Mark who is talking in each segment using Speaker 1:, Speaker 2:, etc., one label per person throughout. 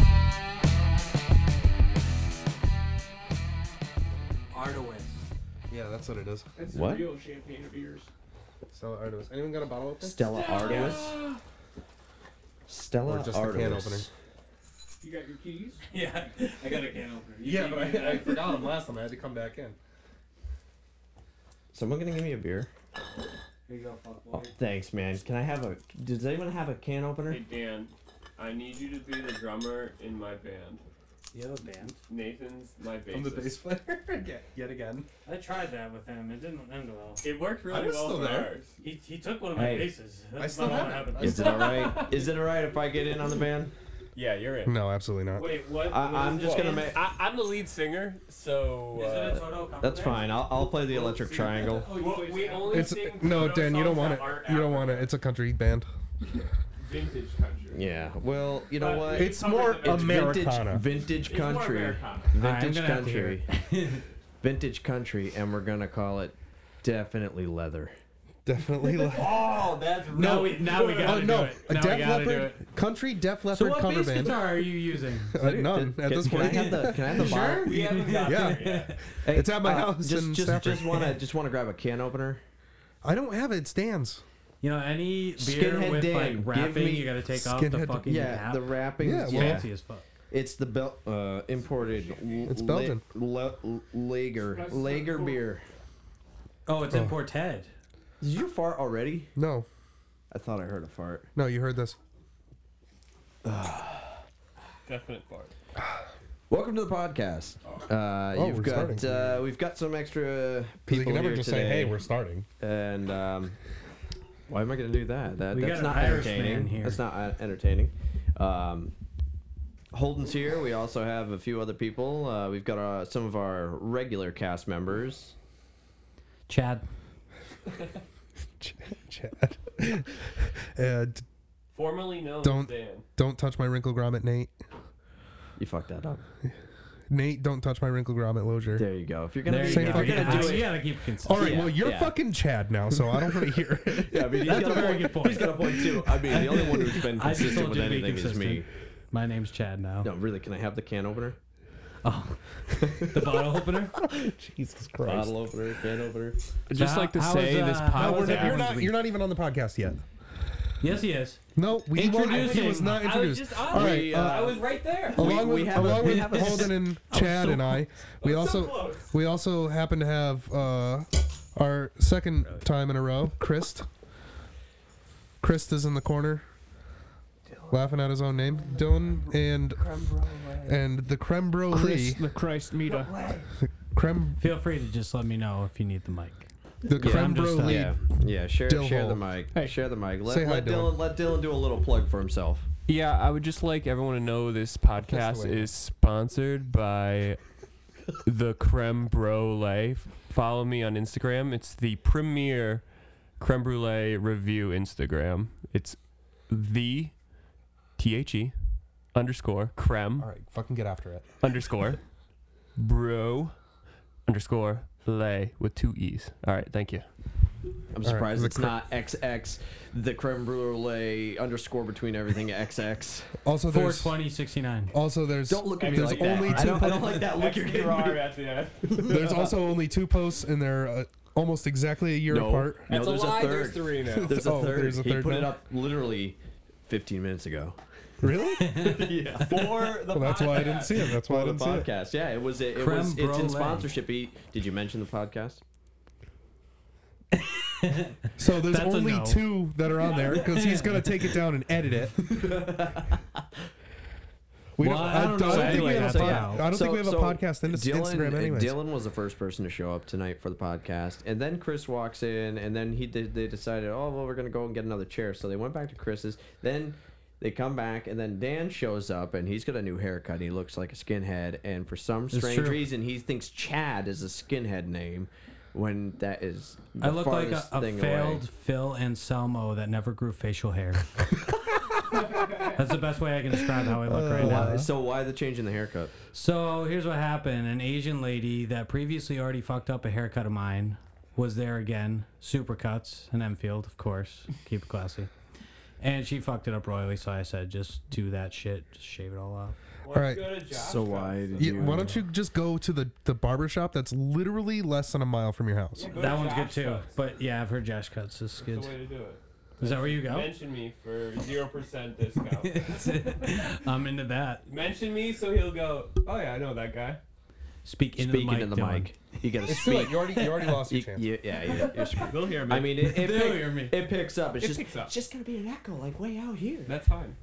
Speaker 1: Yeah, that's what it is.
Speaker 2: That's
Speaker 3: What?
Speaker 2: the real champagne of beers.
Speaker 1: Stella Artois. Anyone got a bottle opener?
Speaker 3: Stella Artois. Stella
Speaker 1: Or just the
Speaker 3: Artois.
Speaker 1: can opener.
Speaker 2: You got your keys?
Speaker 4: Yeah, I got a can opener. You
Speaker 1: Yeah,
Speaker 4: gave
Speaker 1: but
Speaker 4: me
Speaker 1: I, I
Speaker 4: that.
Speaker 1: forgot them last time. I had to come back in.
Speaker 3: Someone gonna give me a beer?
Speaker 4: Here you go, fuck
Speaker 3: Oh,
Speaker 4: boy.
Speaker 3: thanks, man. Can I have a? Does anyone have a can opener?
Speaker 5: Hey Dan, I need you to be the drummer in my band.
Speaker 4: You have a band.
Speaker 5: Nathan's my bassist.
Speaker 1: I'm the bass player again, yet again.
Speaker 4: I tried that with him. It didn't end well.
Speaker 5: It worked really
Speaker 1: I was
Speaker 5: well
Speaker 1: still
Speaker 5: for
Speaker 1: there.
Speaker 5: ours.
Speaker 4: He, he took one of my
Speaker 3: Hey,
Speaker 4: bases. That's
Speaker 1: I still
Speaker 4: about all
Speaker 1: have
Speaker 4: that happened.
Speaker 1: it. I
Speaker 3: Is it all right? Is it all right if I get in on the band?
Speaker 5: Yeah, you're in.
Speaker 1: No, absolutely not.
Speaker 4: Wait, what?
Speaker 3: I, I'm just gonna make.
Speaker 5: I, I'm the lead singer, so.
Speaker 4: Is it a
Speaker 5: Uh,
Speaker 4: Toto
Speaker 3: That's fine. I'll, I'll play the electric
Speaker 4: See,
Speaker 3: triangle.
Speaker 2: Oh,
Speaker 5: well, we only
Speaker 1: It's
Speaker 5: sing
Speaker 1: no,
Speaker 5: Toto
Speaker 1: Dan. You don't
Speaker 5: songs
Speaker 1: want
Speaker 5: that
Speaker 1: it.
Speaker 5: aren't
Speaker 1: You don't want
Speaker 5: African.
Speaker 1: it. It's a country band.
Speaker 5: Vintage country.
Speaker 3: Yeah. Well, you know
Speaker 5: But
Speaker 3: what?
Speaker 1: It's more
Speaker 3: It's
Speaker 1: Americana.
Speaker 3: Vintage, vintage
Speaker 5: It's more
Speaker 3: country.
Speaker 5: Americana.
Speaker 3: Vintage
Speaker 4: Alright, I'm gonna have to hear
Speaker 3: country. vintage country, and we're gonna call it definitely leather.
Speaker 1: Definitely. le-
Speaker 4: Oh, that's
Speaker 1: No,
Speaker 4: really
Speaker 6: now we
Speaker 4: good.
Speaker 6: gotta
Speaker 1: oh
Speaker 6: do
Speaker 1: no,
Speaker 6: it. Now we
Speaker 1: Def
Speaker 6: gotta do
Speaker 1: Leppard country Def Leppard
Speaker 6: So what
Speaker 1: cover
Speaker 6: bass
Speaker 1: band.
Speaker 6: guitar are you using?
Speaker 1: Uh, none at
Speaker 3: Can-
Speaker 1: this
Speaker 3: can
Speaker 1: point.
Speaker 3: I have the, can I have the bottle?
Speaker 5: We haven't got
Speaker 1: Yeah.
Speaker 5: there yet.
Speaker 3: Hey,
Speaker 1: It's at my house
Speaker 3: Uh, Just,
Speaker 1: in
Speaker 3: just,
Speaker 1: Stafford.
Speaker 3: just wanna, just wanna grab a can opener.
Speaker 1: I don't have it. It's Dan's.
Speaker 6: You know, any beer
Speaker 3: Skinhead
Speaker 6: with
Speaker 3: Dan, give
Speaker 6: like wrapping,
Speaker 3: me
Speaker 6: you gotta take off the
Speaker 1: Skinhead-
Speaker 6: fucking
Speaker 3: Yeah,
Speaker 6: cap.
Speaker 3: the wrapping.
Speaker 1: Yeah,
Speaker 3: Yeah,
Speaker 1: well-
Speaker 6: fancy as fuck.
Speaker 3: It's the Bel- uh, imported.
Speaker 1: It's Belgian.
Speaker 3: Le- le- lager, lager beer.
Speaker 6: Oh, it's in Ported.
Speaker 3: Did you fart already?
Speaker 1: No,
Speaker 3: I thought I heard a fart.
Speaker 1: no, you heard this.
Speaker 5: Definite part.
Speaker 3: Welcome to the podcast. Uh,
Speaker 1: Oh,
Speaker 3: you've
Speaker 1: we're
Speaker 3: got
Speaker 1: starting.
Speaker 3: uh, we've got some extra
Speaker 1: 'Cause you
Speaker 3: people
Speaker 1: can never
Speaker 3: here
Speaker 1: just
Speaker 3: today,
Speaker 1: say, "Hey, we're starting."
Speaker 3: and um, why am I going to do that? That
Speaker 6: We
Speaker 3: that's
Speaker 6: got
Speaker 3: not
Speaker 6: an Irish
Speaker 3: entertaining.
Speaker 6: man here.
Speaker 3: That's not uh, entertaining. Um, Holden's here. We also have a few other people. Uh, we've got uh, some of our regular cast members.
Speaker 6: Chad.
Speaker 1: Ch- Chad, uh, d-
Speaker 5: Formerly known
Speaker 1: Don't-
Speaker 5: as Dan.
Speaker 1: don't touch my wrinkle grommet, Nate.
Speaker 3: You fucked that up.
Speaker 1: Nate, don't touch my wrinkle grommet, Lozier.
Speaker 3: There you go. If you're gonna,
Speaker 6: There
Speaker 3: be,
Speaker 6: you
Speaker 1: Same
Speaker 3: if
Speaker 6: go.
Speaker 3: you're
Speaker 1: fucking
Speaker 3: gonna
Speaker 6: Yeah,
Speaker 3: do
Speaker 6: You
Speaker 3: it,
Speaker 6: gotta keep consistent.
Speaker 1: All right,
Speaker 3: Yeah,
Speaker 1: well, you're
Speaker 3: yeah.
Speaker 1: fucking Chad now, so I don't want to hear it.
Speaker 3: yeah, I mean, he's
Speaker 6: That's
Speaker 3: got
Speaker 6: a very good
Speaker 3: He's
Speaker 6: point.
Speaker 3: got a point too. I mean, the only one who's been
Speaker 6: I just
Speaker 3: consistent
Speaker 6: told
Speaker 3: with
Speaker 6: you to be
Speaker 3: anything is
Speaker 6: consistent.
Speaker 3: me.
Speaker 6: My name's Chad now.
Speaker 3: No, really. Can I have the can opener?
Speaker 6: Oh. the bottle opener.
Speaker 1: Jesus Christ.
Speaker 3: Bottle opener, can opener.
Speaker 7: I'd just
Speaker 6: So
Speaker 7: like to
Speaker 6: how- how
Speaker 7: say
Speaker 6: was,
Speaker 7: this
Speaker 6: uh, how
Speaker 7: podcast.
Speaker 1: No, we're
Speaker 6: was
Speaker 1: not, you're
Speaker 6: everyone's
Speaker 1: not.
Speaker 6: week?
Speaker 1: You're not even on the podcast yet.
Speaker 6: Yes, he is.
Speaker 1: No, we he won't- He
Speaker 6: Introducing.
Speaker 1: was not
Speaker 4: I was
Speaker 1: introduced.
Speaker 4: just
Speaker 1: All
Speaker 4: on
Speaker 1: right.
Speaker 3: We,
Speaker 1: uh,
Speaker 4: I was right there.
Speaker 3: we-
Speaker 1: along
Speaker 3: we
Speaker 1: with,
Speaker 3: have a-
Speaker 1: along
Speaker 3: we
Speaker 1: with
Speaker 3: have a-
Speaker 1: Holden and Chad
Speaker 6: so
Speaker 1: and I, we also we also happen to have uh, our second time in a row, Christ. Christ is in the corner, laughing at his own name. Dylan and and the creme brulee,
Speaker 7: Chris the Christ meter.
Speaker 1: creme
Speaker 6: Feel free to just let me know if you need the mic.
Speaker 1: the creme
Speaker 6: I'm just, uh,
Speaker 1: brulee.
Speaker 3: Yeah, yeah. Share,
Speaker 1: Dill
Speaker 3: share the
Speaker 1: hole.
Speaker 3: mic.
Speaker 7: Hey.
Speaker 3: Share the mic. Let,
Speaker 1: Say hi,
Speaker 3: let Dylan.
Speaker 1: Dylan.
Speaker 3: Let Dylan do a little plug for himself.
Speaker 5: Yeah, I would just like everyone to know this
Speaker 1: That's
Speaker 5: podcast
Speaker 1: the way.
Speaker 5: is sponsored by the Creme Brulee. Follow me on Instagram. It's the premier creme brulee review Instagram. It's the T H E underscore creme
Speaker 1: All right, fucking get after it.
Speaker 5: underscore bro underscore lay with two e's. All right, thank you.
Speaker 3: I'm
Speaker 1: right,
Speaker 3: surprised
Speaker 1: the
Speaker 3: it's
Speaker 1: cr-
Speaker 3: not XX, the creme brulee underscore between everything XX.
Speaker 1: Also, there's
Speaker 6: 42069.
Speaker 1: also there's
Speaker 3: Don't look at me
Speaker 1: There's
Speaker 3: like
Speaker 1: only
Speaker 3: that. I
Speaker 1: two
Speaker 3: don't, I don't like that look you're
Speaker 5: Extra
Speaker 3: giving me.
Speaker 5: R at the end.
Speaker 1: there's also only two posts, and they're uh, almost exactly a year
Speaker 3: No,
Speaker 1: apart.
Speaker 3: no,
Speaker 5: That's
Speaker 3: there's
Speaker 5: a
Speaker 3: a
Speaker 5: lie. There's
Speaker 3: third.
Speaker 5: three now.
Speaker 3: There's a
Speaker 1: Oh,
Speaker 3: third.
Speaker 1: there's a
Speaker 3: He
Speaker 1: third
Speaker 3: put it
Speaker 1: now?
Speaker 3: up literally 15 minutes ago.
Speaker 1: Really?
Speaker 3: Yeah.
Speaker 4: For the
Speaker 1: Well, that's why I didn't see it. That's why I
Speaker 3: the
Speaker 1: didn't see it.
Speaker 3: podcast. Yeah, it was. It, it
Speaker 6: Creme
Speaker 3: was. It's in
Speaker 6: brulee.
Speaker 3: sponsorship. He, did you mention the podcast?
Speaker 1: So there's
Speaker 6: That's a
Speaker 1: only
Speaker 6: no.
Speaker 1: two that are on there because he's gonna take it down and edit it. We
Speaker 6: Well, I don't know.
Speaker 1: I think we
Speaker 6: Anyway,
Speaker 1: have a
Speaker 6: that's
Speaker 1: pod-
Speaker 6: out.
Speaker 1: I don't think
Speaker 3: So-
Speaker 1: we have a
Speaker 3: so
Speaker 1: podcast in Instagram anyways.
Speaker 3: Dylan was the first person to show up tonight for the podcast, and then Chris walks in, and then he did, they decided, oh well, we're gonna go and get another chair. So they went back to Chris's. Then they come back, and then Dan shows up, and he's got a new haircut. He looks like a skinhead, and for some strange
Speaker 6: true.
Speaker 3: reason, he thinks Chad is a skinhead name, when that is the
Speaker 6: I look like a,
Speaker 3: farthest
Speaker 6: a
Speaker 3: thing
Speaker 6: failed
Speaker 3: away.
Speaker 6: Phil Anselmo that never grew facial hair. That's the best way I can describe how I look
Speaker 3: Uh,
Speaker 6: right now.
Speaker 3: Why- so why the change in the haircut?
Speaker 6: So here's what happened: an Asian lady that previously already fucked up a haircut of mine was there again. Supercuts and Enfield, of course. Keep it classy. And she fucked it up royally, so I said, just do that shit, just shave it all off.
Speaker 1: All right.
Speaker 2: Go to Josh.
Speaker 3: So why did
Speaker 1: Yeah,
Speaker 3: you?
Speaker 1: why don't you just go to the, the barber shop that's literally less than a mile from your house?
Speaker 2: Go to
Speaker 6: That one's good
Speaker 2: Josh
Speaker 6: too.
Speaker 2: Cuts.
Speaker 6: But yeah, I've heard Josh cuts is
Speaker 7: That's
Speaker 6: good.
Speaker 7: the way to do it.
Speaker 6: Is that where you go?
Speaker 7: Mention me for zero percent discount.
Speaker 6: I'm into that.
Speaker 7: Mention me, so he'll go. Oh yeah, I know that guy.
Speaker 6: Speak into
Speaker 3: speaking
Speaker 6: the mic.
Speaker 3: in the
Speaker 6: Dylan.
Speaker 3: mic? You gotta
Speaker 1: It's too late.
Speaker 3: speak.
Speaker 1: You already, you already lost your
Speaker 3: You,
Speaker 1: chance.
Speaker 3: you, yeah, you're, you're screwed.
Speaker 7: They'll hear me.
Speaker 3: I mean, it, it,
Speaker 6: They'll
Speaker 3: pick-
Speaker 6: hear me.
Speaker 3: it picks up. It's
Speaker 7: it
Speaker 3: just
Speaker 7: picks up.
Speaker 3: it's just gonna be an echo, like way out here.
Speaker 7: That's fine.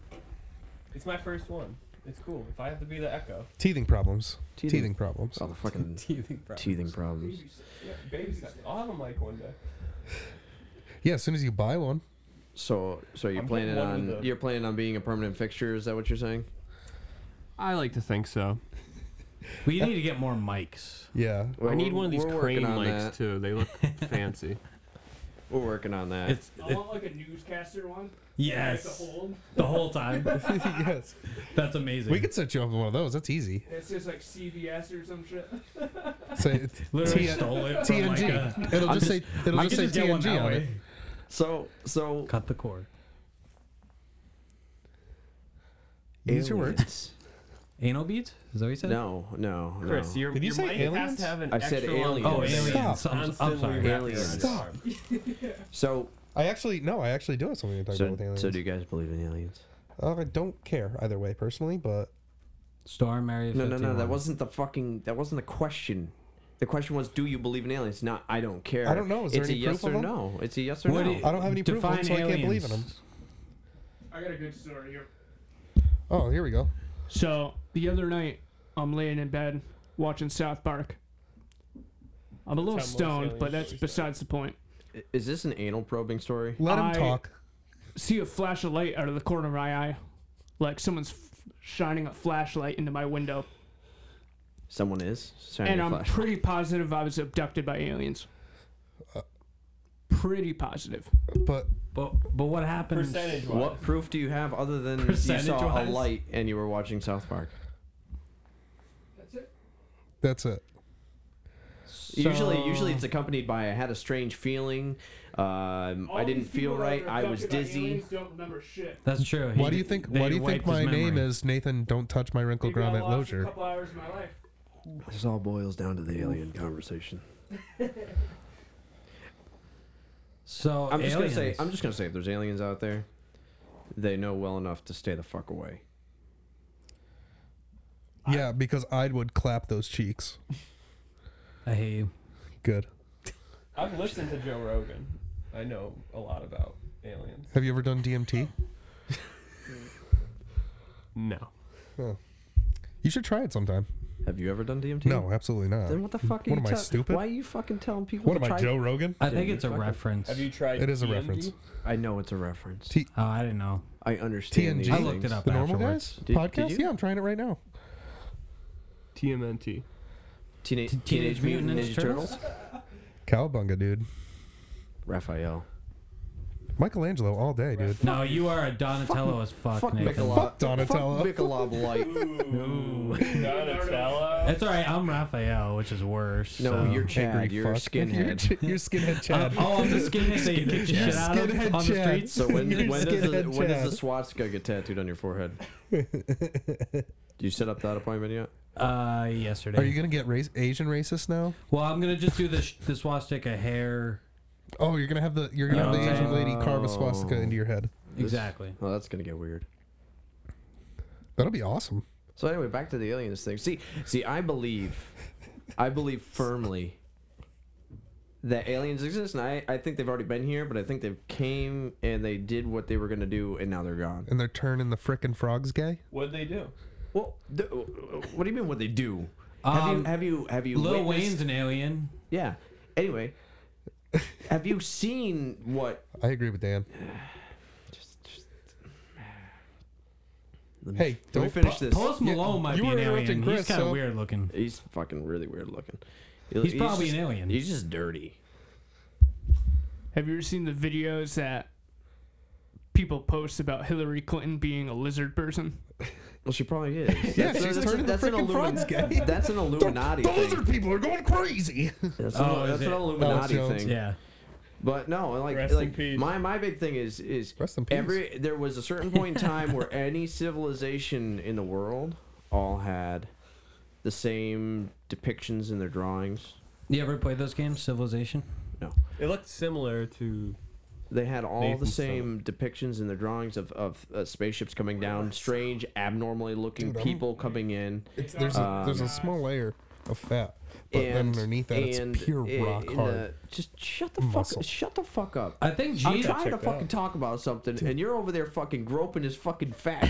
Speaker 7: It's my first one. It's cool. If I have to be the echo,
Speaker 1: Teething problems. Teething,
Speaker 3: Teething.
Speaker 1: problems.
Speaker 3: All the fucking
Speaker 6: Teething problems.
Speaker 3: teething problems.
Speaker 7: baby steps. Yeah, baby steps. I'll have a mic one day.
Speaker 1: Yeah, as soon as you buy one.
Speaker 3: So, so you're
Speaker 7: I'm getting
Speaker 3: planning
Speaker 7: one
Speaker 3: on
Speaker 7: with the-
Speaker 3: you're planning on being a permanent fixture? Is that what you're saying?
Speaker 5: I like to think so.
Speaker 6: We need to get more mics.
Speaker 1: Yeah.
Speaker 3: Well,
Speaker 5: I need
Speaker 3: we're-
Speaker 5: one of these
Speaker 3: we're working
Speaker 5: crane
Speaker 3: on
Speaker 5: mics
Speaker 3: that.
Speaker 5: too. They look fancy.
Speaker 3: We're working on that.
Speaker 6: It's
Speaker 2: I want like a newscaster one. Like the
Speaker 6: yes,
Speaker 2: hold.
Speaker 6: the whole time.
Speaker 1: yes.
Speaker 6: That's amazing.
Speaker 1: We could set you up with one of those. That's easy.
Speaker 2: It's just like CBS or some shit.
Speaker 1: Say
Speaker 6: literally
Speaker 1: T-
Speaker 6: stole it from like uh, a.
Speaker 1: TNG. It'll
Speaker 3: I'm
Speaker 1: just say it'll
Speaker 6: I
Speaker 1: just
Speaker 6: could
Speaker 1: say
Speaker 6: just get one
Speaker 1: TNG
Speaker 6: that
Speaker 1: on
Speaker 6: way.
Speaker 1: it.
Speaker 3: so, so
Speaker 6: Cut the cord.
Speaker 1: Use your words.
Speaker 3: aliens.
Speaker 6: Anal beads? Is that what you said?
Speaker 3: No, no, no.
Speaker 5: Chris, your,
Speaker 1: Did you
Speaker 5: your
Speaker 1: say
Speaker 5: mic has
Speaker 1: aliens?
Speaker 5: to have an
Speaker 3: I said
Speaker 5: extra long
Speaker 3: aliens.
Speaker 6: Oh,
Speaker 5: delay.
Speaker 1: alien.
Speaker 6: aliens.
Speaker 1: Stop.
Speaker 6: I'm, I'm sorry.
Speaker 5: Constantly
Speaker 3: aliens.
Speaker 1: Stop.
Speaker 3: So,
Speaker 1: I actually no. I actually do have something to talk about
Speaker 3: so,
Speaker 1: with aliens.
Speaker 3: so do you guys believe in aliens?
Speaker 1: Uh, I don't care either way personally, but
Speaker 6: Storm Area
Speaker 3: No, no,
Speaker 6: 51.
Speaker 3: no. That wasn't the fucking. That wasn't the question. The question was, do you believe in aliens? Not, I don't care.
Speaker 1: I don't know. Is there
Speaker 3: it's a
Speaker 1: any
Speaker 3: yes
Speaker 1: proof of them?
Speaker 3: or no. It's a yes or
Speaker 6: What
Speaker 3: no.
Speaker 6: do-
Speaker 1: I don't have any proof of
Speaker 6: define
Speaker 1: it, so I can't believe in
Speaker 6: aliens.
Speaker 2: I got a good story here.
Speaker 1: oh, here we go.
Speaker 7: So the other night, I'm laying in bed watching South Park. I'm a little stoned, but that's besides the point.
Speaker 3: I- Is this an anal probing story?
Speaker 1: Let him
Speaker 7: I-
Speaker 1: talk.
Speaker 7: See a flash of light out of the corner of my eye, like someone's f- shining a flashlight into my window,
Speaker 3: Someone is. Sorry,
Speaker 7: and I'm
Speaker 3: flash.
Speaker 7: pretty positive I was abducted by aliens. Pretty positive.
Speaker 1: But
Speaker 6: But, but what happened?
Speaker 3: What proof do you have other than you saw a
Speaker 6: Percentage-wise?
Speaker 3: light and you were watching South Park?
Speaker 2: That's it.
Speaker 1: that's it.
Speaker 3: Usually,
Speaker 6: So-
Speaker 3: usually it's accompanied by I had a strange feeling, um,
Speaker 2: All
Speaker 3: I didn't
Speaker 2: these people
Speaker 3: feel
Speaker 2: that
Speaker 3: right,
Speaker 2: are
Speaker 3: I was
Speaker 2: abducted by
Speaker 3: dizzy.
Speaker 2: aliens Don't remember shit.
Speaker 6: That's true. He
Speaker 1: Why do you
Speaker 6: did-
Speaker 1: think?
Speaker 6: they
Speaker 1: Why do you think
Speaker 6: wiped his
Speaker 1: my name
Speaker 6: memory.
Speaker 1: is Nathan? Don't touch my wrinkled
Speaker 2: Maybe I
Speaker 1: grommet
Speaker 2: lost A
Speaker 1: Lozier.
Speaker 2: couple hours of my life.
Speaker 3: This all boils down to the alien conversation.
Speaker 6: So
Speaker 3: I'm just
Speaker 6: aliens.
Speaker 3: gonna say, I'm just gonna say, if there's aliens out there, they know well enough to stay the fuck away.
Speaker 1: Yeah, because I would clap those cheeks.
Speaker 6: I hate you.
Speaker 1: Good.
Speaker 7: I've listened to Joe Rogan. I know a lot about aliens.
Speaker 1: Have you ever done DMT?
Speaker 5: No.
Speaker 1: You should try it sometime.
Speaker 3: Have you ever done DMT?
Speaker 1: No, absolutely not.
Speaker 3: Then what the fuck? Are
Speaker 1: What
Speaker 3: you
Speaker 1: am I,
Speaker 3: tell-
Speaker 1: stupid?
Speaker 3: Why are you fucking telling people?
Speaker 1: What
Speaker 3: to
Speaker 1: am I,
Speaker 3: try-
Speaker 1: Joe Rogan?
Speaker 6: I
Speaker 3: Dude,
Speaker 6: think
Speaker 3: you
Speaker 6: it's a
Speaker 3: fucking-
Speaker 6: reference.
Speaker 7: tried?
Speaker 1: It is a reference.
Speaker 3: I know it's a reference.
Speaker 1: T-
Speaker 6: Oh, I didn't know.
Speaker 3: I understand.
Speaker 1: TNG.
Speaker 3: these
Speaker 6: I looked it
Speaker 3: things.
Speaker 6: up.
Speaker 1: The normal
Speaker 6: afterwards.
Speaker 1: guys
Speaker 3: Did- did
Speaker 1: podcast.
Speaker 3: you?
Speaker 1: yeah, I'm trying it right now.
Speaker 5: TMNT.
Speaker 3: Teena-
Speaker 6: T- Teenage Mutant Ninja Turtles?
Speaker 1: Cowabunga, dude.
Speaker 3: Raphael.
Speaker 1: Michelangelo all day, dude.
Speaker 6: No, you are a Donatello as fuck,
Speaker 3: Fuck
Speaker 6: Nathan.
Speaker 3: Michelob.
Speaker 1: Fuck Donatello.
Speaker 3: Fuck Michelob Light.
Speaker 2: Donatello.
Speaker 6: It's all right. I'm Raphael, which is worse.
Speaker 3: No,
Speaker 6: so.
Speaker 3: Oh, you're Chad.
Speaker 1: Angry
Speaker 3: you're a
Speaker 1: fuck. You're,
Speaker 3: skinhead.
Speaker 1: ch- you're skinhead
Speaker 6: Uh,
Speaker 1: Chad.
Speaker 6: oh, I'm the skinhead that you kick the shit out of
Speaker 1: Skinhead
Speaker 6: on the
Speaker 1: Chad.
Speaker 6: streets.
Speaker 3: so when,
Speaker 1: You're
Speaker 3: when, does the,
Speaker 1: skinhead
Speaker 3: when does
Speaker 1: Chad.
Speaker 3: the swastika get tattooed on your forehead? Do you set up that appointment yet?
Speaker 6: Uh, yesterday.
Speaker 1: Are you gonna get race Asian racist now?
Speaker 6: well, I'm gonna just do this the swastika hair.
Speaker 1: Oh, you're gonna have the you're gonna have the
Speaker 6: Oh.
Speaker 1: Asian lady carve a swastika into your head.
Speaker 3: This-
Speaker 6: Exactly.
Speaker 3: Oh, that's gonna get weird.
Speaker 1: That'll be awesome.
Speaker 3: So anyway, back to the aliens thing. See, see, I believe, I believe firmly that aliens exist, and I, I think they've already been here, but I think they came and they did what they were gonna do, and now they're gone.
Speaker 1: And they're turning the frickin' frogs gay.
Speaker 7: What'd they do?
Speaker 3: Well, th- what do you mean? What they do? have you
Speaker 6: Um,
Speaker 3: have you have you
Speaker 6: Lil
Speaker 3: witnessed-
Speaker 6: Wayne's an alien.
Speaker 3: Yeah. Anyway, have you seen what?
Speaker 1: I agree with Dan.
Speaker 3: Just, just, let me,
Speaker 1: Hey,
Speaker 3: let
Speaker 1: don't
Speaker 3: me finish this.
Speaker 6: Post Malone might
Speaker 1: you
Speaker 6: be
Speaker 1: were
Speaker 6: an
Speaker 1: interrupting
Speaker 6: alien.
Speaker 1: Chris,
Speaker 6: he's kind of
Speaker 1: so-
Speaker 6: weird looking.
Speaker 3: He's fucking really weird looking.
Speaker 6: He's probably
Speaker 3: just-
Speaker 6: an alien.
Speaker 3: He's just dirty.
Speaker 8: Have you ever seen the videos that people post about Hillary Clinton being a lizard person?
Speaker 3: Well, she probably is.
Speaker 1: Yeah, she's turning the
Speaker 3: an
Speaker 1: frickin' frogs gay.
Speaker 3: That's an Illuminati
Speaker 1: Those are
Speaker 3: thing.
Speaker 1: people are going crazy.
Speaker 3: That's,
Speaker 6: Oh, is
Speaker 3: an, that's an
Speaker 6: it?
Speaker 3: Illuminati
Speaker 1: Alex Jones.
Speaker 3: thing.
Speaker 6: Yeah.
Speaker 3: But no, like,
Speaker 7: Rest in
Speaker 3: like
Speaker 7: peace.
Speaker 3: my my big thing is is
Speaker 1: Rest in peace.
Speaker 3: every there was a certain point in time where any civilization in the world all had the same depictions in their drawings.
Speaker 6: You ever played those games, Civilization?
Speaker 5: It looked similar to
Speaker 3: They had all the
Speaker 5: Nathan
Speaker 3: same depictions in their drawings of, of uh, spaceships coming down, strange, abnormally looking
Speaker 1: Dude, I'm-
Speaker 3: people coming in.
Speaker 1: It's, there's a, there's a
Speaker 3: Um,
Speaker 1: small layer of fat, but then
Speaker 3: and-
Speaker 1: underneath that,
Speaker 3: and
Speaker 1: it's pure
Speaker 3: i-
Speaker 1: rock
Speaker 3: in
Speaker 1: hard.
Speaker 3: the- just shut the
Speaker 1: Muscle.
Speaker 3: fuck shut the fuck up.
Speaker 6: I think
Speaker 3: I'm
Speaker 6: G-
Speaker 3: trying
Speaker 5: check
Speaker 3: to
Speaker 5: that
Speaker 3: fucking talk about something, and you're over there fucking groping his fucking fat,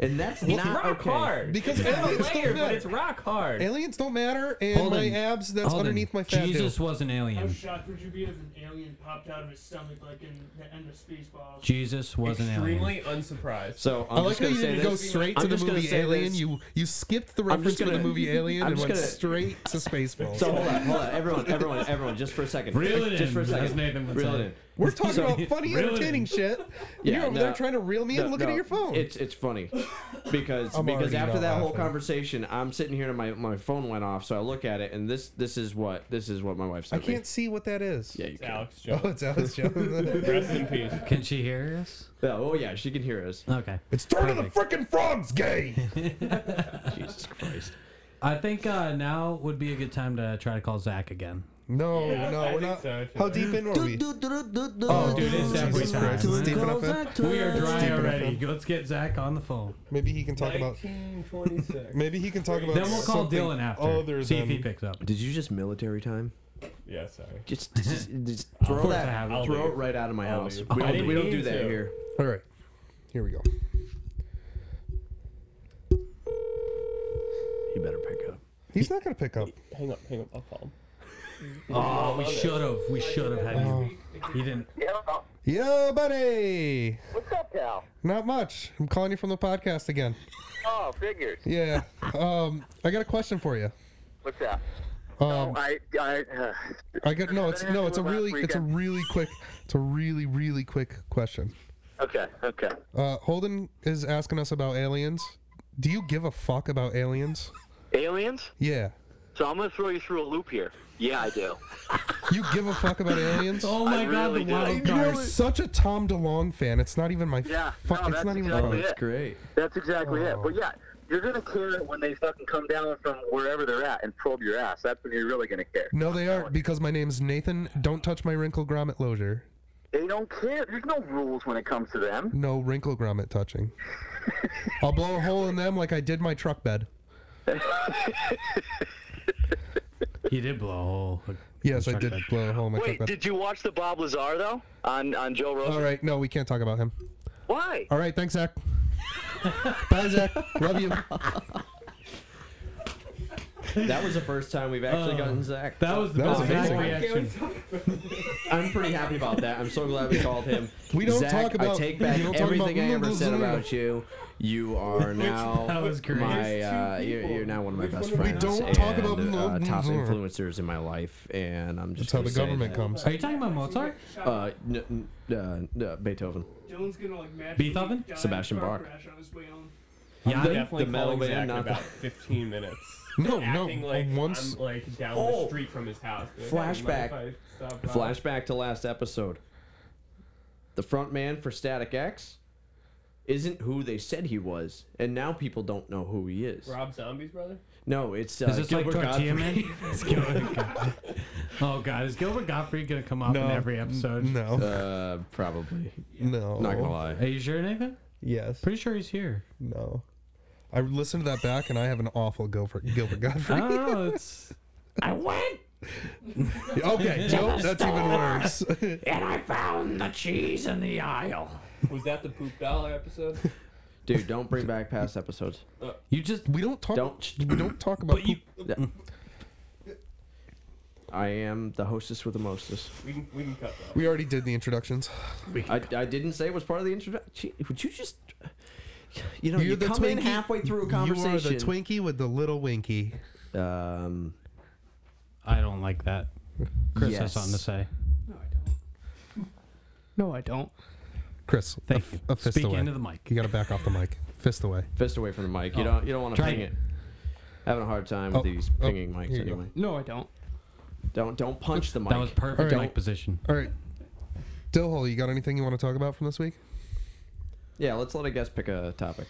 Speaker 3: and that's not
Speaker 5: rock
Speaker 3: okay.
Speaker 5: hard.
Speaker 1: Because
Speaker 5: it's not a
Speaker 1: aliens don't
Speaker 5: layer, but
Speaker 1: matter.
Speaker 5: it's rock hard.
Speaker 1: Aliens don't matter, and
Speaker 6: Hold
Speaker 1: my
Speaker 6: on.
Speaker 1: abs that's
Speaker 6: Hold on.
Speaker 1: underneath my fat. do.
Speaker 6: Jesus was an
Speaker 2: How
Speaker 6: alien.
Speaker 2: shocked would you be if an alien popped out of his stomach like in the end of Spaceballs?
Speaker 6: Jesus was an alien.
Speaker 5: Extremely unsurprised.
Speaker 3: So
Speaker 1: i
Speaker 3: I'm
Speaker 1: like
Speaker 3: just
Speaker 1: how
Speaker 3: gonna
Speaker 1: you
Speaker 3: say
Speaker 1: didn't go
Speaker 3: this.
Speaker 1: straight
Speaker 3: I'm
Speaker 1: to the
Speaker 3: just gonna
Speaker 1: movie
Speaker 3: say
Speaker 1: Alien.
Speaker 3: this.
Speaker 1: You you skipped the
Speaker 3: I'm
Speaker 1: reference
Speaker 3: just
Speaker 1: to the
Speaker 3: gonna-
Speaker 1: movie Alien
Speaker 3: I'm
Speaker 1: and
Speaker 3: just
Speaker 1: went
Speaker 3: gonna-
Speaker 1: straight to Spaceballs.
Speaker 3: So hold on, hold on, everyone, everyone, everyone, just for a second,
Speaker 6: Reel it
Speaker 3: just for a
Speaker 6: in, as
Speaker 3: second,
Speaker 6: Nathan would
Speaker 3: reel
Speaker 6: say.
Speaker 3: it in.
Speaker 1: We're talking
Speaker 3: So-
Speaker 1: about funny,
Speaker 6: Really?
Speaker 1: entertaining shit.
Speaker 3: Yeah,
Speaker 1: You're over
Speaker 3: no.
Speaker 1: there trying to reel me in,
Speaker 3: No,
Speaker 1: looking
Speaker 3: no,
Speaker 1: at your phone.
Speaker 3: It's it's funny because
Speaker 1: I'm
Speaker 3: because
Speaker 1: already
Speaker 3: after
Speaker 1: not
Speaker 3: that whole
Speaker 1: laughing.
Speaker 3: conversation, I'm sitting here and my, my phone went off, so I look at it, and this this is what this is what my wife
Speaker 1: I
Speaker 3: said. to me.
Speaker 1: can't see what that is.
Speaker 3: Yeah, you can.
Speaker 5: Alex Jones.
Speaker 1: Oh, it's Alice Jones.
Speaker 5: Rest in peace.
Speaker 6: Can she hear us?
Speaker 3: Yeah, oh yeah, she can hear us.
Speaker 6: Okay.
Speaker 1: it's turning the frickin' frogs gay.
Speaker 3: Jesus Christ.
Speaker 6: I think uh, now would be a good time to try to call Zach again.
Speaker 1: No, no,
Speaker 5: I
Speaker 1: we're
Speaker 5: think
Speaker 1: not.
Speaker 5: so, too.
Speaker 1: How deep in are we?
Speaker 3: Oh,
Speaker 6: dude, it's definitely
Speaker 1: Jesus
Speaker 6: time.
Speaker 1: Christ, it's deep enough in.
Speaker 6: We are dry
Speaker 1: Stupid
Speaker 6: already.
Speaker 1: FM.
Speaker 6: Let's get Zach on the phone.
Speaker 1: Maybe he can talk about.
Speaker 5: 1926.
Speaker 1: Maybe he can talk about.
Speaker 6: Then we'll call
Speaker 1: something
Speaker 6: Dylan after.
Speaker 1: Other
Speaker 6: See if
Speaker 1: than
Speaker 6: he picks up.
Speaker 3: Did you just military time?
Speaker 5: yeah, sorry.
Speaker 3: Just, just, just
Speaker 6: Of
Speaker 3: throw
Speaker 6: course I
Speaker 3: that,
Speaker 6: have.
Speaker 3: throw
Speaker 5: leave.
Speaker 3: it right out of my
Speaker 5: I'll
Speaker 3: house.
Speaker 5: leave.
Speaker 3: We
Speaker 5: I
Speaker 3: don't,
Speaker 5: didn't
Speaker 3: we don't
Speaker 5: mean
Speaker 3: do that
Speaker 5: to.
Speaker 3: here.
Speaker 1: All right, here we go.
Speaker 3: You better pick up.
Speaker 1: He's not gonna pick up.
Speaker 5: Hang up, hang up. I'll call him.
Speaker 6: Oh, we should have. We should have had you. He didn't.
Speaker 1: Yo, buddy.
Speaker 9: What's up, pal?
Speaker 1: Not much. I'm calling you from the podcast again.
Speaker 9: Oh, figures.
Speaker 1: Yeah. Um, I got a question for you.
Speaker 9: What's up?
Speaker 1: Um,
Speaker 9: I, I, uh,
Speaker 1: I got no. It's no. It's a really. It's a really quick. It's a really really quick question.
Speaker 9: okay, okay.
Speaker 1: Uh, Holden is asking us about aliens. Do you give a fuck about aliens?
Speaker 9: Aliens?
Speaker 1: Yeah.
Speaker 9: So I'm gonna throw you through a loop here. Yeah, I do.
Speaker 1: You give a fuck about aliens?
Speaker 6: Oh my god,
Speaker 9: really
Speaker 6: the
Speaker 9: did.
Speaker 6: wild
Speaker 1: You are
Speaker 6: card.
Speaker 1: such a Tom DeLonge fan. It's not even my.
Speaker 9: Yeah,
Speaker 1: Fuck. it's
Speaker 9: no,
Speaker 1: Oh.
Speaker 9: that's
Speaker 1: not even.
Speaker 9: exactly
Speaker 1: my,
Speaker 9: it.
Speaker 3: Great.
Speaker 9: That's exactly it. But yeah, you're gonna care when they fucking come down from wherever they're at and probe your ass. That's when you're really gonna care.
Speaker 1: No, they aren't because my name's Nathan. Don't touch my wrinkle grommet lozier.
Speaker 9: They don't care. There's no rules when it comes to them.
Speaker 1: No wrinkle grommet touching. I'll blow a hole in them like I did my truck bed.
Speaker 6: He did blow a hole.
Speaker 1: Yes, I did blow a hole in my
Speaker 9: Wait,
Speaker 1: truck bed.
Speaker 9: did you watch the Bob Lazar though on on Joe Rogan?
Speaker 1: All right. No, we can't talk about him.
Speaker 9: Why?
Speaker 1: All right. Thanks, Zach. Bye, Zach. Love you.
Speaker 3: That was the first time we've actually gotten Zach.
Speaker 6: That was the
Speaker 1: That was
Speaker 6: best
Speaker 1: amazing.
Speaker 6: Zach reaction.
Speaker 3: I'm pretty happy about that. I'm so glad we called him.
Speaker 1: We don't
Speaker 3: Zach,
Speaker 1: talk about-
Speaker 3: I take back
Speaker 1: we don't talk
Speaker 3: everything
Speaker 1: about
Speaker 3: I ever said
Speaker 1: Lulu.
Speaker 3: about you. You are now
Speaker 6: That was great.
Speaker 3: my. Uh, you're, you're now one of my best friends.
Speaker 1: don't
Speaker 3: and,
Speaker 1: talk about
Speaker 3: uh,
Speaker 1: Lulu.
Speaker 3: top influencers in my life, and I'm
Speaker 1: That's
Speaker 3: just.
Speaker 1: how
Speaker 3: gonna
Speaker 1: the
Speaker 3: say
Speaker 1: government comes.
Speaker 6: Are you talking about Mozart?
Speaker 3: that, Uh, n- n- uh, no, Beethoven.
Speaker 2: Dylan's gonna like magically
Speaker 6: Beethoven?
Speaker 2: die in a
Speaker 3: Sebastian
Speaker 2: car
Speaker 3: Bach.
Speaker 2: crash on his way home.
Speaker 6: Yeah.
Speaker 3: The-
Speaker 5: Definitely
Speaker 3: the metal
Speaker 5: calling
Speaker 3: band,
Speaker 5: Zach in
Speaker 3: not the-
Speaker 5: about 15 minutes.
Speaker 1: No, Oh, no, uh,
Speaker 5: Acting Like
Speaker 1: once-
Speaker 5: I'm like down
Speaker 3: Oh!
Speaker 5: the street from his house. Like,
Speaker 3: Flashback.
Speaker 5: "Hey, you mind if I stop by?"
Speaker 3: Flashback to last episode. The front man for Static X isn't who they said he was, and now people don't know who he is.
Speaker 5: Rob Zombie's brother.
Speaker 3: No, it's uh,
Speaker 6: Is this like
Speaker 3: Gilbert
Speaker 6: Tortilla
Speaker 3: Godfrey.
Speaker 6: Man? It's Gilbert Godfrey. Oh god, is Gilbert Godfrey gonna come up in every episode?
Speaker 1: No.
Speaker 3: Uh, probably.
Speaker 1: No.
Speaker 3: Not gonna lie.
Speaker 1: Oh.
Speaker 6: Are you sure, Nathan?
Speaker 1: Yes.
Speaker 6: Pretty sure he's here.
Speaker 1: No. I listened to that back and I have an awful go for Gilbert
Speaker 6: I
Speaker 1: Godfrey.
Speaker 6: don't know. It's
Speaker 3: I went
Speaker 1: okay, nope, that's even worse.
Speaker 3: and I found the cheese in the aisle.
Speaker 5: Was that the poop dollar episode?
Speaker 3: Dude, don't bring back past episodes.
Speaker 6: you just
Speaker 1: we don't talk.
Speaker 3: Don't.
Speaker 1: We don't talk about.
Speaker 6: you-
Speaker 1: poop.
Speaker 3: I am the hostess with the mostest.
Speaker 5: we can we can cut that.
Speaker 1: We already did the introductions.
Speaker 3: I, I didn't say it was part of the introduction. Would you just? You know,
Speaker 1: You're
Speaker 3: you
Speaker 1: the
Speaker 3: come in
Speaker 1: Twinkie-
Speaker 3: halfway through a
Speaker 1: You are the
Speaker 3: conversation.
Speaker 1: Twinkie with the little Winky.
Speaker 3: um,
Speaker 6: I don't like that. Chris has
Speaker 3: Yes.
Speaker 6: something to say.
Speaker 8: No, I don't.
Speaker 1: Chris, a,
Speaker 6: Thank
Speaker 1: f-
Speaker 6: you.
Speaker 1: a fist
Speaker 6: Speak
Speaker 1: away.
Speaker 6: into the mic.
Speaker 1: you gotta back off the mic. Fist away.
Speaker 3: fist away from the mic. You don't. You don't want to
Speaker 6: Try
Speaker 3: ping
Speaker 6: it.
Speaker 3: it. Having a hard time with
Speaker 1: Oh,
Speaker 3: these
Speaker 1: oh,
Speaker 3: pinging mics
Speaker 1: here you go.
Speaker 3: anyway.
Speaker 8: No, I don't.
Speaker 3: Don't don't punch the mic.
Speaker 6: That was perfect
Speaker 1: All right.
Speaker 6: mic position.
Speaker 1: All right, Dillhole, you got anything you want to talk about from this week?
Speaker 3: yeah, let's let a guest pick a topic.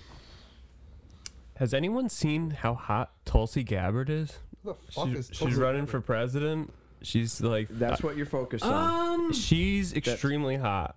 Speaker 5: Has anyone seen how hot Tulsi Gabbard is?
Speaker 1: Who the fuck
Speaker 5: She's,
Speaker 1: is
Speaker 5: she's
Speaker 1: Tulsi
Speaker 5: running
Speaker 1: Gabbard?
Speaker 5: for president. She's like uh,
Speaker 3: That's what you're focused
Speaker 5: Ah,
Speaker 3: on.
Speaker 6: Um,
Speaker 5: she's extremely hot.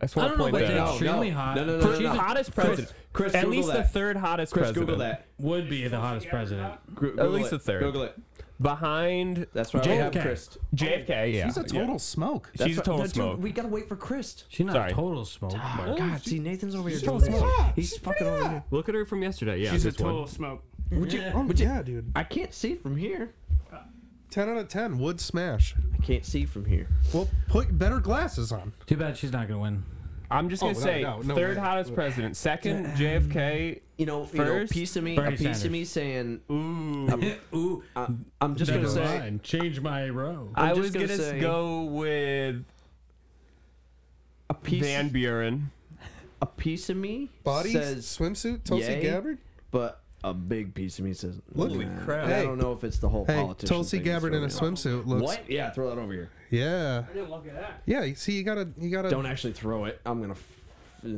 Speaker 5: I just
Speaker 6: I don't
Speaker 5: want to
Speaker 6: know
Speaker 5: point
Speaker 6: about
Speaker 5: that
Speaker 6: that.
Speaker 5: out.
Speaker 6: extremely hot.
Speaker 3: No, no, no,
Speaker 5: For-
Speaker 3: no,
Speaker 5: she's
Speaker 3: no.
Speaker 5: the hottest
Speaker 3: Chris-
Speaker 5: president.
Speaker 3: Chris,
Speaker 5: At
Speaker 3: Google
Speaker 5: least the
Speaker 3: that.
Speaker 5: third hottest
Speaker 3: Chris,
Speaker 5: president.
Speaker 3: Google that.
Speaker 6: would be the hottest president.
Speaker 3: Gro- Google
Speaker 5: least
Speaker 3: it.
Speaker 5: a third.
Speaker 3: Google it.
Speaker 5: Behind
Speaker 3: That's why we have
Speaker 6: JFK.
Speaker 3: Chris.
Speaker 5: JFK, yeah.
Speaker 1: She's a total smoke.
Speaker 5: Yeah. She's a total smoke.
Speaker 3: we gotta wait for Chris.
Speaker 6: She's not
Speaker 5: Sorry.
Speaker 6: total smoke.
Speaker 5: Oh,
Speaker 6: but-
Speaker 3: God, see Nathan's over here.
Speaker 1: total
Speaker 3: Doing this.
Speaker 1: smoke.
Speaker 3: He's fucking over here.
Speaker 5: Look at her from yesterday. Yeah,
Speaker 8: She's a
Speaker 5: this one.
Speaker 8: total smoke.
Speaker 1: Would you? Oh, yeah, dude.
Speaker 3: I can't see from here.
Speaker 1: Ten out of ten. Would smash.
Speaker 3: I can't see from here.
Speaker 1: Well, put better glasses on.
Speaker 6: Too bad she's not gonna win.
Speaker 5: I'm just gonna
Speaker 1: Oh, no,
Speaker 5: say
Speaker 1: no, no
Speaker 5: third
Speaker 1: way.
Speaker 5: hottest president, second JFK.
Speaker 3: You know, you know,
Speaker 5: First,
Speaker 3: piece of me,
Speaker 6: Bernie
Speaker 3: a piece
Speaker 6: Sanders.
Speaker 3: of me saying,
Speaker 5: Ooh,
Speaker 6: Ooh,
Speaker 3: I, I'm just gonna say,
Speaker 6: change my row.
Speaker 5: I
Speaker 3: I'm just
Speaker 5: was
Speaker 3: gonna
Speaker 5: gonna,
Speaker 3: say-
Speaker 5: go with
Speaker 3: a piece,
Speaker 5: Van Buren.
Speaker 3: a piece of me
Speaker 1: Body
Speaker 3: says,
Speaker 1: swimsuit. Tulsi
Speaker 3: yay.
Speaker 1: Gabbard.
Speaker 3: but a big piece of me says,
Speaker 1: Look-
Speaker 3: nah.
Speaker 1: Holy crap.
Speaker 3: And I
Speaker 1: Hey.
Speaker 3: don't know if it's the whole
Speaker 1: Hey,
Speaker 3: politician.
Speaker 1: Tulsi
Speaker 3: thing that's
Speaker 1: Gabbard in a
Speaker 3: throwing me off.
Speaker 1: swimsuit looks.
Speaker 3: What? Yeah, throw that over here.
Speaker 1: Yeah.
Speaker 2: I didn't look at that.
Speaker 1: Yeah. You see, you gotta, you gotta.
Speaker 3: Don't actually throw it. I'm gonna. F- uh,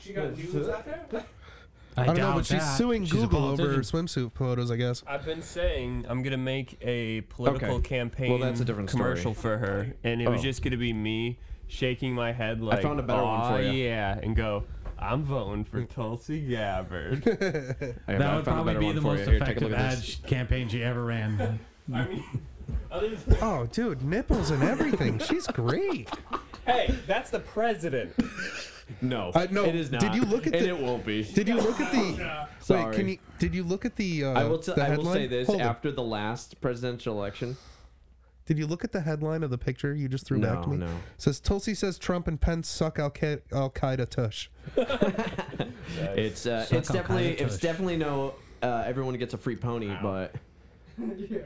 Speaker 2: She got news out there?
Speaker 6: I,
Speaker 1: I don't know,
Speaker 6: doubt
Speaker 1: but she's
Speaker 6: that.
Speaker 1: suing
Speaker 6: She's a
Speaker 1: Google over her
Speaker 6: politician.
Speaker 1: swimsuit photos, I guess.
Speaker 5: I've been saying I'm gonna make a political
Speaker 3: Okay.
Speaker 5: campaign
Speaker 3: Well, that's a different story.
Speaker 5: commercial for her, and it was
Speaker 3: Oh.
Speaker 5: just gonna be me shaking my head like,
Speaker 3: found a better one
Speaker 5: "Aw,
Speaker 3: for ya."
Speaker 5: yeah, and go, I'm voting for Tulsi Gabbard.
Speaker 3: I
Speaker 6: That would
Speaker 3: found a
Speaker 6: probably
Speaker 3: better
Speaker 6: be
Speaker 3: one
Speaker 6: the
Speaker 3: for
Speaker 6: most
Speaker 3: you. Here, take a
Speaker 6: effective
Speaker 3: look at
Speaker 6: ad
Speaker 3: this.
Speaker 6: sh- campaign she ever ran.
Speaker 5: I mean, other than-
Speaker 1: Oh, dude, nipples and everything. She's great.
Speaker 5: hey, that's the president.
Speaker 3: No,
Speaker 1: I- no,
Speaker 3: it is not.
Speaker 1: did you look at
Speaker 3: and
Speaker 1: the-
Speaker 3: it won't be.
Speaker 1: Did you look at the? Wait,
Speaker 3: Sorry.
Speaker 1: can you? Did you look at the? Uh,
Speaker 3: I will. T-
Speaker 1: the
Speaker 3: I
Speaker 1: headline?
Speaker 3: will say this
Speaker 1: Hold it.
Speaker 3: after the last presidential election.
Speaker 1: Did you look at the headline of the picture you just threw back to
Speaker 3: No,
Speaker 1: me?
Speaker 3: no.
Speaker 1: Says Tulsi says Trump and Pence suck Al Qaeda tush.
Speaker 3: It's uh,
Speaker 6: Suck
Speaker 3: it's
Speaker 6: on
Speaker 3: definitely
Speaker 6: Kaya
Speaker 3: it's
Speaker 6: Tush.
Speaker 3: definitely no. Uh, everyone gets a free pony, but
Speaker 2: yeah,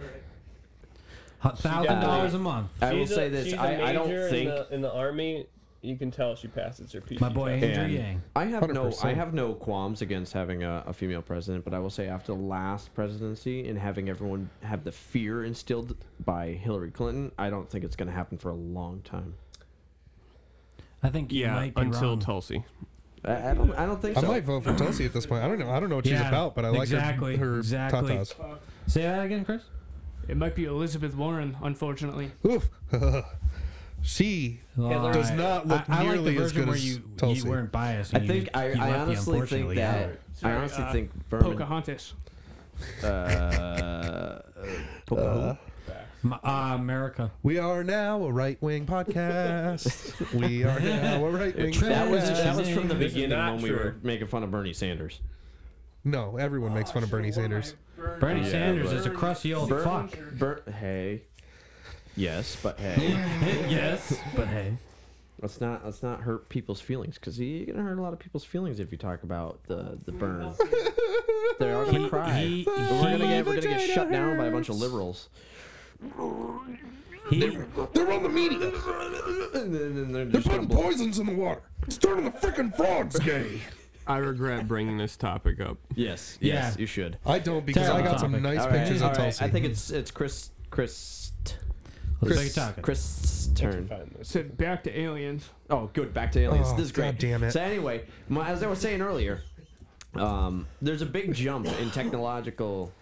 Speaker 2: right.
Speaker 6: Thousand dollars a month.
Speaker 3: I will say this: I, I don't think
Speaker 5: in the, army. You can tell she passes her PG.
Speaker 6: My boy
Speaker 3: And-
Speaker 6: Andrew Yang.
Speaker 3: I have no I
Speaker 1: 100%.
Speaker 3: have no qualms against having a, a female president, but I will say after the last presidency and having everyone have the fear instilled by Hillary Clinton, I don't think it's going to happen for a long time.
Speaker 6: I think you
Speaker 5: Yeah,
Speaker 6: might be
Speaker 5: until
Speaker 6: wrong.
Speaker 5: Tulsi.
Speaker 3: I, I don't I don't think
Speaker 1: I
Speaker 3: so.
Speaker 1: might vote for Tulsi at this point. I don't know. I don't know what she's
Speaker 6: Yeah,
Speaker 1: about, but I like
Speaker 6: exactly,
Speaker 1: her, her
Speaker 6: exactly.
Speaker 1: tatas.
Speaker 6: Say that again, Chris.
Speaker 8: It might be Elizabeth Warren, unfortunately.
Speaker 1: Oof. she does not look
Speaker 6: I, I like
Speaker 1: nearly
Speaker 6: the
Speaker 1: as
Speaker 6: version
Speaker 1: good
Speaker 6: where
Speaker 1: as
Speaker 6: you, you
Speaker 1: Tulsi.
Speaker 6: weren't biased.
Speaker 3: I
Speaker 6: and you
Speaker 3: think
Speaker 6: just-
Speaker 3: I,
Speaker 6: you left
Speaker 3: I
Speaker 6: the
Speaker 3: honestly think
Speaker 6: unfortunately
Speaker 3: that
Speaker 6: out.
Speaker 3: I
Speaker 2: Sorry,
Speaker 3: honestly
Speaker 2: uh,
Speaker 3: think Vermin.
Speaker 8: Pocahontas.
Speaker 3: Uh, uh, Pocahontas?
Speaker 6: M- uh, America.
Speaker 1: We are now a right wing podcast. we are now a right wing
Speaker 3: that was
Speaker 1: podcast.
Speaker 3: that was from the
Speaker 5: This is
Speaker 3: beginning
Speaker 5: not
Speaker 3: when we were
Speaker 5: true.
Speaker 3: making fun of Bernie Sanders.
Speaker 1: No, everyone makes fun of Bernie Sanders.
Speaker 6: Bernie
Speaker 3: Yeah,
Speaker 6: Sanders is a
Speaker 2: but-
Speaker 6: crusty old
Speaker 3: Bernie-
Speaker 6: fuck.
Speaker 3: Ber- hey, yes, but hey.
Speaker 6: yes, but hey,
Speaker 3: Let's not let's not hurt people's feelings because you're gonna hurt a lot of people's feelings if you talk about the the burn. They're all gonna cry.
Speaker 6: he-
Speaker 3: But we're gonna
Speaker 6: he-
Speaker 3: get we're gonna get shut down by a bunch of liberals.
Speaker 6: he,
Speaker 1: They're on the media.
Speaker 3: And then, then they're
Speaker 1: They're
Speaker 3: just gonna
Speaker 1: putting
Speaker 3: blow.
Speaker 1: poisons in the water. It's turning the freaking frogs gay.
Speaker 5: I regret bringing this topic up.
Speaker 3: Yes, yes,
Speaker 6: Yeah.
Speaker 3: you should.
Speaker 1: I don't because I
Speaker 6: Terrible
Speaker 1: got some
Speaker 6: topic.
Speaker 1: nice
Speaker 3: All right,
Speaker 1: pictures
Speaker 3: all
Speaker 1: of
Speaker 3: right.
Speaker 1: Tulsi.
Speaker 3: I think it's it's Chris Chris
Speaker 6: let's
Speaker 1: Chris-
Speaker 6: take a topic.
Speaker 3: Chris's turn.
Speaker 8: So back to aliens.
Speaker 3: Oh, good. Back to aliens.
Speaker 1: Oh,
Speaker 3: this is great.
Speaker 1: God damn it.
Speaker 3: So anyway, my, as I was saying earlier, um, there's a big jump in technological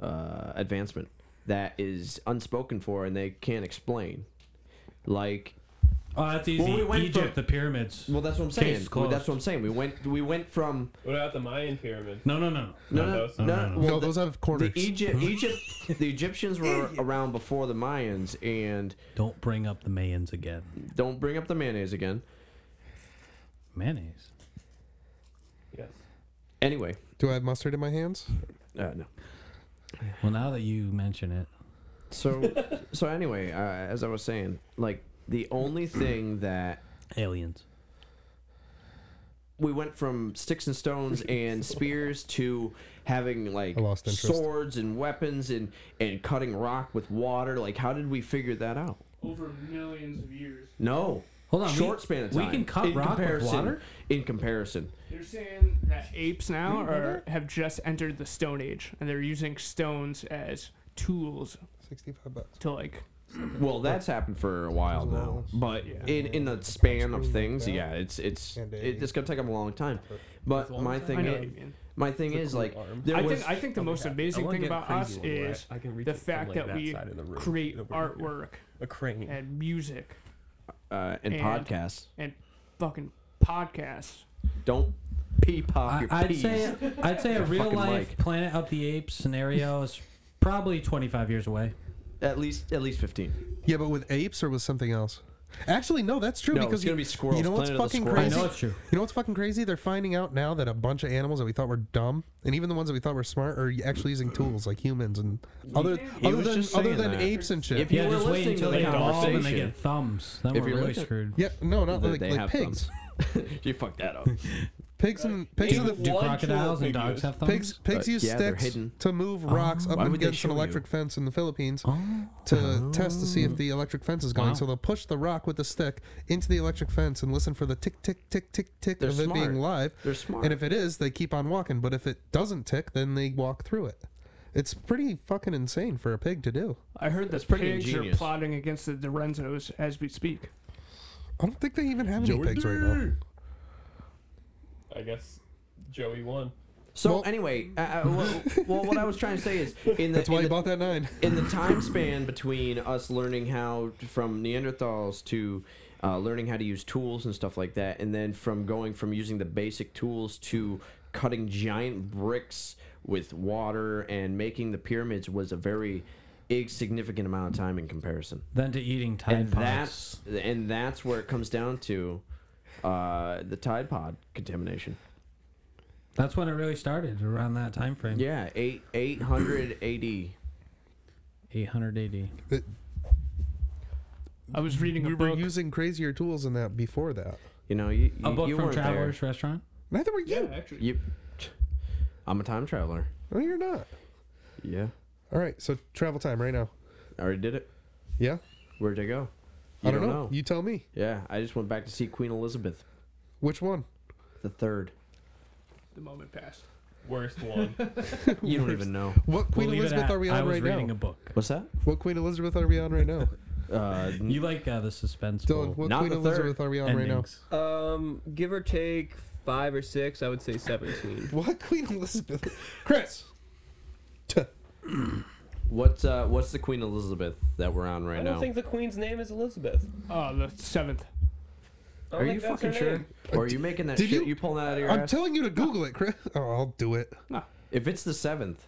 Speaker 3: uh, advancement that is unspoken for and they can't explain. Like,
Speaker 6: Oh, that's easy.
Speaker 3: Well, we went
Speaker 6: Egypt,
Speaker 3: from-
Speaker 6: the pyramids.
Speaker 3: well, that's what I'm
Speaker 6: Case
Speaker 3: saying.
Speaker 6: closed.
Speaker 3: that's what I'm saying. We went, we went from
Speaker 5: What about the Mayan pyramid?
Speaker 6: No, no, no.
Speaker 3: no,
Speaker 5: No,
Speaker 3: no,
Speaker 5: those-
Speaker 3: no, no.
Speaker 6: no,
Speaker 3: well,
Speaker 1: no,
Speaker 3: the-
Speaker 1: those have
Speaker 3: the e
Speaker 1: corners.
Speaker 3: Egypt, Egypt, the Egyptians were around before the Mayans, and
Speaker 6: Don't bring up the Mayans again.
Speaker 3: don't bring up the mayonnaise again.
Speaker 6: Mayonnaise.
Speaker 5: Yes.
Speaker 3: Anyway,
Speaker 1: Do I have mustard in my hands?
Speaker 3: uh, no.
Speaker 6: Well, now that you mention it,
Speaker 3: So, so anyway, uh, as I was saying, like the only thing that
Speaker 6: aliens.
Speaker 3: we went from sticks and stones and spears to having like
Speaker 1: I lost interest.
Speaker 3: swords and weapons and and cutting rock with water. Like, how did we figure that out?
Speaker 2: Over millions of years.
Speaker 3: No,
Speaker 6: Hold on, we-
Speaker 3: short span of
Speaker 6: we
Speaker 3: time.
Speaker 6: can cut rock with
Speaker 3: comparison-
Speaker 6: water?
Speaker 3: In comparison,
Speaker 8: They're saying that apes now are have just entered the Stone Age, and they're using stones as tools
Speaker 1: 65 bucks.
Speaker 8: to like.
Speaker 3: well, that's happened for a while now. But in in the span of things, yeah, it's it's
Speaker 1: And
Speaker 3: it, it's gonna take them a long time. But my
Speaker 8: I
Speaker 3: thing
Speaker 8: know what
Speaker 3: is,
Speaker 8: you mean.
Speaker 3: My thing is like there
Speaker 8: I
Speaker 3: was
Speaker 8: think I think the most amazing thing about us is the fact that we create artwork
Speaker 10: a crane.
Speaker 8: and music
Speaker 3: uh, and,
Speaker 8: and-
Speaker 3: podcasts
Speaker 8: and fucking podcasts.
Speaker 3: don't pee pop
Speaker 6: I,
Speaker 3: your
Speaker 6: I'd
Speaker 3: peas.
Speaker 6: say I'd say a
Speaker 3: Your
Speaker 6: real
Speaker 3: fucking
Speaker 6: life
Speaker 3: mic.
Speaker 6: Planet of the Apes scenario is probably 25 years away.
Speaker 3: At least at least fifteen.
Speaker 1: Yeah, but with apes or with something else? Actually, no, that's true
Speaker 3: No,
Speaker 1: because
Speaker 3: it's gonna
Speaker 1: you,
Speaker 3: be squirrels.
Speaker 1: You know what's
Speaker 3: Planet of the
Speaker 1: fucking
Speaker 3: Squirrels.
Speaker 1: crazy?
Speaker 6: I know it's true.
Speaker 1: You know what's fucking crazy? They're finding out now that a bunch of animals that we thought were dumb, and even the ones that we thought were smart, are actually using tools like humans and other
Speaker 3: he
Speaker 1: other
Speaker 3: was
Speaker 1: than
Speaker 3: just
Speaker 1: other
Speaker 3: saying
Speaker 1: than
Speaker 3: that.
Speaker 1: apes and shit.
Speaker 3: If you
Speaker 6: Yeah,
Speaker 3: were
Speaker 6: just wait
Speaker 3: listening to
Speaker 6: until
Speaker 3: the
Speaker 6: they evolve and they
Speaker 3: conversation,
Speaker 6: get thumbs. Then
Speaker 3: If
Speaker 6: we're
Speaker 3: you're
Speaker 6: really
Speaker 3: listening-
Speaker 6: screwed.
Speaker 1: yeah, no, not like,
Speaker 3: they
Speaker 1: like
Speaker 3: have
Speaker 1: pigs.
Speaker 3: thumbs. you fucked that up.
Speaker 1: Pigs and pigs are
Speaker 10: Even
Speaker 1: the
Speaker 6: Do
Speaker 10: One
Speaker 6: crocodiles
Speaker 10: tool
Speaker 6: and dogs
Speaker 10: figures.
Speaker 6: have thumbs?
Speaker 1: Pigs, pigs use
Speaker 3: yeah, they're
Speaker 1: sticks
Speaker 3: hidden.
Speaker 1: to move rocks up
Speaker 3: Why
Speaker 1: and
Speaker 3: would they
Speaker 1: against an
Speaker 3: show
Speaker 1: electric
Speaker 3: you?
Speaker 1: fence in the Philippines
Speaker 6: Oh.
Speaker 1: to test to see if the electric fence is going.
Speaker 6: Wow.
Speaker 1: So they'll push the rock with the stick into the electric fence and listen for the tick, tick, tick, tick, tick
Speaker 3: They're
Speaker 1: of it being
Speaker 3: smart.
Speaker 1: live.
Speaker 3: They're smart.
Speaker 1: And if it is, they keep on walking. But if it doesn't tick, then they walk through it. It's pretty fucking insane for a pig to do.
Speaker 8: I heard that
Speaker 3: That's pretty
Speaker 8: pigs
Speaker 3: ingenious.
Speaker 8: are plotting against the Dorenzos as we speak.
Speaker 1: I don't think they even have any pigs right now.
Speaker 10: I guess Joey won.
Speaker 3: so
Speaker 1: Well-
Speaker 3: anyway, uh, uh, well, well, what I was trying to say is in the,
Speaker 1: That's why
Speaker 3: in
Speaker 1: you
Speaker 3: the
Speaker 1: bought that nine.
Speaker 3: in the time span between us learning how from Neanderthals to uh, learning how to use tools and stuff like that, and then from going from using the basic tools to cutting giant bricks with water and making the pyramids was a very insignificant amount of time in comparison.
Speaker 6: Then to eating Tide
Speaker 3: And
Speaker 6: Pods.
Speaker 3: that's and that's where it comes down to uh, the Tide Pod contamination.
Speaker 6: That's when it really started, around that time frame.
Speaker 3: Yeah, eight eight hundred AD.
Speaker 6: 800 AD.
Speaker 8: I was reading
Speaker 1: We
Speaker 8: a
Speaker 1: were
Speaker 8: book.
Speaker 1: using crazier tools than that before that.
Speaker 3: You know, you, you,
Speaker 6: A book
Speaker 3: you
Speaker 6: from
Speaker 3: weren't there.
Speaker 6: Travelers Restaurant.
Speaker 1: Neither were you.
Speaker 8: actually.
Speaker 3: You, I'm a time traveler.
Speaker 1: No, you're not.
Speaker 3: Yeah.
Speaker 1: All right, so travel time right now.
Speaker 3: I already did it.
Speaker 1: Yeah?
Speaker 3: Where'd I go? You
Speaker 1: I don't, know. You tell me.
Speaker 3: yeah, I just went back to see Queen Elizabeth
Speaker 1: Which one?
Speaker 3: the third.
Speaker 8: The moment passed.
Speaker 10: Worst one.
Speaker 3: You don't even know.
Speaker 1: What Queen
Speaker 6: We'll leave it
Speaker 1: Elizabeth
Speaker 6: at,
Speaker 1: are we
Speaker 6: I
Speaker 1: on
Speaker 6: was
Speaker 1: right
Speaker 6: reading
Speaker 1: now?
Speaker 6: a book.
Speaker 3: What's that?
Speaker 1: What Queen Elizabeth are we on right now?
Speaker 3: Uh,
Speaker 6: You like uh, the suspense.
Speaker 1: Dylan, what
Speaker 3: Not
Speaker 1: Queen
Speaker 3: the third
Speaker 1: Elizabeth are we on right now?
Speaker 10: Um, give or take five or six, I would say seventeen.
Speaker 1: What Queen Elizabeth? Chris. Tuh.
Speaker 3: what's uh, what's the Queen Elizabeth that we're on right
Speaker 10: I
Speaker 3: now?
Speaker 10: don't think the Queen's name is Elizabeth.
Speaker 8: Oh, the seventh.
Speaker 10: I don't
Speaker 3: are
Speaker 10: think
Speaker 3: you
Speaker 10: that's
Speaker 3: fucking
Speaker 10: her
Speaker 3: sure?
Speaker 10: name.
Speaker 3: Or are you making that
Speaker 1: Did
Speaker 3: shit?
Speaker 1: you-
Speaker 3: You, pulling that out of your
Speaker 1: I'm
Speaker 3: ass?
Speaker 1: telling you to Google it, Chris. Oh, I'll do it.
Speaker 3: if it's the seventh,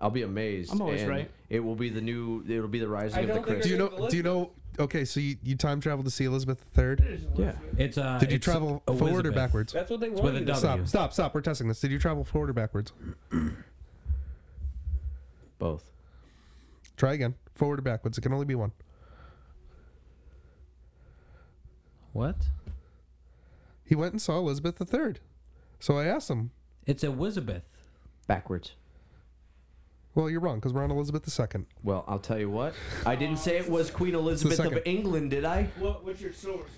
Speaker 3: I'll be amazed.
Speaker 8: I'm always
Speaker 3: and
Speaker 8: right.
Speaker 3: It will be the new. It'll be the rising
Speaker 10: I
Speaker 3: of the
Speaker 10: don't think
Speaker 3: Chris.
Speaker 1: Do you
Speaker 10: name's
Speaker 1: know? Do you know? Okay, so you, you time traveled to see Elizabeth III.
Speaker 3: Yeah.
Speaker 6: It's uh.
Speaker 1: Did you
Speaker 6: it's
Speaker 1: travel forward or
Speaker 6: Elizabeth.
Speaker 1: backwards?
Speaker 10: That's what they
Speaker 6: It's with
Speaker 10: wanted.
Speaker 6: a
Speaker 10: to
Speaker 6: W.
Speaker 1: Stop! Stop! Stop! We're testing this. Did you travel forward or backwards?
Speaker 3: Both.
Speaker 1: Try again. Forward or backwards? It can only be one.
Speaker 6: What?
Speaker 1: He went and saw Elizabeth III. So I asked him,
Speaker 6: It's Elizabeth.
Speaker 3: Backwards.
Speaker 1: "Well, you're wrong because we're on Elizabeth II."
Speaker 3: Well, I'll tell you what. I didn't say it was Queen Elizabeth of
Speaker 1: second.
Speaker 3: England, did I?
Speaker 2: What, what's your source?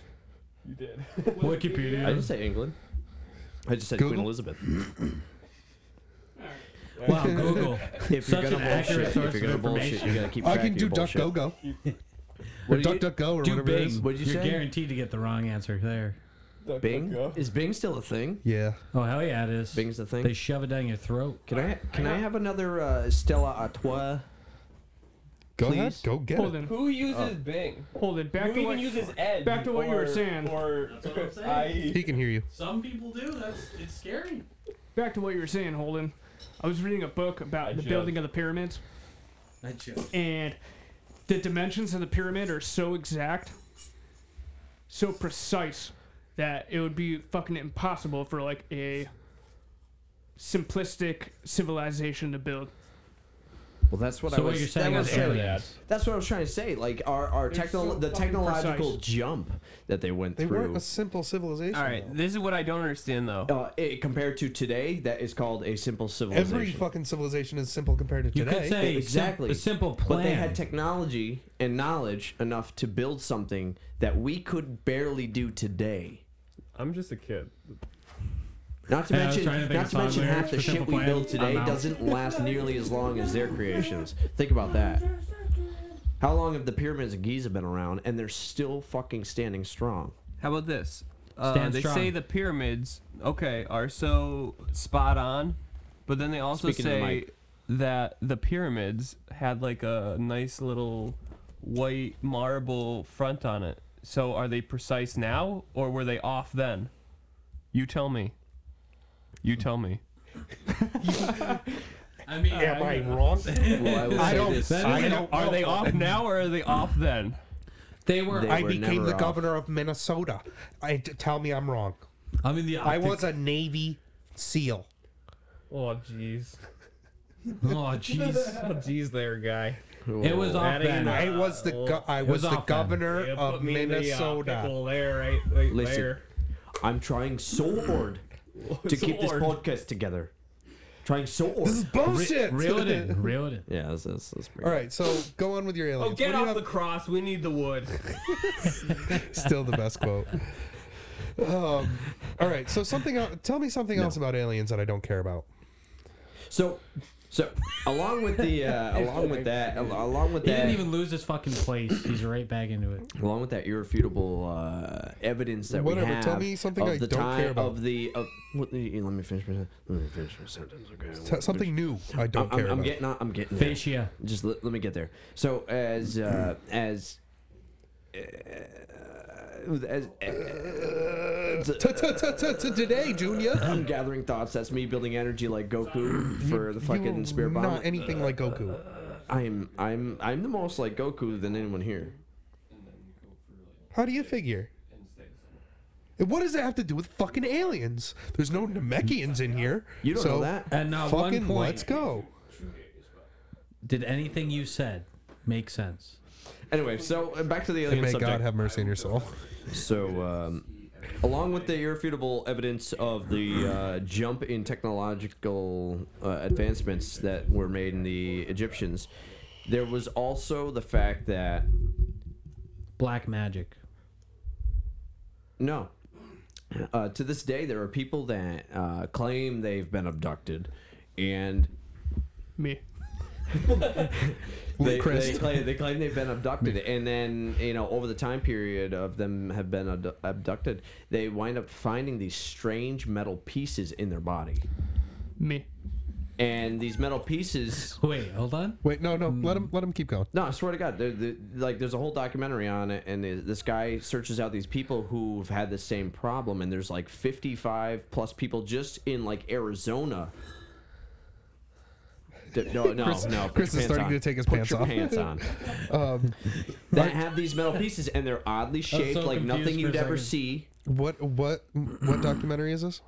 Speaker 10: You did.
Speaker 6: Wikipedia.
Speaker 3: I didn't say England. I just said Queen
Speaker 1: Google?
Speaker 3: Elizabeth.
Speaker 6: Wow, Google.
Speaker 3: If
Speaker 6: Such an accurate source of information.
Speaker 3: gotta keep
Speaker 1: I
Speaker 3: track
Speaker 1: can
Speaker 3: of your
Speaker 1: do Duck
Speaker 3: bullshit.
Speaker 1: Go Go or
Speaker 3: What do
Speaker 1: Duck
Speaker 3: you-
Speaker 1: Duck Go or
Speaker 6: Do
Speaker 1: whatever it is.
Speaker 6: Bing.
Speaker 3: What'd you
Speaker 6: You're
Speaker 3: say?
Speaker 6: guaranteed to get the wrong answer there.
Speaker 3: Bing? Is Bing still a thing?
Speaker 1: Yeah.
Speaker 6: Oh hell yeah, it is.
Speaker 3: Bing's a thing.
Speaker 6: They shove it down your throat.
Speaker 3: Can I can I have another uh, Stella Artois?
Speaker 1: Go ahead.
Speaker 3: Please.
Speaker 1: Go get
Speaker 8: Hold
Speaker 1: it.
Speaker 8: on.
Speaker 10: Who uses Bing?
Speaker 8: Hold it. Back
Speaker 10: Who
Speaker 8: to what
Speaker 10: even uses Ed?
Speaker 8: back to what you were
Speaker 10: or-
Speaker 8: saying.
Speaker 10: Or E?
Speaker 4: That's what I'm saying.
Speaker 10: IE?
Speaker 1: He can hear you.
Speaker 4: Some people do. That's it's scary.
Speaker 8: back to what you were saying, Holden. I was reading a book about
Speaker 10: I
Speaker 8: the
Speaker 10: judge.
Speaker 8: building of the pyramids,
Speaker 6: I
Speaker 8: and the dimensions of the pyramid are so exact, so precise, that it would be fucking impossible for like a simplistic civilization to build.
Speaker 3: Well, that's what I
Speaker 6: So
Speaker 3: was.
Speaker 6: what you're
Speaker 3: that
Speaker 6: saying
Speaker 3: was
Speaker 6: is
Speaker 3: saying-
Speaker 6: aliens.
Speaker 3: That's what I was trying to say. Like our our
Speaker 8: They're
Speaker 3: techno-
Speaker 8: so
Speaker 3: the
Speaker 8: fucking
Speaker 3: technological
Speaker 8: precise.
Speaker 3: jump that they went
Speaker 1: They
Speaker 3: through.
Speaker 1: weren't a simple civilization.
Speaker 10: All right,
Speaker 1: though.
Speaker 10: this is what I don't understand though.
Speaker 3: uh, it, compared to today, that is called a simple civilization.
Speaker 1: Every fucking civilization is simple compared to
Speaker 6: You
Speaker 1: today.
Speaker 6: could say
Speaker 3: Exactly.
Speaker 6: exactly a simple plan.
Speaker 3: But they had technology and knowledge enough to build something that we could barely do today.
Speaker 10: I'm just a kid.
Speaker 3: Not to
Speaker 6: Hey, I was
Speaker 3: mention,
Speaker 6: trying to think
Speaker 3: not
Speaker 6: of
Speaker 3: to
Speaker 6: song
Speaker 3: mention
Speaker 6: lyrics
Speaker 3: half the
Speaker 6: for
Speaker 3: shit
Speaker 6: Simple
Speaker 3: we
Speaker 6: Plan.
Speaker 3: build today
Speaker 6: I'm out.
Speaker 3: doesn't last nearly as long as their creations. Think about that. How long have the pyramids of Giza been around, and they're still fucking standing strong?
Speaker 10: How about this? Uh,
Speaker 6: Stand
Speaker 10: they
Speaker 6: strong.
Speaker 10: say the pyramids, okay, are so spot on
Speaker 5: But then they also
Speaker 10: Speaking to the
Speaker 5: say
Speaker 10: mic.
Speaker 5: that the pyramids had like a nice little white marble front on it. So are they precise now or were they off then? You tell me. You tell me.
Speaker 6: I mean,
Speaker 11: Am I wrong?
Speaker 3: Well, I will
Speaker 5: I
Speaker 3: say
Speaker 5: don't-
Speaker 3: this.
Speaker 5: that
Speaker 3: I
Speaker 5: isn't-
Speaker 3: don't
Speaker 5: are they
Speaker 3: know.
Speaker 5: off now or are they off then?
Speaker 6: They
Speaker 3: They
Speaker 11: I
Speaker 3: were
Speaker 11: became
Speaker 3: never
Speaker 11: the
Speaker 3: off.
Speaker 11: governor of Minnesota. I, t- tell me I'm wrong.
Speaker 6: I mean, the
Speaker 11: I
Speaker 6: optics-
Speaker 11: was a Navy SEAL.
Speaker 12: Oh jeez.
Speaker 6: Oh jeez.
Speaker 12: Oh jeez, there, guy.
Speaker 6: It was
Speaker 12: That
Speaker 6: off
Speaker 12: ain't
Speaker 6: then.
Speaker 12: a-
Speaker 11: I was the go- I
Speaker 6: It
Speaker 11: was,
Speaker 6: was
Speaker 11: the
Speaker 6: off then.
Speaker 11: governor
Speaker 12: You
Speaker 11: of
Speaker 12: put me in the, uh,
Speaker 11: Minnesota.
Speaker 12: pickle there, right? right
Speaker 3: Listen,
Speaker 12: there.
Speaker 3: I'm trying so hard to keep this
Speaker 12: hard?
Speaker 3: podcast together. Trying so hard.
Speaker 11: This is bullshit.
Speaker 6: Reel it in. Reel it in.
Speaker 3: yeah, this is. This is pretty-
Speaker 1: All right, so go on with your aliens.
Speaker 12: Oh, get
Speaker 1: What do you
Speaker 12: off
Speaker 1: have-
Speaker 12: the cross. We need the wood.
Speaker 1: Still the best quote. Um, all right, so something. el- Tell me something else about aliens that I don't care about.
Speaker 3: So, so along with the uh, along with that al- along with
Speaker 6: He
Speaker 3: that
Speaker 6: didn't even lose his fucking place. He's right back into it.
Speaker 3: along with that irrefutable uh, evidence that we
Speaker 1: Whatever,
Speaker 3: have
Speaker 1: tell me something
Speaker 3: of
Speaker 1: I
Speaker 3: the
Speaker 1: don't
Speaker 3: time
Speaker 1: care about.
Speaker 3: of the of what, let me finish my let me finish my sentence. Okay, let me
Speaker 1: T- something new I
Speaker 3: I'm,
Speaker 1: don't
Speaker 3: I'm-
Speaker 1: care
Speaker 3: I'm
Speaker 1: about.
Speaker 3: getting on. I'm getting there.
Speaker 6: Fascia.
Speaker 3: Just let, let me get there. So as uh, as uh, as
Speaker 1: T- t- t- t- t- Today, Junior.
Speaker 3: I'm gathering thoughts. That's me building energy like Goku for the
Speaker 1: You
Speaker 3: fucking
Speaker 1: are
Speaker 3: spirit bomb.
Speaker 1: Not anything like Goku.
Speaker 3: I'm I'm I'm the most like Goku than anyone here.
Speaker 1: How do you figure? And What does that have to do with fucking aliens? There's no Namekians in here.
Speaker 3: You don't
Speaker 1: so
Speaker 3: know that.
Speaker 6: And now one
Speaker 1: Fucking
Speaker 6: point,
Speaker 1: let's go.
Speaker 6: did anything you said make sense?
Speaker 3: Anyway, so uh, back to the
Speaker 1: And
Speaker 3: alien
Speaker 1: may
Speaker 3: subject.
Speaker 1: God have mercy on your soul.
Speaker 3: So, um, along with the irrefutable evidence of the uh, jump in technological uh, advancements that were made in the Egyptians, there was also the fact that
Speaker 6: Black magic.
Speaker 3: no, uh, to this day there are people that uh, claim they've been abducted, and
Speaker 8: Me.
Speaker 3: they,
Speaker 1: Chris.
Speaker 3: they claim, they claim they've been abducted, and then you know over the time period of them have been abdu- abducted, they wind up finding these strange metal pieces in their body,
Speaker 8: Me.
Speaker 3: and these metal pieces.
Speaker 6: Wait, hold on.
Speaker 1: Wait, no,
Speaker 3: Hmm.
Speaker 1: no. Let him. Let him keep going.
Speaker 3: No, I swear to God, there there- like there's a whole documentary on it, and th- this guy searches out these people who've had the same problem, and there's like 55 plus people just in like Arizona. D- No, no,
Speaker 1: Chris-
Speaker 3: no. put
Speaker 1: Chris
Speaker 3: your
Speaker 1: is
Speaker 3: pants
Speaker 1: starting
Speaker 3: on.
Speaker 1: to take his
Speaker 3: Put
Speaker 1: pants
Speaker 3: your
Speaker 1: off.
Speaker 3: Pants on.
Speaker 1: Um,
Speaker 3: that have these metal pieces, and they're oddly shaped
Speaker 6: so
Speaker 3: like
Speaker 6: confused
Speaker 3: nothing
Speaker 6: for a
Speaker 3: you'd ever
Speaker 6: second.
Speaker 3: see.
Speaker 1: what what what documentary is this?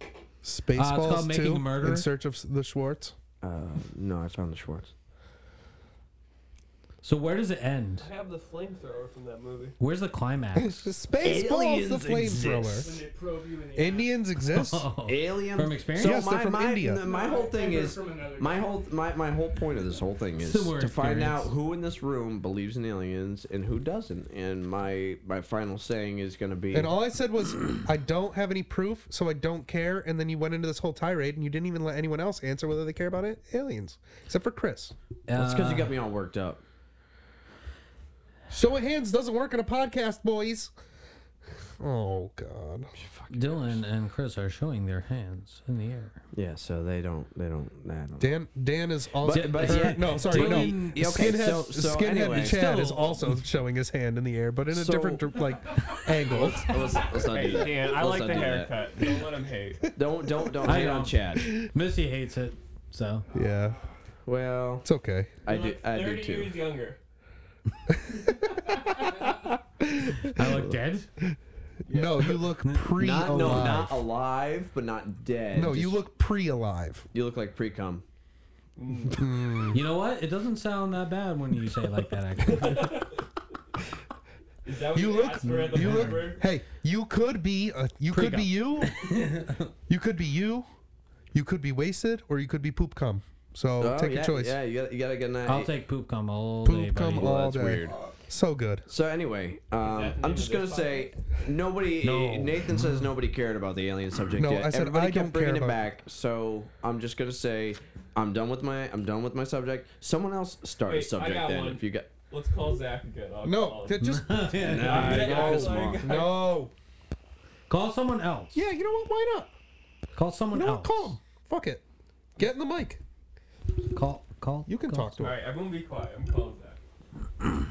Speaker 3: Uh,
Speaker 1: Spaceballs
Speaker 6: called Making
Speaker 1: two.
Speaker 6: a Murderer.
Speaker 1: In search of the Schwartz.
Speaker 3: Uh, no, I found the Schwartz.
Speaker 6: So where does it end?
Speaker 12: I have the flamethrower from that movie.
Speaker 6: Where's the climax?
Speaker 1: Spaceballs, the
Speaker 3: Aliens
Speaker 1: flamethrower.
Speaker 2: When they probe you in the
Speaker 1: Indians exist.
Speaker 6: Oh,
Speaker 3: Alien
Speaker 6: From experience?
Speaker 3: So
Speaker 1: Yes, they're
Speaker 3: my,
Speaker 1: from
Speaker 3: my,
Speaker 1: India.
Speaker 3: My whole thing
Speaker 2: They're
Speaker 3: is
Speaker 2: from another
Speaker 3: my whole my, my whole point of this whole thing is
Speaker 6: Similar
Speaker 3: to find out
Speaker 6: experience.
Speaker 3: who in this room believes in aliens and who doesn't. And my my final saying is going to be
Speaker 1: And all I said was, I don't have any proof, so I don't care. And then you went into this whole tirade, and you didn't even let anyone else answer whether they care about it, aliens, except for Chris.
Speaker 3: that's because you
Speaker 6: uh,
Speaker 3: got me all worked up.
Speaker 1: Show of hands doesn't work in a podcast, boys. Oh God.
Speaker 6: Dylan and Chris are showing their hands in the air.
Speaker 3: Yeah, so they don't they don't. I don't.
Speaker 1: Dan Dan is also.
Speaker 3: But- but
Speaker 1: or-
Speaker 3: yeah,
Speaker 1: no, sorry, no.
Speaker 3: Dan- yeah, okay,
Speaker 1: skinhead
Speaker 3: so- so
Speaker 1: skinhead
Speaker 3: anyway,
Speaker 1: Chad is
Speaker 3: still-
Speaker 1: also showing his hand in the air, but in a
Speaker 3: So-
Speaker 1: different like angle.
Speaker 3: Let's, let's not do that.
Speaker 5: Dan, I
Speaker 3: Let's
Speaker 5: like
Speaker 3: not
Speaker 5: the
Speaker 3: do that.
Speaker 5: haircut. Don't let him hate.
Speaker 3: Don't don't don't
Speaker 6: I
Speaker 3: hate on
Speaker 6: know.
Speaker 3: Chad.
Speaker 6: Missy hates it, so
Speaker 1: Yeah,
Speaker 3: Well,
Speaker 1: it's okay.
Speaker 3: I
Speaker 12: You're
Speaker 3: do
Speaker 12: like
Speaker 3: I
Speaker 12: 30
Speaker 3: do too.
Speaker 12: years younger.
Speaker 6: I look dead.
Speaker 1: No, you look pre
Speaker 3: Not
Speaker 1: alive.
Speaker 3: no,
Speaker 1: No,
Speaker 3: not alive, but not dead.
Speaker 1: you
Speaker 3: Just-
Speaker 1: look pre alive.
Speaker 3: you look like pre cum.
Speaker 6: You know what? It doesn't sound that bad when you say it like that. Actually,
Speaker 12: Is that what
Speaker 1: You
Speaker 12: asked
Speaker 1: look.
Speaker 12: for at the
Speaker 1: You look.
Speaker 12: Harvard?
Speaker 1: Hey, you could be. Uh, you could be you. you could be you. You could be wasted, or you could be poop cum. So
Speaker 3: Oh,
Speaker 1: take
Speaker 3: yeah,
Speaker 1: your choice.
Speaker 3: Yeah, you gotta, you gotta get an
Speaker 6: I'll take poop cum all day,
Speaker 1: Poop
Speaker 6: buddy.
Speaker 1: cum
Speaker 3: Well,
Speaker 1: all
Speaker 3: that's
Speaker 1: day.
Speaker 3: weird.
Speaker 1: So good.
Speaker 3: So anyway, um,
Speaker 12: the name
Speaker 3: I'm just
Speaker 12: of
Speaker 3: gonna
Speaker 12: this
Speaker 3: say nobody.
Speaker 6: No.
Speaker 3: Nathan says nobody cared about the alien subject
Speaker 1: No,
Speaker 3: yet.
Speaker 1: I said
Speaker 3: Everybody
Speaker 1: I
Speaker 3: kept
Speaker 1: don't
Speaker 3: bringing
Speaker 1: care
Speaker 3: it
Speaker 1: about-
Speaker 3: back. So I'm just gonna say I'm done with my I'm done with my subject. Someone else start a
Speaker 12: Wait, I
Speaker 3: subject
Speaker 12: got
Speaker 3: then
Speaker 12: one.
Speaker 3: if you got.
Speaker 12: Let's call Zach again. I'll
Speaker 1: No,
Speaker 12: call him.
Speaker 1: that just
Speaker 12: I'm gonna
Speaker 3: Nah,
Speaker 12: act
Speaker 3: no,
Speaker 12: like-
Speaker 1: no.
Speaker 6: Call someone else.
Speaker 1: Yeah, you know what? Why not?
Speaker 6: Call someone
Speaker 1: You know
Speaker 6: else.
Speaker 1: what? Call him. Fuck it. Get in the mic.
Speaker 6: Call, call.
Speaker 1: You can talk to
Speaker 12: All
Speaker 1: him.
Speaker 12: right, everyone be quiet. I'm calling Zach.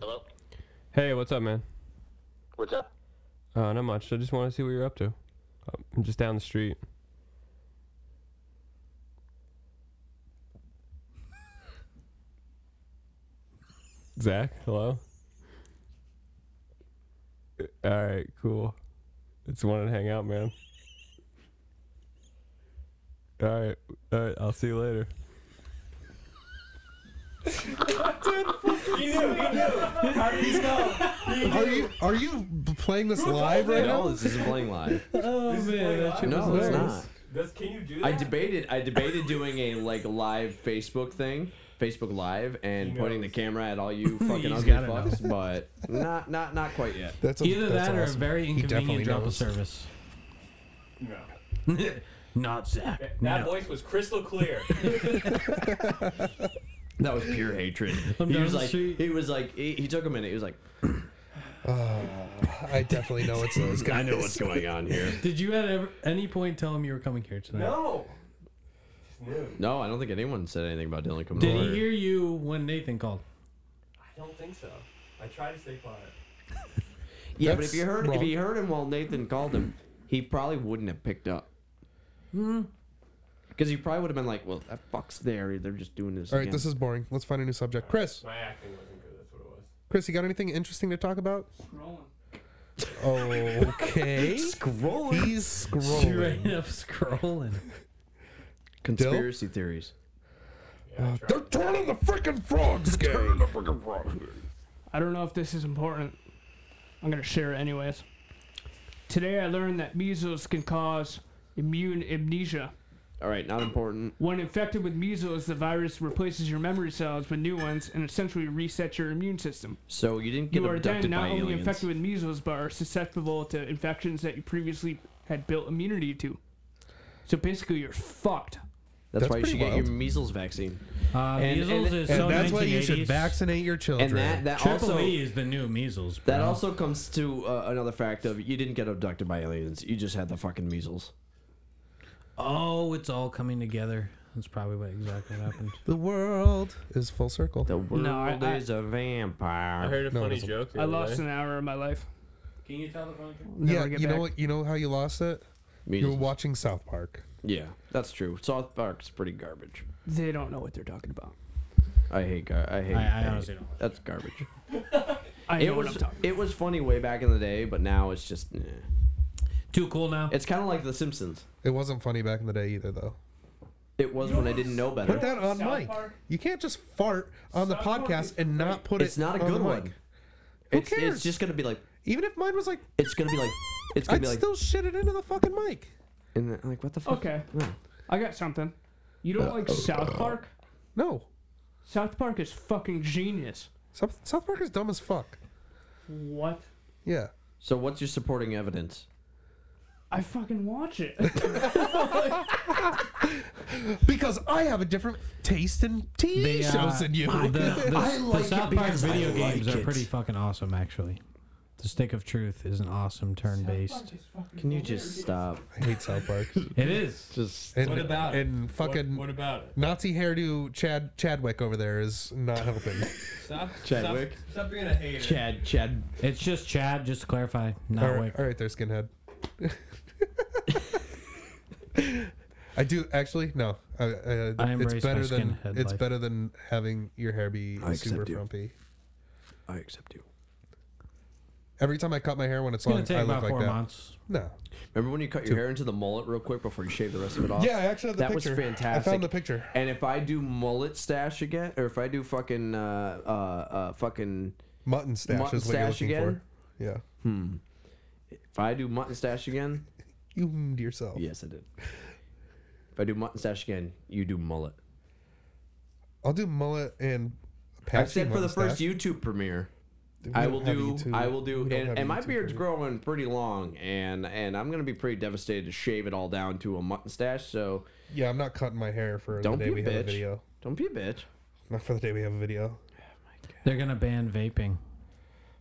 Speaker 9: Hello?
Speaker 5: Hey, what's up, man?
Speaker 9: What's up?
Speaker 5: Uh, not much. I just want to see what you're up to. Uh, I'm just down the street. Zach, hello. All right, cool. It's wanted to hang out, man. All right, all right. I'll see you later.
Speaker 12: He knew. He knew. How did he know?
Speaker 1: Are you are you b- playing this live right now?
Speaker 3: No, this isn't playing live.
Speaker 6: Oh man, that shit
Speaker 3: No,
Speaker 6: was
Speaker 3: it's
Speaker 6: hilarious.
Speaker 3: not.
Speaker 12: Does, can you do that?
Speaker 3: I debated. I debated doing a like live Facebook thing, Facebook Live, and pointing the camera at all you fucking
Speaker 6: He's
Speaker 3: ugly
Speaker 6: gotta know.
Speaker 3: fucks, but not not not quite yet.
Speaker 1: That's
Speaker 6: Either that or a very
Speaker 1: He definitely
Speaker 6: inconvenient drop of
Speaker 1: knows.
Speaker 6: service.
Speaker 12: No.
Speaker 6: Not Zach.
Speaker 12: That, that
Speaker 6: no.
Speaker 12: voice was crystal clear.
Speaker 3: That was pure hatred.
Speaker 6: I'm
Speaker 3: he
Speaker 6: down
Speaker 3: was
Speaker 6: the
Speaker 3: like,
Speaker 6: street.
Speaker 3: he was like, he, he took a minute. He was like,
Speaker 1: Uh, I definitely know it's those guys.
Speaker 3: I know what's going on here.
Speaker 6: Did you at ever, any point tell him you were coming here tonight?
Speaker 12: no. No.
Speaker 3: No, I don't think anyone said anything about Dylan coming
Speaker 6: Did
Speaker 3: over.
Speaker 6: he hear you when Nathan called?
Speaker 12: I don't think so. I try to stay quiet.
Speaker 3: yeah, but if
Speaker 1: That's
Speaker 3: you heard if
Speaker 1: wrong.
Speaker 3: he heard him while Nathan called him, he probably wouldn't have picked up.
Speaker 6: Hmm.
Speaker 3: Because he probably would have been like, "Well, that fuck's there. They're just doing this."
Speaker 1: All right,
Speaker 3: again."
Speaker 1: this is boring. Let's find a new subject. Chris,
Speaker 12: My acting wasn't good. That's what it was.
Speaker 1: Chris, you got anything interesting to talk about?
Speaker 8: Scrolling.
Speaker 1: Okay.
Speaker 3: scrolling
Speaker 1: He's
Speaker 6: Straight
Speaker 1: scrolling.
Speaker 6: up scrolling.
Speaker 3: conspiracy theories.
Speaker 12: Yeah, I
Speaker 1: Uh,
Speaker 12: tried.
Speaker 1: they're turning the freaking frogs gay.
Speaker 8: I don't know if this is important. I'm gonna share it anyways. Today I learned that measles can cause immune amnesia.
Speaker 3: All right, not important.
Speaker 8: When infected with measles, the virus replaces your memory cells with new ones and essentially resets your immune system.
Speaker 3: So you didn't get
Speaker 8: You are
Speaker 3: abducted
Speaker 8: then not
Speaker 3: by
Speaker 8: only
Speaker 3: aliens.
Speaker 8: infected with measles, but are susceptible to infections that you previously had built immunity to. So basically, you're fucked.
Speaker 3: That's,
Speaker 1: That's
Speaker 3: why you
Speaker 1: pretty
Speaker 3: should get your
Speaker 1: wild.
Speaker 3: measles vaccine.
Speaker 6: Uh,
Speaker 3: And-
Speaker 6: measles
Speaker 3: and-
Speaker 6: is
Speaker 1: And
Speaker 6: so
Speaker 1: that's why you should
Speaker 6: 1980s.
Speaker 1: vaccinate your children.
Speaker 3: And that that
Speaker 6: Triple
Speaker 3: also
Speaker 6: E is the new measles. Bro.
Speaker 3: that also comes to uh, another fact of you didn't get abducted by aliens. You just had the fucking measles.
Speaker 6: Oh, it's all coming together. That's probably what exactly happened.
Speaker 1: the world is full circle.
Speaker 3: The world
Speaker 8: I- I-
Speaker 3: is a vampire.
Speaker 12: I heard a
Speaker 1: No, it
Speaker 12: funny
Speaker 1: isn't.
Speaker 12: joke. The
Speaker 8: I
Speaker 12: other
Speaker 8: lost
Speaker 12: day.
Speaker 8: an hour of my life.
Speaker 6: Can you tell the phone?
Speaker 8: Never
Speaker 1: yeah,
Speaker 8: get
Speaker 1: you know
Speaker 8: back.
Speaker 1: what? You know how you lost it? You were
Speaker 3: Measles.
Speaker 1: watching South Park.
Speaker 3: Yeah, that's true. South Park's pretty garbage.
Speaker 8: They don't know what they're talking about.
Speaker 3: I hate. Gar- I hate.
Speaker 6: I- I
Speaker 3: hate-
Speaker 6: honestly don't.
Speaker 3: That's garbage.
Speaker 8: I know
Speaker 3: It
Speaker 8: what I'm
Speaker 3: was.
Speaker 8: talking.
Speaker 3: It was funny way back in the day, but now it's just. eh.
Speaker 6: Too cool now.
Speaker 3: It's kind of like The Simpsons.
Speaker 1: It wasn't funny back in the day either, though.
Speaker 3: It was when I didn't know better.
Speaker 1: Put that on
Speaker 12: South
Speaker 1: mic.
Speaker 12: Park?
Speaker 1: You can't just fart on the
Speaker 12: South Park
Speaker 1: podcast
Speaker 12: is
Speaker 1: and not put it.
Speaker 3: it's not a
Speaker 1: on
Speaker 3: good
Speaker 1: the mic.
Speaker 3: one.
Speaker 1: Who
Speaker 3: it's,
Speaker 1: cares?
Speaker 3: it's just gonna be like.
Speaker 1: Even if mine was like,
Speaker 3: It's gonna be like. It's gonna
Speaker 1: I'd
Speaker 3: be like.
Speaker 1: still shit it into the fucking mic.
Speaker 3: and then, like what the fuck?
Speaker 8: Okay,
Speaker 3: No.
Speaker 8: I got something. You don't
Speaker 1: Uh,
Speaker 8: like South Park?
Speaker 1: No,
Speaker 8: South Park is fucking genius.
Speaker 1: South, South Park is dumb as fuck.
Speaker 8: What?
Speaker 1: Yeah,
Speaker 3: So what's your supporting evidence?
Speaker 8: I fucking watch it.
Speaker 1: because I have a different taste in TV
Speaker 6: They, uh,
Speaker 1: shows than you.
Speaker 6: The, the-
Speaker 1: I
Speaker 6: the
Speaker 1: like
Speaker 6: South
Speaker 1: it
Speaker 6: Park
Speaker 1: because I
Speaker 6: video
Speaker 1: like
Speaker 6: games are
Speaker 1: it.
Speaker 6: pretty fucking awesome, actually. The Stick of Truth is an awesome turn-based.
Speaker 3: Can you just stop?
Speaker 1: I hate South Park.
Speaker 6: It is.
Speaker 3: Just
Speaker 1: And,
Speaker 5: What about it?
Speaker 1: and fucking
Speaker 12: What, what about it?
Speaker 1: Nazi hairdo Chad Chadwick over there is not helping.
Speaker 12: Stop.
Speaker 3: Chadwick.
Speaker 12: Stop, stop being a hater.
Speaker 3: Chad. Chad.
Speaker 6: It's just Chad. Just to clarify,
Speaker 1: all,
Speaker 6: not
Speaker 1: right,
Speaker 6: Wick.
Speaker 1: all right, there, skinhead. I do actually no. I, uh,
Speaker 6: I
Speaker 1: it's
Speaker 6: embrace my
Speaker 1: better than
Speaker 6: skinhead
Speaker 1: it's
Speaker 6: life.
Speaker 1: better than having your hair be
Speaker 3: I accept
Speaker 1: super
Speaker 3: you.
Speaker 1: frumpy.
Speaker 3: I accept you.
Speaker 1: Every time I cut my hair when
Speaker 6: It's
Speaker 1: it's,
Speaker 6: gonna
Speaker 1: long,
Speaker 6: take
Speaker 1: I
Speaker 6: about
Speaker 1: look like
Speaker 6: four
Speaker 1: that.
Speaker 6: months.
Speaker 1: No.
Speaker 3: Remember when you cut your hair into the mullet real quick before you shaved the rest of it off?
Speaker 1: Yeah, I actually have the
Speaker 3: that was
Speaker 1: picture.
Speaker 3: fantastic.
Speaker 1: I found the picture.
Speaker 3: And if I do mullet stash again, or if I do fucking uh uh, uh fucking
Speaker 1: Mutton stash
Speaker 3: Mutton
Speaker 1: is what you're
Speaker 3: stash
Speaker 1: looking
Speaker 3: again?
Speaker 1: for. Yeah.
Speaker 3: hmm, if I do mutton stash again,
Speaker 1: You memed yourself.
Speaker 3: yes I did. If I do mutton stash again, you do mullet.
Speaker 1: I'll do mullet and
Speaker 3: I
Speaker 1: patchy
Speaker 3: said for the
Speaker 1: mustache.
Speaker 3: first YouTube premiere.
Speaker 1: We
Speaker 3: I
Speaker 1: don't
Speaker 3: will
Speaker 1: have
Speaker 3: do.
Speaker 1: YouTube.
Speaker 3: I will
Speaker 1: We
Speaker 3: do.
Speaker 1: don't
Speaker 3: And,
Speaker 1: have
Speaker 3: and my
Speaker 1: YouTube
Speaker 3: beard's
Speaker 1: for
Speaker 3: growing pretty long, and and I'm gonna be pretty devastated to shave it all down to a mutton stash. So
Speaker 1: that. Yeah, I'm not cutting my hair for
Speaker 3: Don't
Speaker 1: the day
Speaker 3: be
Speaker 1: we
Speaker 3: a
Speaker 1: have a
Speaker 3: bitch.
Speaker 1: video.
Speaker 3: don't be a bitch.
Speaker 1: Not for the day we have a video.
Speaker 6: They're gonna ban vaping.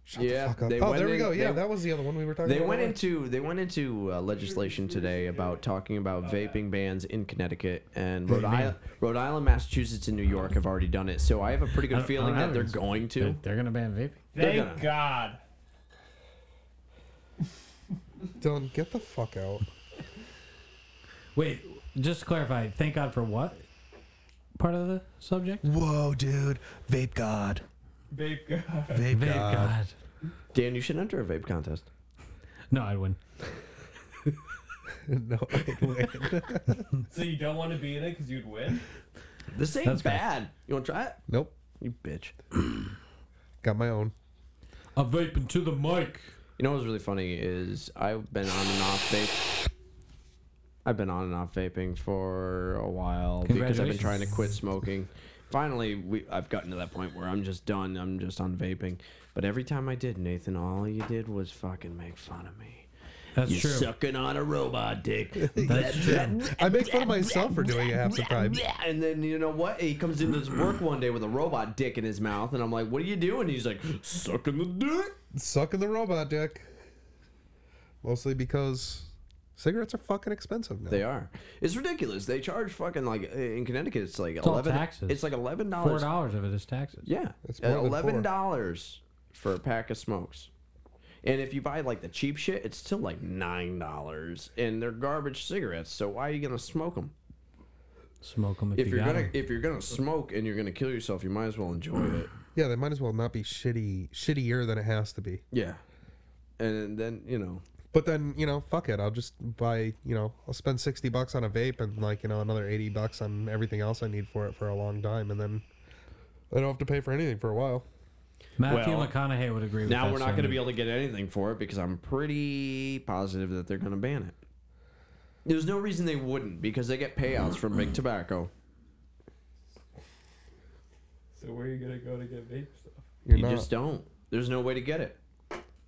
Speaker 1: Shut
Speaker 3: yeah,
Speaker 1: the fuck up.
Speaker 3: they
Speaker 1: oh,
Speaker 3: went
Speaker 1: there we
Speaker 3: in-
Speaker 1: go. Yeah,
Speaker 3: they-
Speaker 1: that was the other one we were talking
Speaker 3: They
Speaker 1: about.
Speaker 3: went into they went into uh, legislation today about talking about vaping bans in Connecticut and
Speaker 1: What
Speaker 3: Rhode
Speaker 1: do you mean?
Speaker 3: Island, Rhode Island, Massachusetts, and New York have already done it. So I have a pretty
Speaker 6: I
Speaker 3: good
Speaker 6: don't-
Speaker 3: feeling
Speaker 6: I
Speaker 3: that
Speaker 6: don't
Speaker 3: they're
Speaker 6: have-
Speaker 3: going
Speaker 6: They're,
Speaker 3: to.
Speaker 6: they're gonna ban vaping.
Speaker 3: They're
Speaker 12: Thank
Speaker 3: gonna.
Speaker 12: God.
Speaker 1: Dylan, get the fuck out.
Speaker 6: Wait, just to clarify. Thank God for what part of the subject?
Speaker 1: Whoa, dude, vape god.
Speaker 12: Vape God.
Speaker 1: Vape god.
Speaker 3: Dan, you should enter a vape contest.
Speaker 6: No, I'd win.
Speaker 1: no, I'd win.
Speaker 12: So you don't want to be in it because you'd win?
Speaker 3: This ain't
Speaker 6: That's
Speaker 3: bad. You want to try it?
Speaker 1: Nope.
Speaker 3: You bitch.
Speaker 1: Got my own.
Speaker 6: I'm vaping to the mic.
Speaker 3: You know what's really funny is I've been on and off vape. I've been on and off vaping for a while because I've been trying to quit smoking. Finally, we, I've gotten to that point where I'm just done. I'm just on vaping. But every time I did, Nathan, all you did was fucking make fun of me.
Speaker 6: That's
Speaker 3: You're
Speaker 6: true.
Speaker 3: sucking on a robot dick.
Speaker 6: That's true.
Speaker 1: I make fun of myself for doing it half the time.
Speaker 3: And then you know what? He comes into his work one day with a robot dick in his mouth, and I'm like, "What are you doing?" He's like, "Sucking the dick."
Speaker 1: Sucking the robot dick. Mostly because cigarettes are fucking expensive now.
Speaker 3: They are. It's ridiculous. They charge fucking like in Connecticut. It's like
Speaker 6: It's all
Speaker 3: eleven.
Speaker 6: taxes.
Speaker 3: It's like eleven
Speaker 6: Four
Speaker 3: dollars.
Speaker 6: dollars of it is taxes.
Speaker 3: Yeah,
Speaker 1: It's
Speaker 3: Uh,
Speaker 1: more than
Speaker 3: eleven
Speaker 1: four.
Speaker 3: dollars for a pack of smokes. And if you buy like the cheap shit, it's still like nine dollars, and they're garbage cigarettes. So why are you gonna smoke them?
Speaker 6: Smoke them if,
Speaker 3: If,
Speaker 6: you
Speaker 3: you're
Speaker 6: got
Speaker 3: gonna
Speaker 6: 'em.
Speaker 3: if you're gonna smoke and you're gonna kill yourself, you might as well enjoy it.
Speaker 1: Yeah, they might as well not be shitty, shittier than it has to be.
Speaker 3: Yeah, and then you know
Speaker 1: But then you know, fuck it. I'll just buy you know, I'll spend sixty bucks on a vape and like you know another eighty bucks on everything else I need for it for a long time, and then I don't have to pay for anything for a while.
Speaker 6: Matthew
Speaker 3: Well,
Speaker 6: McConaughey would agree with
Speaker 3: now
Speaker 6: that
Speaker 3: we're not going
Speaker 6: sentiment.
Speaker 3: to be able to get anything for it because I'm pretty positive that they're going to ban it. There's no reason they wouldn't because they get payouts from big tobacco.
Speaker 12: So where are you going to go to get vape stuff?
Speaker 1: You're
Speaker 3: you
Speaker 1: not-
Speaker 3: just don't. There's no way to get it.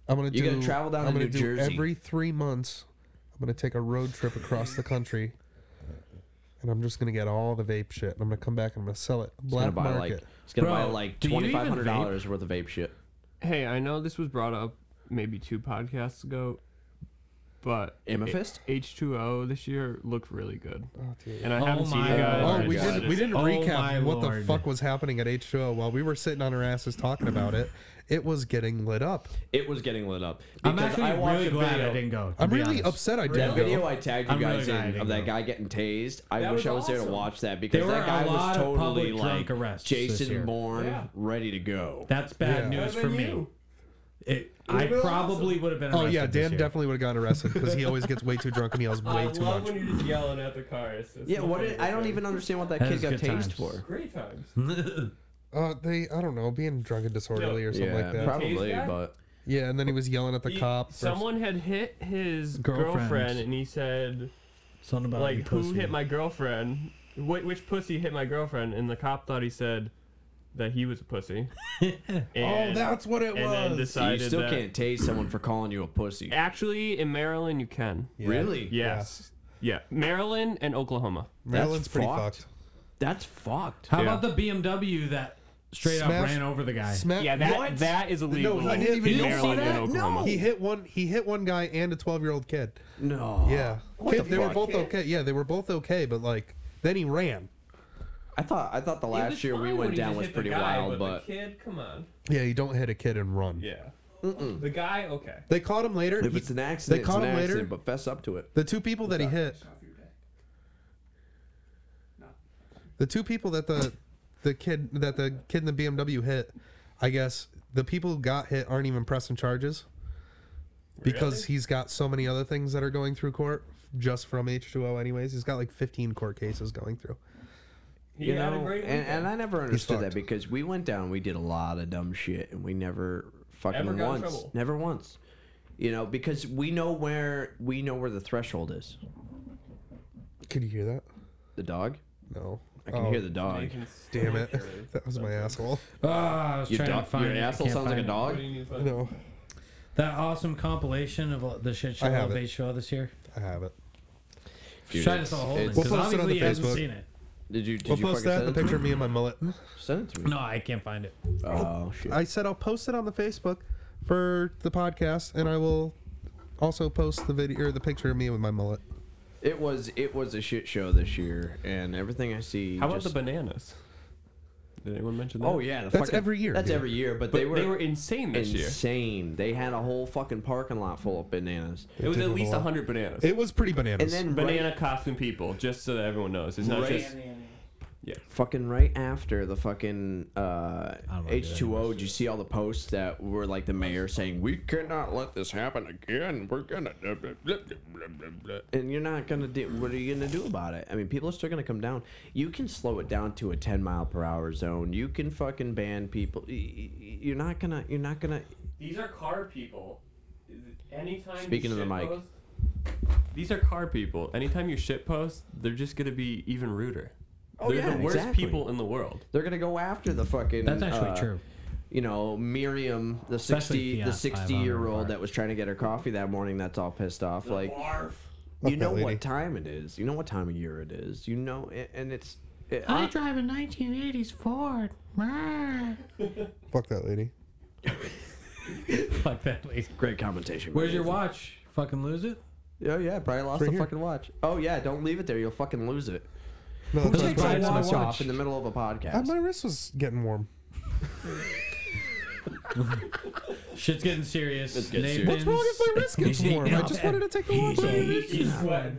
Speaker 1: I'm gonna
Speaker 3: You
Speaker 1: do.
Speaker 3: gotta travel down
Speaker 1: I'm
Speaker 3: to
Speaker 1: gonna
Speaker 3: New
Speaker 1: do
Speaker 3: Jersey.
Speaker 1: every three months. I'm gonna take a road trip across the country, and I'm just gonna get all the vape shit. And I'm gonna come back and I'm gonna sell it
Speaker 3: It's gonna
Speaker 1: black
Speaker 3: buy
Speaker 1: market.
Speaker 3: like it's gonna
Speaker 5: Bro,
Speaker 3: buy like
Speaker 5: do you
Speaker 3: twenty
Speaker 5: even
Speaker 3: five hundred dollars
Speaker 5: vape?
Speaker 3: worth of vape shit.
Speaker 5: Hey, I know this was brought up maybe two podcasts ago, but
Speaker 3: Amethyst?
Speaker 5: H two O this year looked really good,
Speaker 1: Oh, dude.
Speaker 5: and I
Speaker 6: Oh
Speaker 5: haven't seen you
Speaker 6: my
Speaker 5: guys.
Speaker 1: Oh,
Speaker 6: Lord.
Speaker 1: we didn't, we didn't
Speaker 6: Oh my
Speaker 1: recap what the
Speaker 6: Lord.
Speaker 1: fuck was happening at H2O while we were sitting on our asses talking about it. It was getting lit up.
Speaker 3: It was getting lit up.
Speaker 6: I'm
Speaker 3: Because
Speaker 6: actually
Speaker 3: I watched
Speaker 6: really
Speaker 3: a
Speaker 6: glad
Speaker 3: video.
Speaker 6: I didn't go. to
Speaker 1: I'm
Speaker 6: be
Speaker 1: really
Speaker 6: honest.
Speaker 1: upset I
Speaker 3: That
Speaker 1: didn't
Speaker 3: video
Speaker 1: go.
Speaker 3: I tagged you
Speaker 6: I'm really
Speaker 3: guys
Speaker 6: glad I
Speaker 3: in
Speaker 6: didn't
Speaker 3: of that
Speaker 6: go.
Speaker 3: guy getting tased. I
Speaker 12: That
Speaker 3: wish
Speaker 12: was
Speaker 3: I was there to
Speaker 12: awesome.
Speaker 3: watch that because
Speaker 6: There were
Speaker 3: that
Speaker 6: a
Speaker 3: guy was
Speaker 6: lot of
Speaker 3: totally
Speaker 6: public
Speaker 3: like
Speaker 6: drunk arrests this
Speaker 3: Jason
Speaker 6: year.
Speaker 3: Bourne,
Speaker 12: Yeah.
Speaker 3: ready to go.
Speaker 6: That's bad
Speaker 1: Yeah.
Speaker 6: news
Speaker 12: Better
Speaker 6: for
Speaker 12: than
Speaker 6: me.
Speaker 12: you.
Speaker 6: It, I
Speaker 12: Would've been
Speaker 6: probably
Speaker 12: awesome.
Speaker 6: would have been.
Speaker 1: Oh yeah,
Speaker 6: arrested this
Speaker 1: Dan
Speaker 6: year.
Speaker 1: definitely would have gotten arrested because he always gets way too drunk and yells
Speaker 12: I
Speaker 1: way too
Speaker 12: love
Speaker 1: much.
Speaker 12: when you're just yelling at the cars. That's
Speaker 3: yeah,
Speaker 12: my
Speaker 3: what? Did,
Speaker 12: favorite
Speaker 3: I don't
Speaker 12: thing.
Speaker 3: even understand what that
Speaker 6: That
Speaker 3: kid
Speaker 6: is
Speaker 3: got
Speaker 6: good
Speaker 3: tased
Speaker 6: times.
Speaker 3: for.
Speaker 12: Great times.
Speaker 1: Uh, they, I don't know, being drunk and disorderly or something
Speaker 3: yeah,
Speaker 1: like that.
Speaker 12: prob-
Speaker 3: probably,
Speaker 12: Tased guy?
Speaker 3: but
Speaker 1: yeah, and then he was yelling at the
Speaker 5: He-
Speaker 1: cops.
Speaker 5: Someone had hit his
Speaker 6: Girlfriend.
Speaker 5: girlfriend, and he said,
Speaker 6: Something about you
Speaker 5: like, who
Speaker 6: pussy.
Speaker 5: hit my girlfriend? Wh- which pussy hit my girlfriend? And the cop thought he said that he was a pussy.
Speaker 1: Oh,
Speaker 5: And-
Speaker 1: that's what it
Speaker 5: and then
Speaker 1: was.
Speaker 5: decided
Speaker 3: you still
Speaker 5: that
Speaker 3: can't tase someone for calling you a pussy.
Speaker 5: actually in Maryland you can.
Speaker 1: Yeah.
Speaker 3: Really?
Speaker 5: Yes. Yeah. Maryland and Oklahoma.
Speaker 1: Maryland's pretty
Speaker 3: fucked.
Speaker 1: fucked.
Speaker 3: That's fucked.
Speaker 6: How
Speaker 5: Yeah.
Speaker 6: about the BMW that straight up
Speaker 1: Smash-
Speaker 6: ran over the guy?
Speaker 1: Smack-
Speaker 5: Yeah, that
Speaker 1: What?
Speaker 5: that is illegal.
Speaker 1: No, I didn't even
Speaker 5: in
Speaker 1: know
Speaker 5: Maryland
Speaker 1: that.
Speaker 5: and Oklahoma.
Speaker 1: He hit one. He hit one guy and a twelve-year-old kid.
Speaker 3: No.
Speaker 1: Yeah, Kid-
Speaker 3: the
Speaker 1: they were
Speaker 3: fuck?
Speaker 1: both okay. Yeah, they were both okay, but like then he ran.
Speaker 3: I thought I thought the
Speaker 12: It was
Speaker 3: last year we
Speaker 12: fine when
Speaker 3: went
Speaker 12: he
Speaker 3: down
Speaker 12: just
Speaker 3: was
Speaker 12: hit the
Speaker 3: pretty
Speaker 12: guy,
Speaker 3: wild,
Speaker 12: but
Speaker 3: but
Speaker 12: the kid, come on.
Speaker 1: Yeah, you don't hit a kid and run.
Speaker 12: Yeah. The guy, okay.
Speaker 1: They caught him later.
Speaker 3: if
Speaker 1: He-
Speaker 3: it's an accident,
Speaker 1: they caught
Speaker 3: it's an
Speaker 1: him later.
Speaker 3: accident. But fess up to it.
Speaker 1: the two people that he hit, the two people that the the kid that the kid in the BMW hit, I guess the people who got hit aren't even pressing charges because he's got so many other things that are going through court just from H2O. Anyways, he's got like 15 court cases going through.
Speaker 12: He
Speaker 3: you
Speaker 12: had
Speaker 3: know,
Speaker 12: a great
Speaker 3: and, and I never understood
Speaker 1: fucked.
Speaker 3: that because we went down, we did a lot of dumb shit, and we never fucking
Speaker 12: Ever got in
Speaker 3: once,
Speaker 12: trouble.
Speaker 3: never once, you know, because we know where we know where the threshold is.
Speaker 1: Could you hear that?
Speaker 3: The dog,
Speaker 1: No.
Speaker 3: I can
Speaker 1: Oh,
Speaker 3: hear the dog.
Speaker 1: Damn it. That was my asshole.
Speaker 6: Ah, I was
Speaker 3: Your,
Speaker 6: trying
Speaker 3: dog,
Speaker 6: to find
Speaker 3: your
Speaker 6: it. I
Speaker 3: asshole
Speaker 6: can't
Speaker 3: sounds like a
Speaker 6: find it.
Speaker 3: dog.
Speaker 1: No,
Speaker 6: That awesome compilation of all- the shit show
Speaker 1: I have
Speaker 6: of
Speaker 1: it.
Speaker 6: H show this year.
Speaker 1: I have it.
Speaker 3: Dude,
Speaker 6: Try to
Speaker 3: it's-
Speaker 6: sell hold it
Speaker 3: it's-
Speaker 1: We'll
Speaker 6: because
Speaker 1: post it on
Speaker 6: obviously
Speaker 1: the
Speaker 6: you haven't
Speaker 1: Facebook.
Speaker 6: seen it.
Speaker 3: Did you? Did
Speaker 1: We'll
Speaker 3: you
Speaker 1: post
Speaker 3: fucking
Speaker 1: that,
Speaker 3: send
Speaker 1: the
Speaker 3: it to
Speaker 1: picture of
Speaker 3: me?
Speaker 1: me and my mullet.
Speaker 3: Send it to me.
Speaker 6: No, I can't find it.
Speaker 3: Oh shit.
Speaker 1: I said I'll post it on the Facebook. for the podcast, and I will also post the video or the picture of me with my mullet.
Speaker 3: It was it was a shit show this year, and everything I see.
Speaker 5: How about
Speaker 3: just-
Speaker 5: the bananas? Did anyone mention that?
Speaker 3: Oh yeah, the fucking- That's every year, but, they were
Speaker 5: insane this year.
Speaker 3: Insane. They had a whole fucking parking lot full of bananas.
Speaker 5: It was at least hundred bananas.
Speaker 1: It was pretty bananas.
Speaker 3: And then
Speaker 5: banana
Speaker 3: right-
Speaker 5: costume people, just so that everyone knows, it's not
Speaker 3: Right.
Speaker 5: just yeah.
Speaker 3: Fucking right after the fucking uh, H2O, did you see all the posts that were like the mayor saying, We cannot let this happen again. We're gonna. blah, blah, blah, blah, blah, blah." And you're not gonna do. What are you gonna do about it? I mean, people are still gonna come down. You can slow it down to a 10 mile per hour zone. You can fucking ban people. Y- y- y- You're not gonna. You're not gonna.
Speaker 5: These are car people. Anytime you
Speaker 3: Speaking of the mic.
Speaker 5: shitpost- these are car people. Anytime you shit post, they're just gonna be even ruder.
Speaker 3: Oh,
Speaker 5: they're
Speaker 3: yeah,
Speaker 5: the worst
Speaker 3: exactly.
Speaker 5: people in the world.
Speaker 3: They're gonna go after the fucking.
Speaker 5: That's actually
Speaker 3: uh,
Speaker 5: true.
Speaker 3: You know, Miriam, the
Speaker 5: Especially
Speaker 3: sixty,
Speaker 5: Fiat
Speaker 3: the sixty-year-old that was trying to get her coffee that morning. That's all pissed off. like, you know
Speaker 1: lady.
Speaker 3: what time it is. You know what time of year it is. You know, a- and it's. it- ah,
Speaker 12: I
Speaker 3: I-
Speaker 12: drive a 1980s Ford.
Speaker 1: Fuck that lady.
Speaker 6: Fuck that lady.
Speaker 3: Great commentation.
Speaker 6: Where's
Speaker 3: Greg.
Speaker 6: your watch? Fucking lose it?
Speaker 3: Oh yeah, probably lost
Speaker 6: Right
Speaker 3: the
Speaker 6: here.
Speaker 3: fucking watch. Oh yeah, don't leave it there. You'll fucking lose it.
Speaker 1: No,
Speaker 3: Who
Speaker 1: that's
Speaker 3: takes
Speaker 1: what I
Speaker 3: my
Speaker 1: thought.
Speaker 3: watch
Speaker 1: My
Speaker 3: off
Speaker 1: watch.
Speaker 3: in the middle of a
Speaker 1: Ah,
Speaker 3: podcast?
Speaker 1: my wrist was getting warm.
Speaker 6: Shit's getting serious.
Speaker 3: It's getting
Speaker 6: Nathan's-
Speaker 1: What's wrong if my wrist gets warm? I just wanted to take the watch
Speaker 2: He's
Speaker 1: off.
Speaker 2: sweating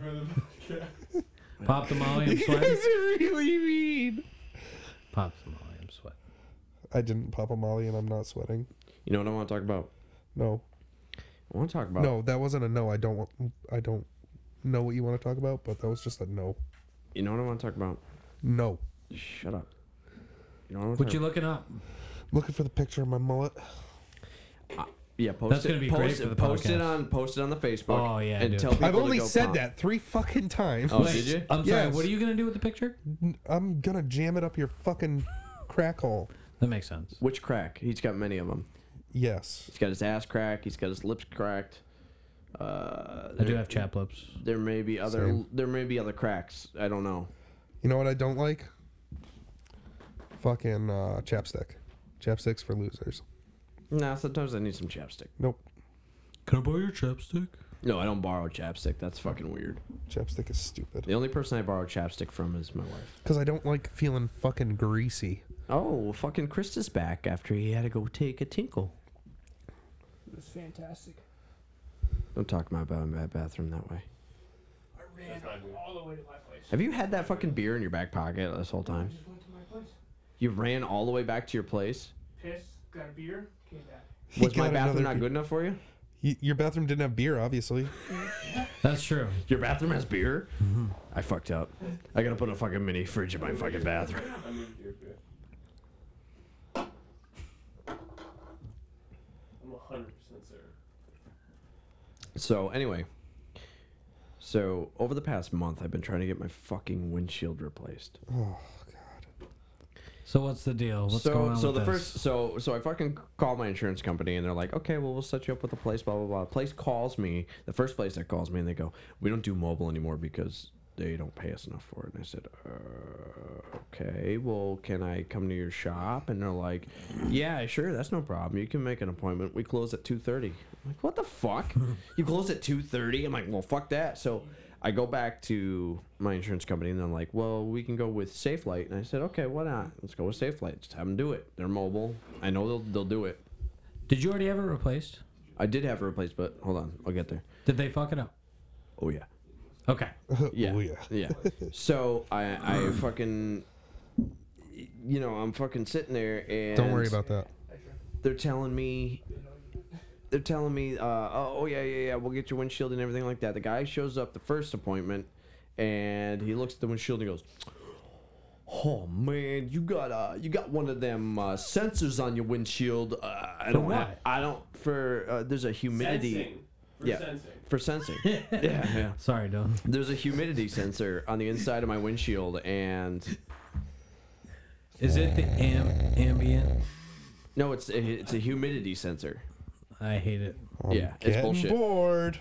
Speaker 2: for the podcast.
Speaker 6: Pop the Molly, I'm
Speaker 1: You
Speaker 6: sweating.
Speaker 1: guys are really mean.
Speaker 6: Pop the Molly, I'm sweating.
Speaker 1: I didn't pop a molly and I'm not sweating.
Speaker 3: You know what I want to talk about?
Speaker 1: No.
Speaker 3: I want to talk about.
Speaker 1: No, that wasn't a no. I don't want. I don't know what you want to talk about, but that was just a no.
Speaker 3: You know what I want to talk about?
Speaker 1: No.
Speaker 3: Shut up. You know what I want to
Speaker 6: What you looking up?
Speaker 1: Looking for the picture of my mullet.
Speaker 3: Yeah, post
Speaker 6: That's
Speaker 3: it.
Speaker 6: gonna be
Speaker 3: post
Speaker 6: great
Speaker 3: it,
Speaker 6: for the
Speaker 3: post it
Speaker 6: podcast.
Speaker 3: on post it on the Facebook.
Speaker 6: Oh, yeah,
Speaker 3: and
Speaker 6: dude.
Speaker 3: tell people
Speaker 1: I've
Speaker 3: to
Speaker 1: only
Speaker 3: go
Speaker 1: said
Speaker 3: pop.
Speaker 1: that three fucking times.
Speaker 3: Oh, did you?
Speaker 6: I'm sorry,
Speaker 1: Yes.
Speaker 6: what are you going to do with the picture?
Speaker 1: I'm gonna jam it up your fucking crack hole.
Speaker 6: That makes sense.
Speaker 3: Which crack? He's got many of them.
Speaker 1: Yes.
Speaker 3: He's got his ass cracked. He's got his lips cracked. Uh,
Speaker 6: I do
Speaker 3: there-
Speaker 6: have chap lips.
Speaker 3: There may be other.
Speaker 1: Same.
Speaker 3: There may be other cracks. I don't know.
Speaker 1: You know what I don't like? Fucking uh, chapstick. Chapsticks for losers.
Speaker 3: Nah, sometimes I need some chapstick.
Speaker 1: Nope.
Speaker 6: Can I borrow your chapstick?
Speaker 3: No, I don't borrow chapstick. That's fucking weird.
Speaker 1: Chapstick is stupid.
Speaker 3: The only person I borrow chapstick from is my wife.
Speaker 1: Because I don't like feeling fucking greasy.
Speaker 3: Oh, well, fucking Chris is back after he had to go take a tinkle.
Speaker 8: It was fantastic.
Speaker 3: Don't talk about my bathroom that way.
Speaker 8: I ran all the way to my place.
Speaker 3: Have you had that fucking beer in your back pocket this whole time?
Speaker 8: Just went to my place.
Speaker 3: You ran all the way back to your place.
Speaker 8: Pissed, got a beer, came back.
Speaker 1: He
Speaker 3: Was my
Speaker 1: got another
Speaker 3: bathroom not
Speaker 1: beer.
Speaker 3: good enough for you?
Speaker 1: Y- your bathroom didn't have beer, obviously.
Speaker 6: That's true.
Speaker 3: Your bathroom has beer? I fucked up. I gotta put a fucking mini fridge in my fucking bathroom.
Speaker 2: I'm 100% certain.
Speaker 3: So anyway, so over the past month, I've been trying to get my fucking windshield replaced.
Speaker 1: Oh,
Speaker 6: So what's the deal? What's
Speaker 3: so
Speaker 6: going on
Speaker 3: so
Speaker 6: with
Speaker 3: the
Speaker 6: this?
Speaker 3: first so so I fucking call my insurance company and they're like, okay, well we'll set you up with a place, blah blah blah. Place calls me, the first place that calls me, and they go, we don't do mobile anymore because they don't pay us enough for it. And I said, uh, okay, well can I come to your shop? And they're like, yeah, sure, that's no problem. You can make an appointment. We close at two thirty. I'm like, what the fuck? you close at two thirty? I'm like, well fuck that. So. I go back to my insurance company and they're like, well, we can go with SafeLight. And I said, okay, why not? Let's go with SafeLight. Just have them do it. They're mobile. I know they'll, they'll do it.
Speaker 6: Did you already have it replaced?
Speaker 3: I did have it replaced, but hold on. I'll get there.
Speaker 6: Did they fuck it up?
Speaker 3: Oh, yeah.
Speaker 6: Okay.
Speaker 3: Yeah.
Speaker 1: Oh, yeah.
Speaker 3: yeah. So I, I fucking, you know, I'm fucking sitting there and.
Speaker 1: Don't worry about that.
Speaker 3: They're telling me. They're telling me, uh, oh, oh, yeah, yeah, yeah, we'll get your windshield and everything like that. The guy shows up the first appointment and he looks at the windshield and he goes, Oh man, you got uh, you got one of them uh, sensors on your windshield. Uh, I don't
Speaker 12: what?
Speaker 3: have- I don't for uh, there's a humidity.
Speaker 12: Sensing. For
Speaker 3: yeah,
Speaker 12: sensing.
Speaker 3: for sensing. yeah, yeah.
Speaker 6: Sorry, Dylan.
Speaker 3: There's a humidity sensor on the inside of my windshield, and
Speaker 6: Is it the am- ambient?
Speaker 3: no, it's a, it's a humidity sensor.
Speaker 6: I hate it.
Speaker 3: yeah, it's
Speaker 1: Getting
Speaker 3: bullshit.
Speaker 1: bored.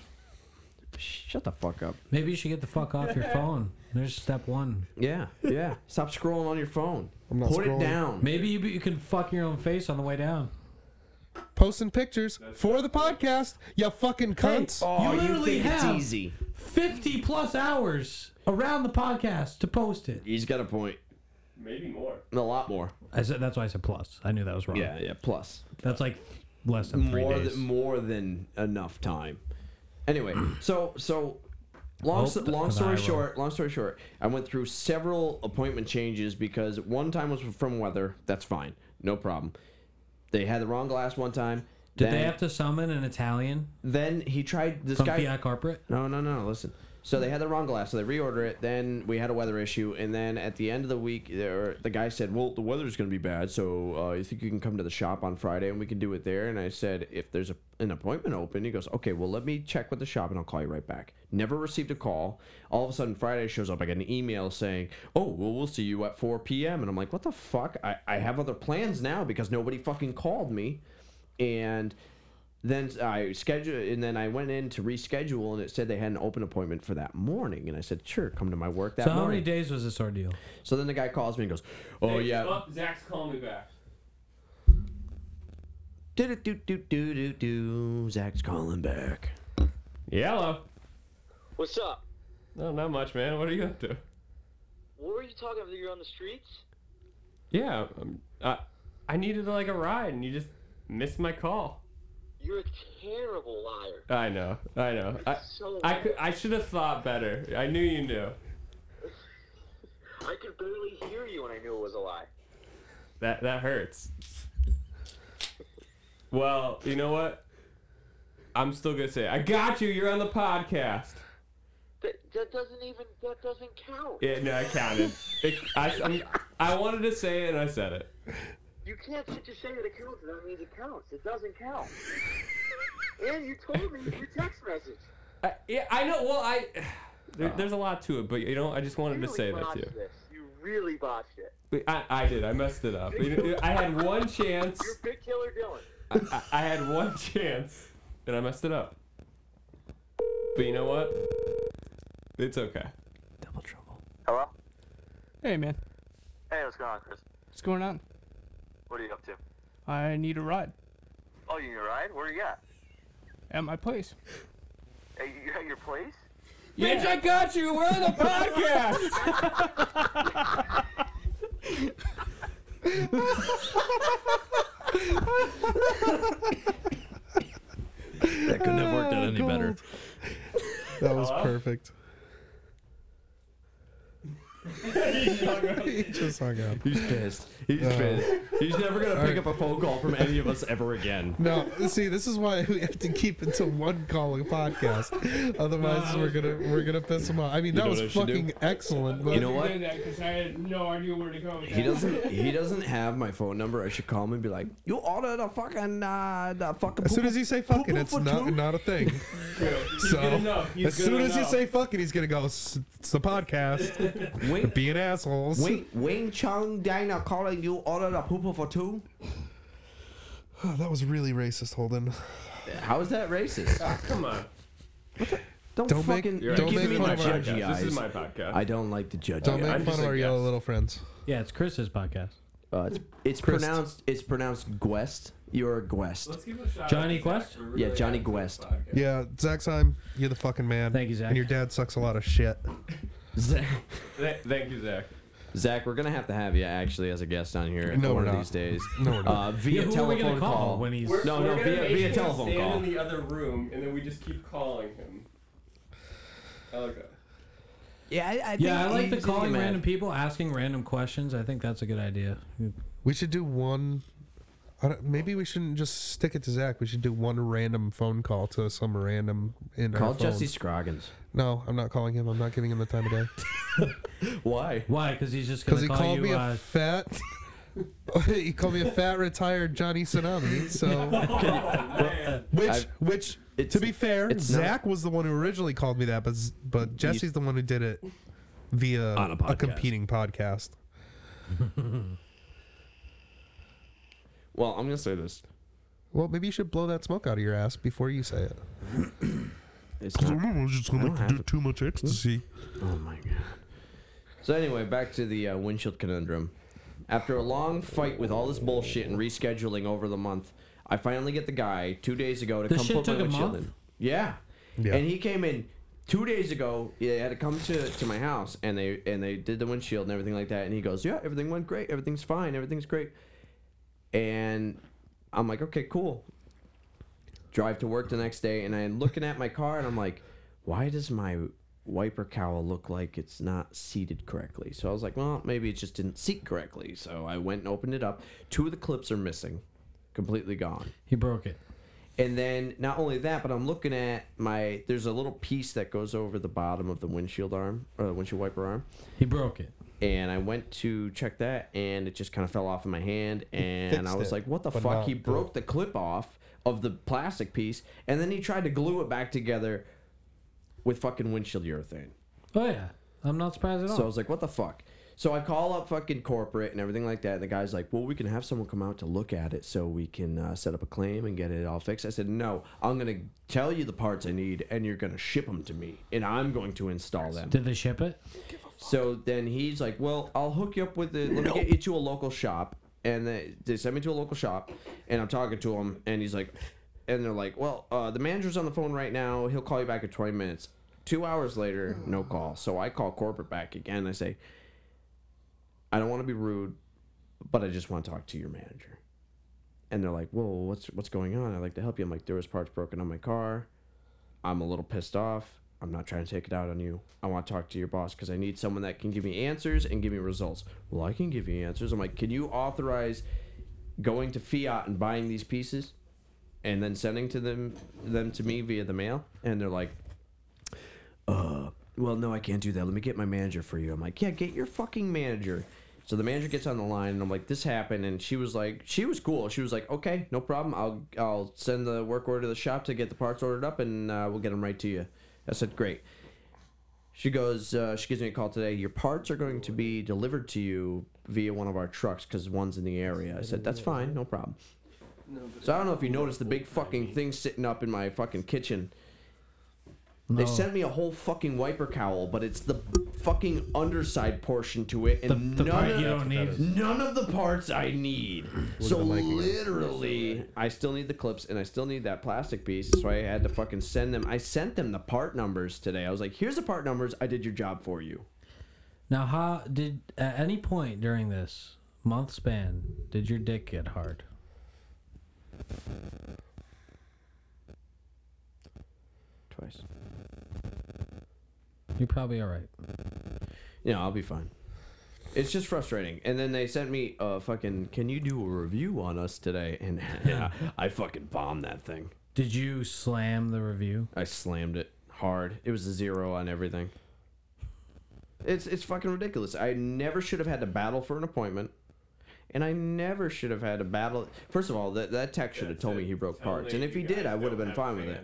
Speaker 3: Shut the fuck up.
Speaker 6: Maybe you should get the fuck off your phone. There's step one.
Speaker 3: Yeah, yeah. Stop scrolling on your phone.
Speaker 1: I'm not
Speaker 3: Put
Speaker 1: scrolling.
Speaker 3: it down.
Speaker 6: Maybe you, you can fuck your own face on the way down.
Speaker 1: posting pictures for the podcast. You fucking cunts.
Speaker 3: Oh.
Speaker 6: you literally have 50 plus hours around the podcast to post it.
Speaker 3: He's got a point.
Speaker 5: Maybe more.
Speaker 3: A lot more.
Speaker 6: I said that's why I said plus. I knew that was wrong.
Speaker 3: Yeah, yeah, plus.
Speaker 6: That's like less than three
Speaker 3: more
Speaker 6: days.
Speaker 3: Than, more than enough time. Anyway, so so long
Speaker 6: Hope
Speaker 3: s-
Speaker 6: that-
Speaker 3: long
Speaker 6: that I
Speaker 3: story
Speaker 6: will.
Speaker 3: short, long story short, I went through several appointment changes because one time was from weather. That's fine, no problem. They had the wrong glass one time.
Speaker 6: Did
Speaker 3: then,
Speaker 6: they have to summon an Italian?
Speaker 3: Then he tried this
Speaker 6: from
Speaker 3: guy.
Speaker 6: Fiat Corporate?
Speaker 3: No, no, no. Listen. So they had the wrong glass, so they reorder it. Then we had a weather issue, and then at the end of the week, there, the guy said, "Well, the weather's going to be bad, so uh, you think you can come to the shop on Friday and we can do it there?" And I said, "If there's a, an appointment open," he goes, "Okay, well, let me check with the shop and I'll call you right back." Never received a call. All of a sudden, Friday shows up. I get an email saying, "Oh, well, we'll see you at 4 p.m." And I'm like, "What the fuck? I, I have other plans now because nobody fucking called me." and then I scheduled, and then I went in to reschedule, and it said they had an open appointment for that morning. And I said, "Sure, come to my work that
Speaker 6: So how
Speaker 3: morning."
Speaker 6: many days was this ordeal?
Speaker 3: So then the guy calls me and goes, "Oh
Speaker 5: Hey,
Speaker 3: yeah,
Speaker 5: oh, Zach's calling me back.
Speaker 3: do do do do do do, Zach's calling back."
Speaker 5: Yeah, hello.
Speaker 13: What's up?
Speaker 5: No, not much, man. What are you up to?
Speaker 13: What were you talking about? You're on the streets?
Speaker 5: Yeah, um, I I needed like a ride, and you just missed my call.
Speaker 13: You're a terrible liar.
Speaker 5: I know, I know. I
Speaker 13: So
Speaker 5: I, cou- I should have thought better. I knew you knew.
Speaker 13: I could barely hear you and I knew it was a lie.
Speaker 5: That that hurts. Well, you know what? I'm still gonna say I got you. You're on the podcast.
Speaker 13: That, that doesn't even that doesn't count.
Speaker 5: Yeah, no, I counted. It, I I'm, I wanted to say it, and I said it.
Speaker 13: You can't just say that it counts. That means it counts. It doesn't count. and you told me your text message.
Speaker 5: I, yeah, I know. Well, I there, there's a lot to it, but you know, I just wanted to
Speaker 13: You
Speaker 5: say
Speaker 13: really
Speaker 5: that to you.
Speaker 13: botched This. You really botched it.
Speaker 5: Wait, I, I did. I messed it up. You know, I had one chance.
Speaker 13: You're Big Killer Dylan.
Speaker 5: I, I- I had one chance, and I messed it up. But you know what? It's okay.
Speaker 13: Hello?
Speaker 8: Hey, man.
Speaker 13: Hey, what's going on, Chris?
Speaker 8: What's going on?
Speaker 13: What are you up to?
Speaker 8: I need a ride
Speaker 13: Oh, you need a ride? Where are you at?
Speaker 8: at my place.
Speaker 13: Hey, you at your place?
Speaker 8: Bitch, I got you. We're on the
Speaker 1: That couldn't have worked
Speaker 5: Oh,
Speaker 1: out any better. That was
Speaker 12: Hello?
Speaker 1: perfect.
Speaker 12: he
Speaker 1: just hung up.
Speaker 3: He's pissed. He's
Speaker 5: Uh,
Speaker 1: Oh.
Speaker 3: pissed. He's never gonna
Speaker 1: All
Speaker 3: pick
Speaker 1: right.
Speaker 3: up a phone call from any of us ever again.
Speaker 1: No, see, this is why we have to keep it to one calling podcast. Otherwise, we're gonna we're gonna piss him off. I mean,
Speaker 3: You
Speaker 1: that
Speaker 3: know
Speaker 1: was
Speaker 3: what I should do?
Speaker 1: fucking excellent. But
Speaker 3: You know what?
Speaker 8: Because I had no idea where to go. With
Speaker 3: He
Speaker 8: that.
Speaker 3: doesn't. He doesn't have my phone number. I should call him and be like, "You ordered a fucking uh, the fucking."
Speaker 1: As soon as you say fucking,
Speaker 3: poo-poo
Speaker 1: it's
Speaker 3: for
Speaker 1: not
Speaker 3: two?
Speaker 1: not a thing.
Speaker 3: He's
Speaker 1: so
Speaker 3: good enough. He's
Speaker 1: as
Speaker 3: good
Speaker 1: soon as you
Speaker 3: enough.
Speaker 1: say fucking, he's gonna go. "S- It's the podcast.
Speaker 3: Wayne-
Speaker 1: being assholes.
Speaker 3: Wait, Wayne Chung Diner calling you ordered a poo for two.
Speaker 1: Oh, that was really racist,
Speaker 3: Oh,
Speaker 1: Holden.
Speaker 3: How is that racist?
Speaker 5: come on.
Speaker 3: Don't,
Speaker 1: Don't make-
Speaker 3: fucking
Speaker 1: You're right. Don't
Speaker 3: give me
Speaker 1: make
Speaker 3: my
Speaker 1: fun of our-
Speaker 3: judgy eyes.
Speaker 1: This is my
Speaker 5: podcast.
Speaker 3: I don't like the judgy.
Speaker 1: Don't
Speaker 3: eyes.
Speaker 1: make fun of our yellow little friends.
Speaker 6: Yeah, it's Chris's podcast.
Speaker 3: Uh, it's it's
Speaker 1: Christ.
Speaker 3: pronounced it's pronounced Guest. You're a Guest.
Speaker 5: Let's give it a shot.
Speaker 6: Johnny Quest?
Speaker 3: yeah, Johnny Guest.
Speaker 1: Yeah, Zach Syme, you're the fucking man.
Speaker 6: Thank you, Zach.
Speaker 1: And your dad sucks a lot of shit.
Speaker 3: Zach,
Speaker 5: Th- thank you, Zach.
Speaker 3: Zach, we're gonna have to have you actually as a guest on here
Speaker 1: No,
Speaker 3: one
Speaker 1: we're
Speaker 3: of
Speaker 1: not.
Speaker 3: these days.
Speaker 1: No, we're not.
Speaker 3: Uh,
Speaker 6: Yeah,
Speaker 3: via
Speaker 6: who are we gonna
Speaker 3: telephone
Speaker 6: call
Speaker 3: call.
Speaker 6: when he's-
Speaker 5: We're,
Speaker 3: no,
Speaker 5: we're
Speaker 3: Oh, no,
Speaker 5: gonna
Speaker 3: via
Speaker 5: make
Speaker 3: via
Speaker 5: him
Speaker 3: telephone
Speaker 5: stand
Speaker 3: call.
Speaker 5: in the other room, and then we just keep calling him. I like that.
Speaker 3: Yeah, I, I
Speaker 6: yeah, I like the
Speaker 3: he's gonna
Speaker 6: calling
Speaker 3: get mad.
Speaker 6: random people, asking random questions. I think that's a good idea.
Speaker 1: We should do one. I don't, maybe we shouldn't just stick it to Zach. We should do one random phone call to some random in our
Speaker 3: Call
Speaker 1: phone.
Speaker 3: Jesse Scroggins.
Speaker 1: No, I'm not calling him. I'm not giving him the time of day.
Speaker 3: Why?
Speaker 6: Why? Because he's just going
Speaker 1: Because
Speaker 6: to
Speaker 1: he
Speaker 6: call
Speaker 1: called
Speaker 6: you.
Speaker 1: me
Speaker 6: uh,
Speaker 1: a fat. he called me a fat retired Johnny Tsunami. So, which
Speaker 3: I've-
Speaker 1: which to be fair,
Speaker 3: it's not-
Speaker 1: Zach was the one who originally called me that, but z- but Jesse's the one who did it via
Speaker 3: On a
Speaker 1: a
Speaker 3: podcast.
Speaker 1: competing podcast.
Speaker 3: Well, I'm gonna say this.
Speaker 1: Well, maybe you should blow that smoke out of your ass before you say it.
Speaker 3: It's not- I don't have it.
Speaker 1: too much ecstasy.
Speaker 3: Oh my god. So anyway, back to the uh, windshield conundrum. After a long fight with all this bullshit and rescheduling over the month, I finally get the guy two days ago to
Speaker 6: This
Speaker 3: come
Speaker 6: shit
Speaker 3: put my
Speaker 6: took a
Speaker 3: windshield
Speaker 6: month?
Speaker 3: in. Yeah.
Speaker 6: Yeah.
Speaker 3: And he came in two days ago. He had to come to, to my house and they and they did the windshield and everything like that. And he goes, Yeah, everything went great. Everything's fine. Everything's great. And I'm like, Okay, cool. Drive to work the next day and I'm looking at my car and I'm like, Why does my wiper cowl look like it's not seated correctly? So I was like, Well, maybe it just didn't seat correctly. So I went and opened it up. Two of the clips are missing, completely gone.
Speaker 6: He broke it.
Speaker 3: And then not only that, but I'm looking at my. There's a little piece that goes over the bottom of the windshield arm or the windshield wiper arm.
Speaker 6: He broke it.
Speaker 3: And I went to check that, and it just kind of fell off in my hand. And I
Speaker 10: fixed
Speaker 3: was
Speaker 10: it,
Speaker 3: like, "What the
Speaker 10: but
Speaker 3: fuck?"
Speaker 10: not
Speaker 3: He
Speaker 10: good.
Speaker 3: broke the clip off of the plastic piece, and then he tried to glue it back together with fucking windshield urethane.
Speaker 6: Oh yeah, I'm not surprised at all.
Speaker 3: So I was like, what the fuck? So I call up fucking corporate and everything like that. And the guy's like, well, we can have someone come out to look at it so we can uh, set up a claim and get it all fixed. I said, no, I'm going to tell you the parts I need and you're going to ship them to me and I'm going to install them.
Speaker 6: Did they ship it?
Speaker 3: So then he's like, "Well, I'll hook you up with the. Let me get you to a local shop." And they, they send me to a local shop, and I'm talking to him, and he's like, and they're like, "Well, uh, the manager's on the phone right now. He'll call you back in 20 minutes." Two hours later, no call. So I call corporate back again. I say, "I don't want to be rude, but I just want to talk to your manager." And they're like, "Whoa, what's what's going on? I'd like to help you." I'm like, "There was parts broken on my car. I'm a little pissed off. I'm not trying to take it out on you. I want to talk to your boss because I need someone that can give me answers and give me results. Well, I can give you answers. I'm like, can you authorize going to Fiat and buying these pieces and then sending to them them to me via the mail? And they're like, uh, well, no, I can't do that. Let me get my manager for you. I'm like, yeah, get your fucking manager. So the manager gets on the line, and I'm like, this happened, and she was like, she was cool. She was like, okay, no problem. I'll I'll send the work order to the shop to get the parts ordered up, and uh, we'll get them right to you. I said, great. She goes, uh, she gives me a call today. Your parts are going to be delivered to you via one of our trucks because one's in the area. I said, that's fine, no problem. So I don't know if you noticed the big fucking thing sitting up in my fucking kitchen. They
Speaker 6: No.
Speaker 3: sent me a whole fucking wiper cowl, but it's the fucking underside portion to it, and
Speaker 6: The- the
Speaker 3: none,
Speaker 6: part
Speaker 3: of,
Speaker 6: you don't need.
Speaker 3: none of the parts I need. so
Speaker 6: the mic again.
Speaker 3: literally, I still need the clips, and I still need that plastic piece. So I had to fucking send them. I sent them the part numbers today. I was like, "Here's the part numbers. I did your job for you."
Speaker 6: Now, how did at any point during this month span did your dick get hard?
Speaker 3: Twice.
Speaker 6: You're probably all right.
Speaker 3: Yeah, I'll be fine. It's just frustrating. And then they sent me a fucking. Can you do a review on us today? And yeah, I fucking bombed that thing.
Speaker 6: Did you slam the review?
Speaker 3: I slammed it hard. It was a zero on everything. It's it's fucking ridiculous. I never should have had to battle for an appointment. And I never should have had to battle. First of all, that, that tech should have told me he broke parts. And if he did, I would have been fine with it.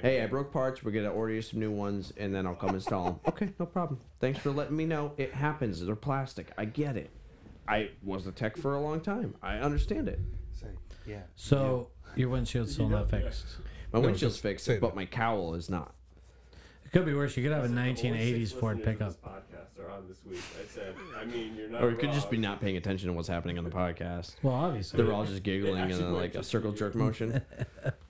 Speaker 3: Hey, I broke parts. We're going to order you some new ones, and then I'll come install them. okay, no problem. Thanks for letting me know. It happens. They're plastic. I get it. I was a tech for a long time. I understand it.
Speaker 11: Yeah.
Speaker 6: So your windshield's still not fixed.
Speaker 3: My windshield's fixed, but my cowl is not.
Speaker 6: It could be worse. You could have a
Speaker 14: Only
Speaker 6: 1980s
Speaker 14: six
Speaker 6: Ford
Speaker 14: listeners
Speaker 6: pickup.
Speaker 14: of this Podcast are on this week. I said, I mean, you're not.
Speaker 3: Or it could just
Speaker 14: wrong.
Speaker 3: be not paying attention to what's happening on the podcast.
Speaker 6: Well, obviously.
Speaker 3: They're all just giggling in a, like a circle jerk motion.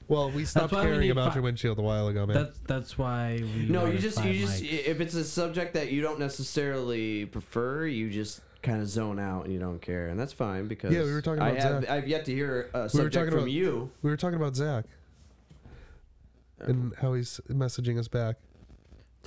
Speaker 1: Well, we stopped
Speaker 6: why we
Speaker 1: caring
Speaker 6: need
Speaker 1: about
Speaker 6: fi-
Speaker 1: your windshield a while ago, man.
Speaker 6: That's that's why we.
Speaker 3: No, you
Speaker 6: wanted
Speaker 3: just
Speaker 6: five
Speaker 3: you just
Speaker 6: mics.
Speaker 3: if it's a subject that you don't necessarily prefer, you just kind of zone out and you don't care, and that's fine because
Speaker 1: Yeah, we were talking
Speaker 3: I
Speaker 1: about
Speaker 3: have,
Speaker 1: Zach.
Speaker 3: I've yet to hear a subject from
Speaker 1: about
Speaker 3: you.
Speaker 1: We were talking about Zach and how he's messaging us back.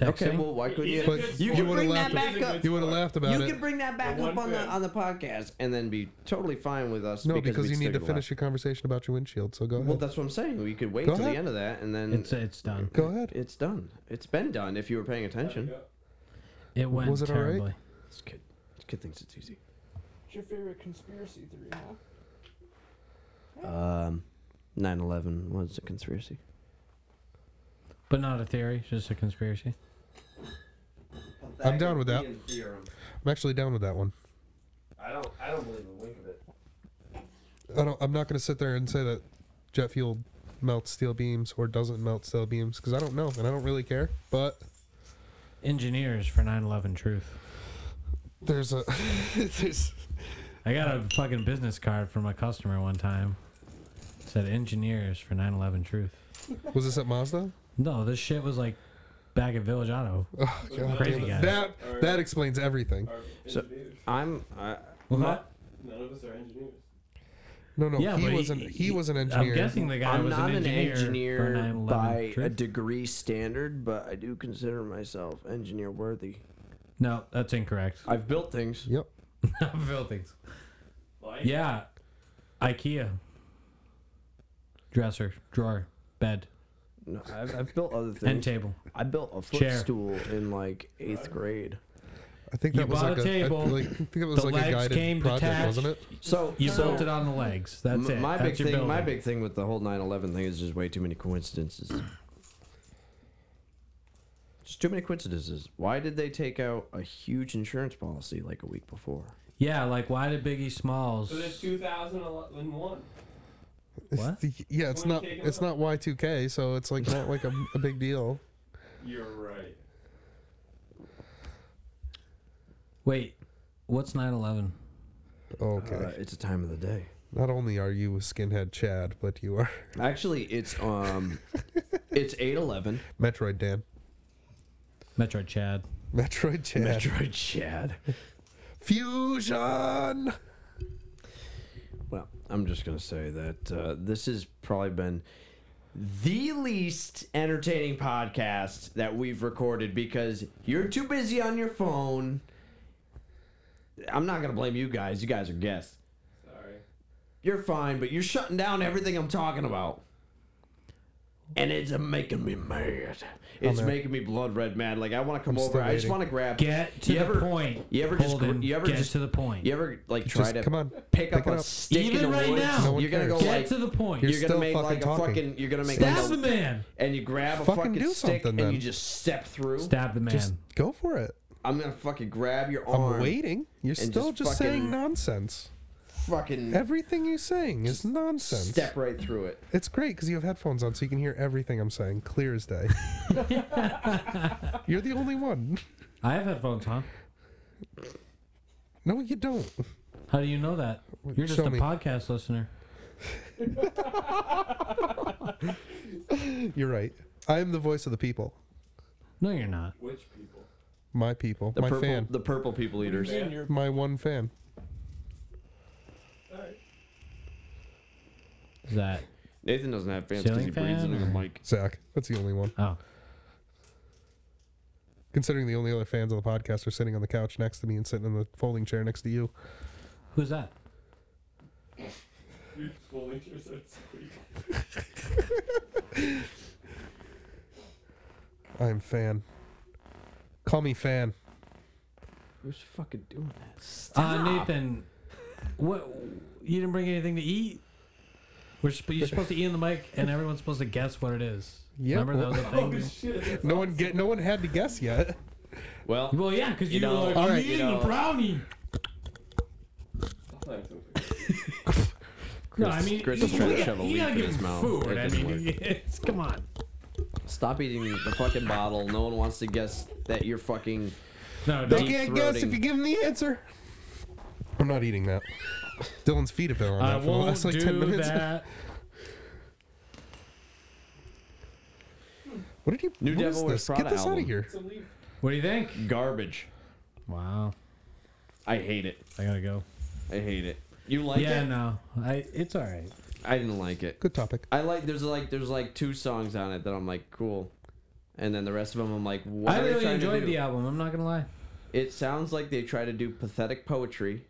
Speaker 3: Okay, well, why couldn't you?
Speaker 1: But you
Speaker 3: you can
Speaker 1: would have
Speaker 3: bring that
Speaker 1: laughed.
Speaker 3: back up.
Speaker 1: You would have laughed about
Speaker 3: You
Speaker 1: it.
Speaker 3: can bring that back up on the on the podcast, and then be totally fine with us.
Speaker 1: no, because
Speaker 3: we'd
Speaker 1: you
Speaker 3: stick
Speaker 1: need to
Speaker 3: with
Speaker 1: finish your conversation about your windshield. So go
Speaker 3: Well,
Speaker 1: ahead.
Speaker 3: that's what I'm saying. We could wait
Speaker 1: Go
Speaker 3: till the
Speaker 1: ahead. uh,
Speaker 3: end of that, and then
Speaker 6: It's it's done.
Speaker 1: Go ahead.
Speaker 3: It's done. It's been done. If you were paying attention,
Speaker 6: It went
Speaker 3: Was it all right?
Speaker 6: terribly.
Speaker 3: this kid, this kid thinks it's easy.
Speaker 8: What's your favorite conspiracy theory, huh?
Speaker 3: Um, 9/11 was a conspiracy.
Speaker 6: But not a theory, just a conspiracy.
Speaker 1: I'm down with that.
Speaker 14: Pythagorean theorem.
Speaker 1: I'm actually down with that one.
Speaker 14: I don't. I don't believe a wink of it.
Speaker 1: I don't. I'm not going to sit there and say that jet fuel melts steel beams or doesn't melt steel beams because I don't know and I don't really care. But
Speaker 6: Engineers for 9/11 truth.
Speaker 1: There's a.
Speaker 6: I got a fucking business card from a customer one time. that engineers for 9/11 Truth.
Speaker 1: Was this at Mazda?
Speaker 6: No, this shit was like back at Village Auto. Crazy guy.
Speaker 1: Oh, That that explains everything.
Speaker 3: So I'm. uh, I,
Speaker 6: What?
Speaker 14: None of us are engineers.
Speaker 1: No, no,
Speaker 3: Yeah,
Speaker 1: he
Speaker 3: but
Speaker 1: wasn't. He,
Speaker 3: he-
Speaker 1: was an
Speaker 3: I'm
Speaker 1: engineer.
Speaker 6: guessing the guy
Speaker 3: I'm
Speaker 6: was an
Speaker 3: not an
Speaker 6: engineer for
Speaker 3: engineer
Speaker 6: 9/11
Speaker 3: by a
Speaker 6: truth.
Speaker 3: degree standard, but I do consider myself engineer worthy.
Speaker 6: No, that's incorrect.
Speaker 3: I've built things.
Speaker 1: Yep.
Speaker 6: I've built things. Yeah, IKEA dresser, drawer, bed.
Speaker 3: No, I've, I've built other things.
Speaker 6: End table.
Speaker 3: I built a
Speaker 6: Chair.
Speaker 3: footstool in like eighth grade.
Speaker 1: I think
Speaker 6: You
Speaker 1: that was
Speaker 6: bought
Speaker 1: like
Speaker 6: a table.
Speaker 1: A, like, I think it was
Speaker 6: The
Speaker 1: like a
Speaker 6: legs
Speaker 1: guided
Speaker 6: came
Speaker 1: project,
Speaker 6: detached.
Speaker 1: wasn't it?
Speaker 3: So
Speaker 6: You
Speaker 3: so
Speaker 6: built it on the legs. That's
Speaker 3: m-
Speaker 6: it.
Speaker 3: My
Speaker 6: That's
Speaker 3: big
Speaker 6: your
Speaker 3: thing. My
Speaker 6: building.
Speaker 3: big thing with the whole 9/11 thing is just way too many coincidences. Just too many coincidences. Why did they take out a huge insurance policy like a week before?
Speaker 6: Yeah, like why did Biggie Smalls?
Speaker 4: So there's 2001.
Speaker 6: What?
Speaker 1: Yeah, it's not. It's not Y two K, so it's like not like a, a big deal.
Speaker 14: You're right.
Speaker 6: Wait, what's 9/11?
Speaker 1: Okay.
Speaker 3: Uh, it's a time of the day.
Speaker 1: Not only are you a skinhead Chad, but you are
Speaker 3: Actually, it's um, it's 8/11.
Speaker 1: Metroid Dan.
Speaker 6: Metroid Chad.
Speaker 1: Metroid Chad.
Speaker 3: Metroid Chad.
Speaker 1: Fusion.
Speaker 3: Well, I'm just gonna say that uh, this has probably been the least entertaining podcast that we've recorded because you're too busy on your phone. I'm not gonna blame you guys. You guys are guests.
Speaker 14: Sorry.
Speaker 3: You're fine, but you're shutting down everything I'm talking about. And it's making me mad. It's
Speaker 10: I'm mad.
Speaker 3: making me blood red mad. Like I want to come
Speaker 10: I'm
Speaker 3: over.
Speaker 10: still
Speaker 3: I just
Speaker 10: waiting.
Speaker 3: want to grab.
Speaker 6: Get to
Speaker 3: you
Speaker 6: the
Speaker 3: ever-
Speaker 6: point,
Speaker 3: You ever just? gr-
Speaker 6: Holden.
Speaker 3: You ever
Speaker 6: Get
Speaker 3: just
Speaker 6: to the point.
Speaker 3: You ever like try
Speaker 1: Just
Speaker 3: to
Speaker 1: come on,
Speaker 3: pick,
Speaker 1: pick
Speaker 3: up
Speaker 1: it
Speaker 3: a
Speaker 1: up.
Speaker 3: stick
Speaker 6: Even
Speaker 3: in the
Speaker 6: right
Speaker 3: woods?
Speaker 6: now. No
Speaker 1: one
Speaker 3: you're gonna go
Speaker 1: cares.
Speaker 6: Get
Speaker 3: like
Speaker 6: to the point.
Speaker 3: You're,
Speaker 1: You're
Speaker 3: gonna
Speaker 1: still
Speaker 3: make like
Speaker 1: fucking
Speaker 3: a
Speaker 1: talking.
Speaker 3: fucking. You're gonna make
Speaker 6: Stab
Speaker 3: like a,
Speaker 6: the man.
Speaker 3: and you grab a
Speaker 1: Fucking
Speaker 3: fucking
Speaker 1: do
Speaker 3: stick
Speaker 1: something then.
Speaker 3: and you just step through.
Speaker 6: Stab the man.
Speaker 1: Just go for it.
Speaker 3: I'm gonna fucking grab your
Speaker 1: I'm
Speaker 3: arm.
Speaker 1: waiting. You're
Speaker 3: and
Speaker 1: still just,
Speaker 3: fucking-
Speaker 1: saying nonsense.
Speaker 3: Fucking
Speaker 1: Everything you're saying is nonsense.
Speaker 3: step right through it.
Speaker 1: It's great because you have headphones on, so you can hear everything I'm saying clear as day. You're the only one.
Speaker 6: I have headphones, huh?
Speaker 1: No, you don't.
Speaker 6: How do you know that? You're just
Speaker 1: Show
Speaker 6: a
Speaker 1: me.
Speaker 6: podcast listener.
Speaker 1: You're right. I am the voice of the people,
Speaker 6: No, you're not.
Speaker 14: Which people?
Speaker 1: my people,
Speaker 3: The
Speaker 1: my
Speaker 3: purple,
Speaker 1: fan,
Speaker 3: the purple people eaters.
Speaker 1: my one fan.
Speaker 6: Is that
Speaker 3: Nathan doesn't have fans because he
Speaker 6: Ceiling
Speaker 3: breathes
Speaker 6: fan
Speaker 3: into the
Speaker 6: or-
Speaker 3: mic.
Speaker 1: Zach, that's the only one.
Speaker 6: Oh.
Speaker 1: Considering the only other fans of the podcast are sitting on the couch next to me and sitting in the folding chair next to you.
Speaker 6: who's that? Uh,
Speaker 14: You're full interest. That's sweet.
Speaker 1: I am fan. Call me fan.
Speaker 3: Who's fucking doing that?
Speaker 6: Uh, Nathan, what? You didn't bring anything to eat. We're sp- you're supposed to eat in the mic, and everyone's supposed to guess what it is.
Speaker 1: Yeah.
Speaker 6: Remember that was a
Speaker 3: Oh,
Speaker 6: thing.
Speaker 1: no one get. No one had to guess yet.
Speaker 3: Well,
Speaker 6: Well, yeah, because you,
Speaker 3: You know,
Speaker 6: were like,
Speaker 1: all
Speaker 6: I'm
Speaker 1: right, you
Speaker 6: eating
Speaker 3: know.
Speaker 6: a brownie.
Speaker 3: Chris,
Speaker 6: no, I mean,
Speaker 3: Chris
Speaker 6: you,
Speaker 3: is trying to
Speaker 6: gotta-
Speaker 3: shove a
Speaker 6: you
Speaker 3: leaf
Speaker 6: gotta
Speaker 3: in
Speaker 6: give
Speaker 3: his
Speaker 6: him
Speaker 3: mouth.
Speaker 6: food.
Speaker 3: It
Speaker 6: I
Speaker 3: didn't
Speaker 6: mean, it's, come on.
Speaker 3: Stop eating the fucking bottle. No one wants to guess that you're fucking.
Speaker 6: No,
Speaker 1: They
Speaker 6: don't.
Speaker 1: can't guess if you give them the answer. I'm not eating that. Dylan's feet have been on
Speaker 6: I
Speaker 1: that for the
Speaker 6: won't
Speaker 1: last like ten
Speaker 6: do
Speaker 1: minutes.
Speaker 6: that.
Speaker 1: What did you?
Speaker 3: New
Speaker 1: what is
Speaker 3: Devil Wears
Speaker 1: this? Get
Speaker 3: Prada
Speaker 1: this out
Speaker 3: album.
Speaker 1: of here.
Speaker 6: What do you think?
Speaker 3: Garbage.
Speaker 6: Wow,
Speaker 3: I hate it.
Speaker 6: I gotta go.
Speaker 3: I hate it. You like
Speaker 6: yeah,
Speaker 3: it?
Speaker 6: no, I. It's all right.
Speaker 3: I didn't like it.
Speaker 1: Good topic.
Speaker 3: I like there's like there's like two songs on it that I'm like cool, and then the rest of them I'm like what
Speaker 6: I
Speaker 3: are they
Speaker 6: really
Speaker 3: trying to
Speaker 6: enjoyed
Speaker 3: do?
Speaker 6: the uh, album. I'm not gonna lie.
Speaker 3: It sounds like they try to do pathetic poetry.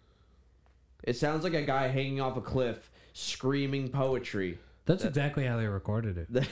Speaker 3: It sounds like a guy hanging off a cliff screaming poetry.
Speaker 6: That's exactly how they recorded it.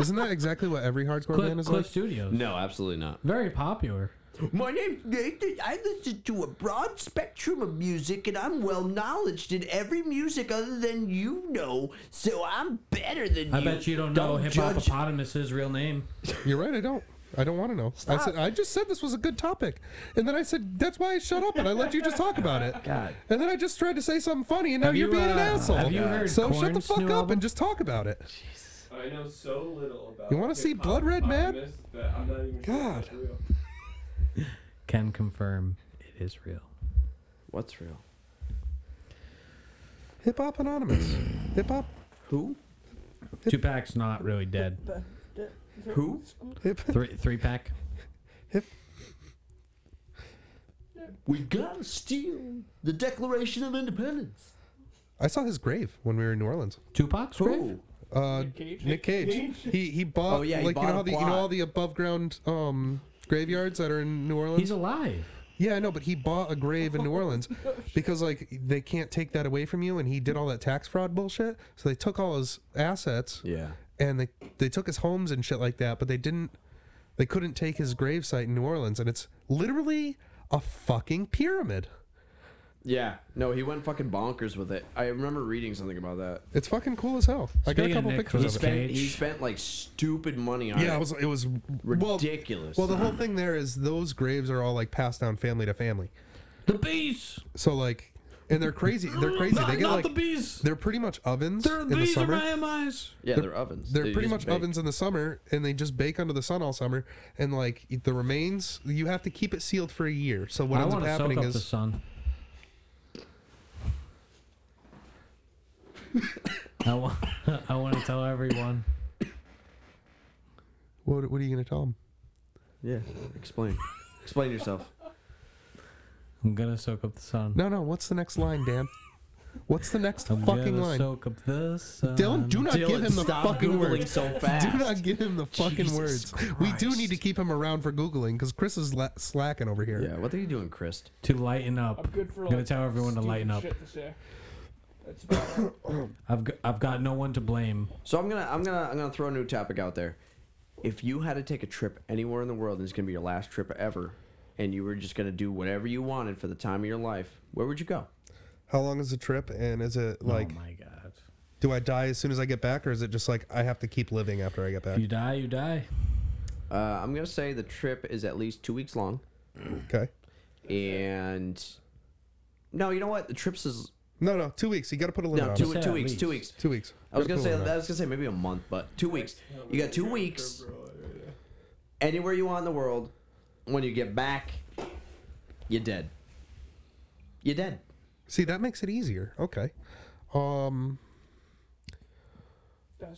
Speaker 1: Isn't that exactly what every hardcore
Speaker 6: Cliff,
Speaker 1: band is
Speaker 6: Cliff
Speaker 1: like?
Speaker 6: Studios,
Speaker 3: No, absolutely not.
Speaker 6: very popular.
Speaker 3: My name's Nathan. I listen to a broad spectrum of music, and I'm well knowledged in every music other than you know. So I'm better than
Speaker 6: I bet you don't know hip hippopotamus's real name.
Speaker 1: You're right. I don't. I don't want to know. I said I just said this was a good topic, and then I said that's why I shut up and I let you just talk about it.
Speaker 3: God.
Speaker 1: And then I just tried to say something funny, and now
Speaker 6: Have
Speaker 1: you're
Speaker 6: you,
Speaker 1: being an
Speaker 6: uh,
Speaker 1: asshole.
Speaker 6: have you heard
Speaker 1: so shut the
Speaker 6: Korn's
Speaker 1: fuck
Speaker 6: new
Speaker 1: up
Speaker 6: album?
Speaker 1: and just talk about it.
Speaker 14: I know so little about.
Speaker 1: You wanna see Blood Red Man?
Speaker 14: hippopotamus that I'm not even sure if that's real.
Speaker 6: Can confirm it is real.
Speaker 3: What's real?
Speaker 1: Hip Hop Anonymous. Hip hop.
Speaker 3: Who?
Speaker 6: Tupac's not really dead.
Speaker 3: Who?
Speaker 1: Hip.
Speaker 6: Three three pack.
Speaker 15: We gotta steal the Declaration of Independence.
Speaker 1: I saw his grave when we were in New Orleans.
Speaker 6: Tupac's
Speaker 1: grave. Uh, Nick Cage. He he bought
Speaker 3: Oh, yeah, he
Speaker 1: like
Speaker 3: bought
Speaker 1: you know
Speaker 3: a
Speaker 1: how the you
Speaker 3: plot.
Speaker 1: know all the above ground um graveyards that are in New Orleans.
Speaker 6: He's alive.
Speaker 1: Yeah, I know, but he bought a grave in New Orleans because like they can't take that away from you, and he did all that tax fraud bullshit. So they took all his assets.
Speaker 3: Yeah.
Speaker 1: And they they took his homes and shit like that, but they didn't. They couldn't take his gravesite in New Orleans, and it's literally a fucking pyramid.
Speaker 3: Yeah. No, he went fucking bonkers with it. I remember reading something about that.
Speaker 1: It's fucking cool as hell. I got a
Speaker 3: Speaking of
Speaker 1: couple
Speaker 3: Nick
Speaker 1: pictures
Speaker 3: he
Speaker 1: of it.
Speaker 3: spent, he spent like stupid money on it.
Speaker 1: Yeah, it was it was well,
Speaker 3: ridiculous.
Speaker 1: Well, the whole thing there is those graves are all like passed down family to family.
Speaker 6: The bees.
Speaker 1: So like, and they're crazy. They're crazy.
Speaker 6: Not-
Speaker 1: they get
Speaker 6: not
Speaker 1: like
Speaker 6: the bees.
Speaker 1: They're pretty much ovens
Speaker 6: They're,
Speaker 1: in the
Speaker 6: these are
Speaker 1: summer.
Speaker 6: my MIs.
Speaker 3: Yeah, they're ovens.
Speaker 1: They're
Speaker 3: They
Speaker 1: pretty much
Speaker 3: just bake.
Speaker 1: ovens in the summer, and they just bake under the sun all summer. And like the remains, you have to keep it sealed for a year. So what
Speaker 6: I
Speaker 1: ends up
Speaker 6: want to soak
Speaker 1: happening
Speaker 6: up
Speaker 1: is
Speaker 6: the sun. I want. I want to tell everyone.
Speaker 1: what, what are you gonna tell them?
Speaker 3: Yeah, explain. explain yourself.
Speaker 6: I'm gonna soak up the sun.
Speaker 1: No, no. What's the next line, Dan? What's the next
Speaker 6: I'm
Speaker 1: fucking
Speaker 6: gonna
Speaker 1: line?
Speaker 6: Soak up the sun.
Speaker 1: Dylan, do not give him the fucking words.
Speaker 3: fast.
Speaker 1: Do not give him the fucking
Speaker 3: Jesus
Speaker 1: words. We do need to keep him around for googling because Chris is la- slacking over here.
Speaker 3: Yeah, what are you doing, Chris?
Speaker 6: to lighten up.
Speaker 7: I'm good for
Speaker 6: gonna
Speaker 7: like,
Speaker 6: tell everyone to
Speaker 7: stupid
Speaker 6: lighten up.
Speaker 7: shit to say. That's
Speaker 6: I've got, I've got no one to blame.
Speaker 3: So I'm gonna I'm gonna I'm gonna throw a new topic out there. If you had to take a trip anywhere in the world and it's gonna be your last trip ever, and you were just gonna do whatever you wanted for the time of your life, where would you go?
Speaker 1: How long is the trip, and is it like?
Speaker 6: Oh my god.
Speaker 1: Do I die as soon as I get back, or is it just like I have to keep living after I get back?
Speaker 6: If you die, you die.
Speaker 3: Uh, I'm gonna say the trip is at least two weeks long,
Speaker 1: Okay.
Speaker 3: and no, you know what? The trips is
Speaker 1: No, no, two weeks. You got to put a limit
Speaker 3: no
Speaker 1: on
Speaker 3: two,
Speaker 1: it.
Speaker 3: two weeks, two weeks,
Speaker 1: Two weeks.
Speaker 3: I was
Speaker 1: Gotta
Speaker 3: gonna
Speaker 1: put a
Speaker 3: say
Speaker 1: limit
Speaker 3: I
Speaker 1: on
Speaker 3: was gonna say maybe a month, but two weeks. You got two weeks. Anywhere you want in the world, when you get back, you're dead. You're dead.
Speaker 1: it. See, that makes it easier. Okay. Um.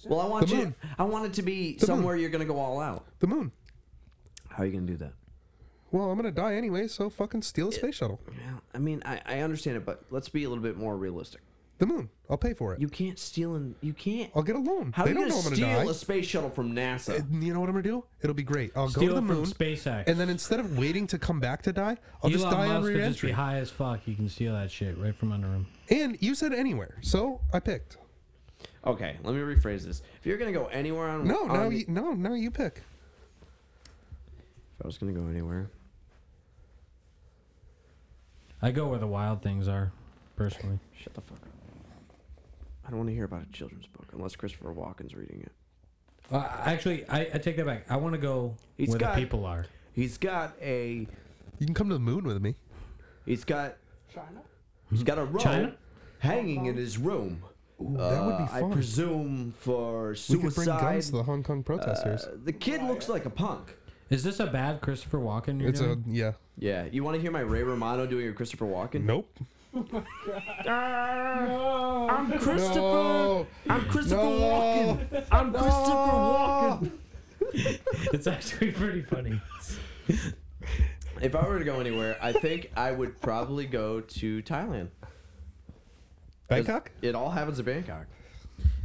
Speaker 3: Well, I want
Speaker 1: The
Speaker 3: you.
Speaker 1: moon.
Speaker 3: I want it to be
Speaker 1: The moon.
Speaker 3: somewhere you're gonna go all out.
Speaker 1: The moon.
Speaker 3: How are you gonna do that?
Speaker 1: Well, I'm gonna die anyway, so fucking steal a space shuttle.
Speaker 3: Yeah, I mean, I, I understand it, but let's be a little bit more realistic.
Speaker 1: The moon. I'll pay for it.
Speaker 3: You can't steal and you can't.
Speaker 1: I'll get a loan.
Speaker 3: How
Speaker 1: they
Speaker 3: are you
Speaker 1: don't
Speaker 3: gonna
Speaker 1: know I'm gonna
Speaker 3: steal
Speaker 1: die.
Speaker 3: a space shuttle from NASA?
Speaker 1: And you know what I'm gonna do? It'll be great. I'll go
Speaker 6: Steal
Speaker 1: to the
Speaker 6: it from
Speaker 1: moon,
Speaker 6: SpaceX.
Speaker 1: and then instead of waiting to come back to die, I'll
Speaker 6: Elon
Speaker 1: just die
Speaker 6: Musk could
Speaker 1: on
Speaker 6: just
Speaker 1: re-entry.
Speaker 6: be high as fuck. You can steal that shit right from under him.
Speaker 1: and you said anywhere, so I picked.
Speaker 3: Okay, let me rephrase this. If you're gonna go anywhere on
Speaker 1: No,
Speaker 3: on,
Speaker 1: now you, no, now you pick.
Speaker 3: if I was gonna go anywhere,
Speaker 6: I go where the wild things are, personally.
Speaker 3: shut the fuck up. I don't want to hear about a children's book unless Christopher Walken's reading it.
Speaker 6: Uh, actually, I, I take that back. I want to go
Speaker 3: He's
Speaker 6: where
Speaker 3: got-
Speaker 6: the people are.
Speaker 3: He's got a.
Speaker 1: You can come to the moon with me.
Speaker 3: He's got.
Speaker 7: China.
Speaker 3: He's got a rope
Speaker 6: China?
Speaker 3: hanging in his room.
Speaker 1: that would be
Speaker 3: Uh,
Speaker 1: fun.
Speaker 3: I presume for
Speaker 1: We could bring
Speaker 3: suicide.
Speaker 1: guns to the Hong Kong protesters.
Speaker 3: Uh, the kid looks like a punk.
Speaker 6: Is this a bad Christopher Walken? You're
Speaker 1: it's a
Speaker 6: doing?
Speaker 1: yeah.
Speaker 3: Yeah, you want to hear my Ray Romano doing a Christopher Walken?
Speaker 1: Nope.
Speaker 3: Ah, I'm Christopher.
Speaker 1: No.
Speaker 3: I'm Christopher
Speaker 1: No.
Speaker 3: Walken. I'm Christopher Walken.
Speaker 6: it's actually pretty funny.
Speaker 3: If I were to go anywhere, I think I would probably go to Thailand. 'Cause
Speaker 1: Bangkok?
Speaker 3: It all happens in Bangkok.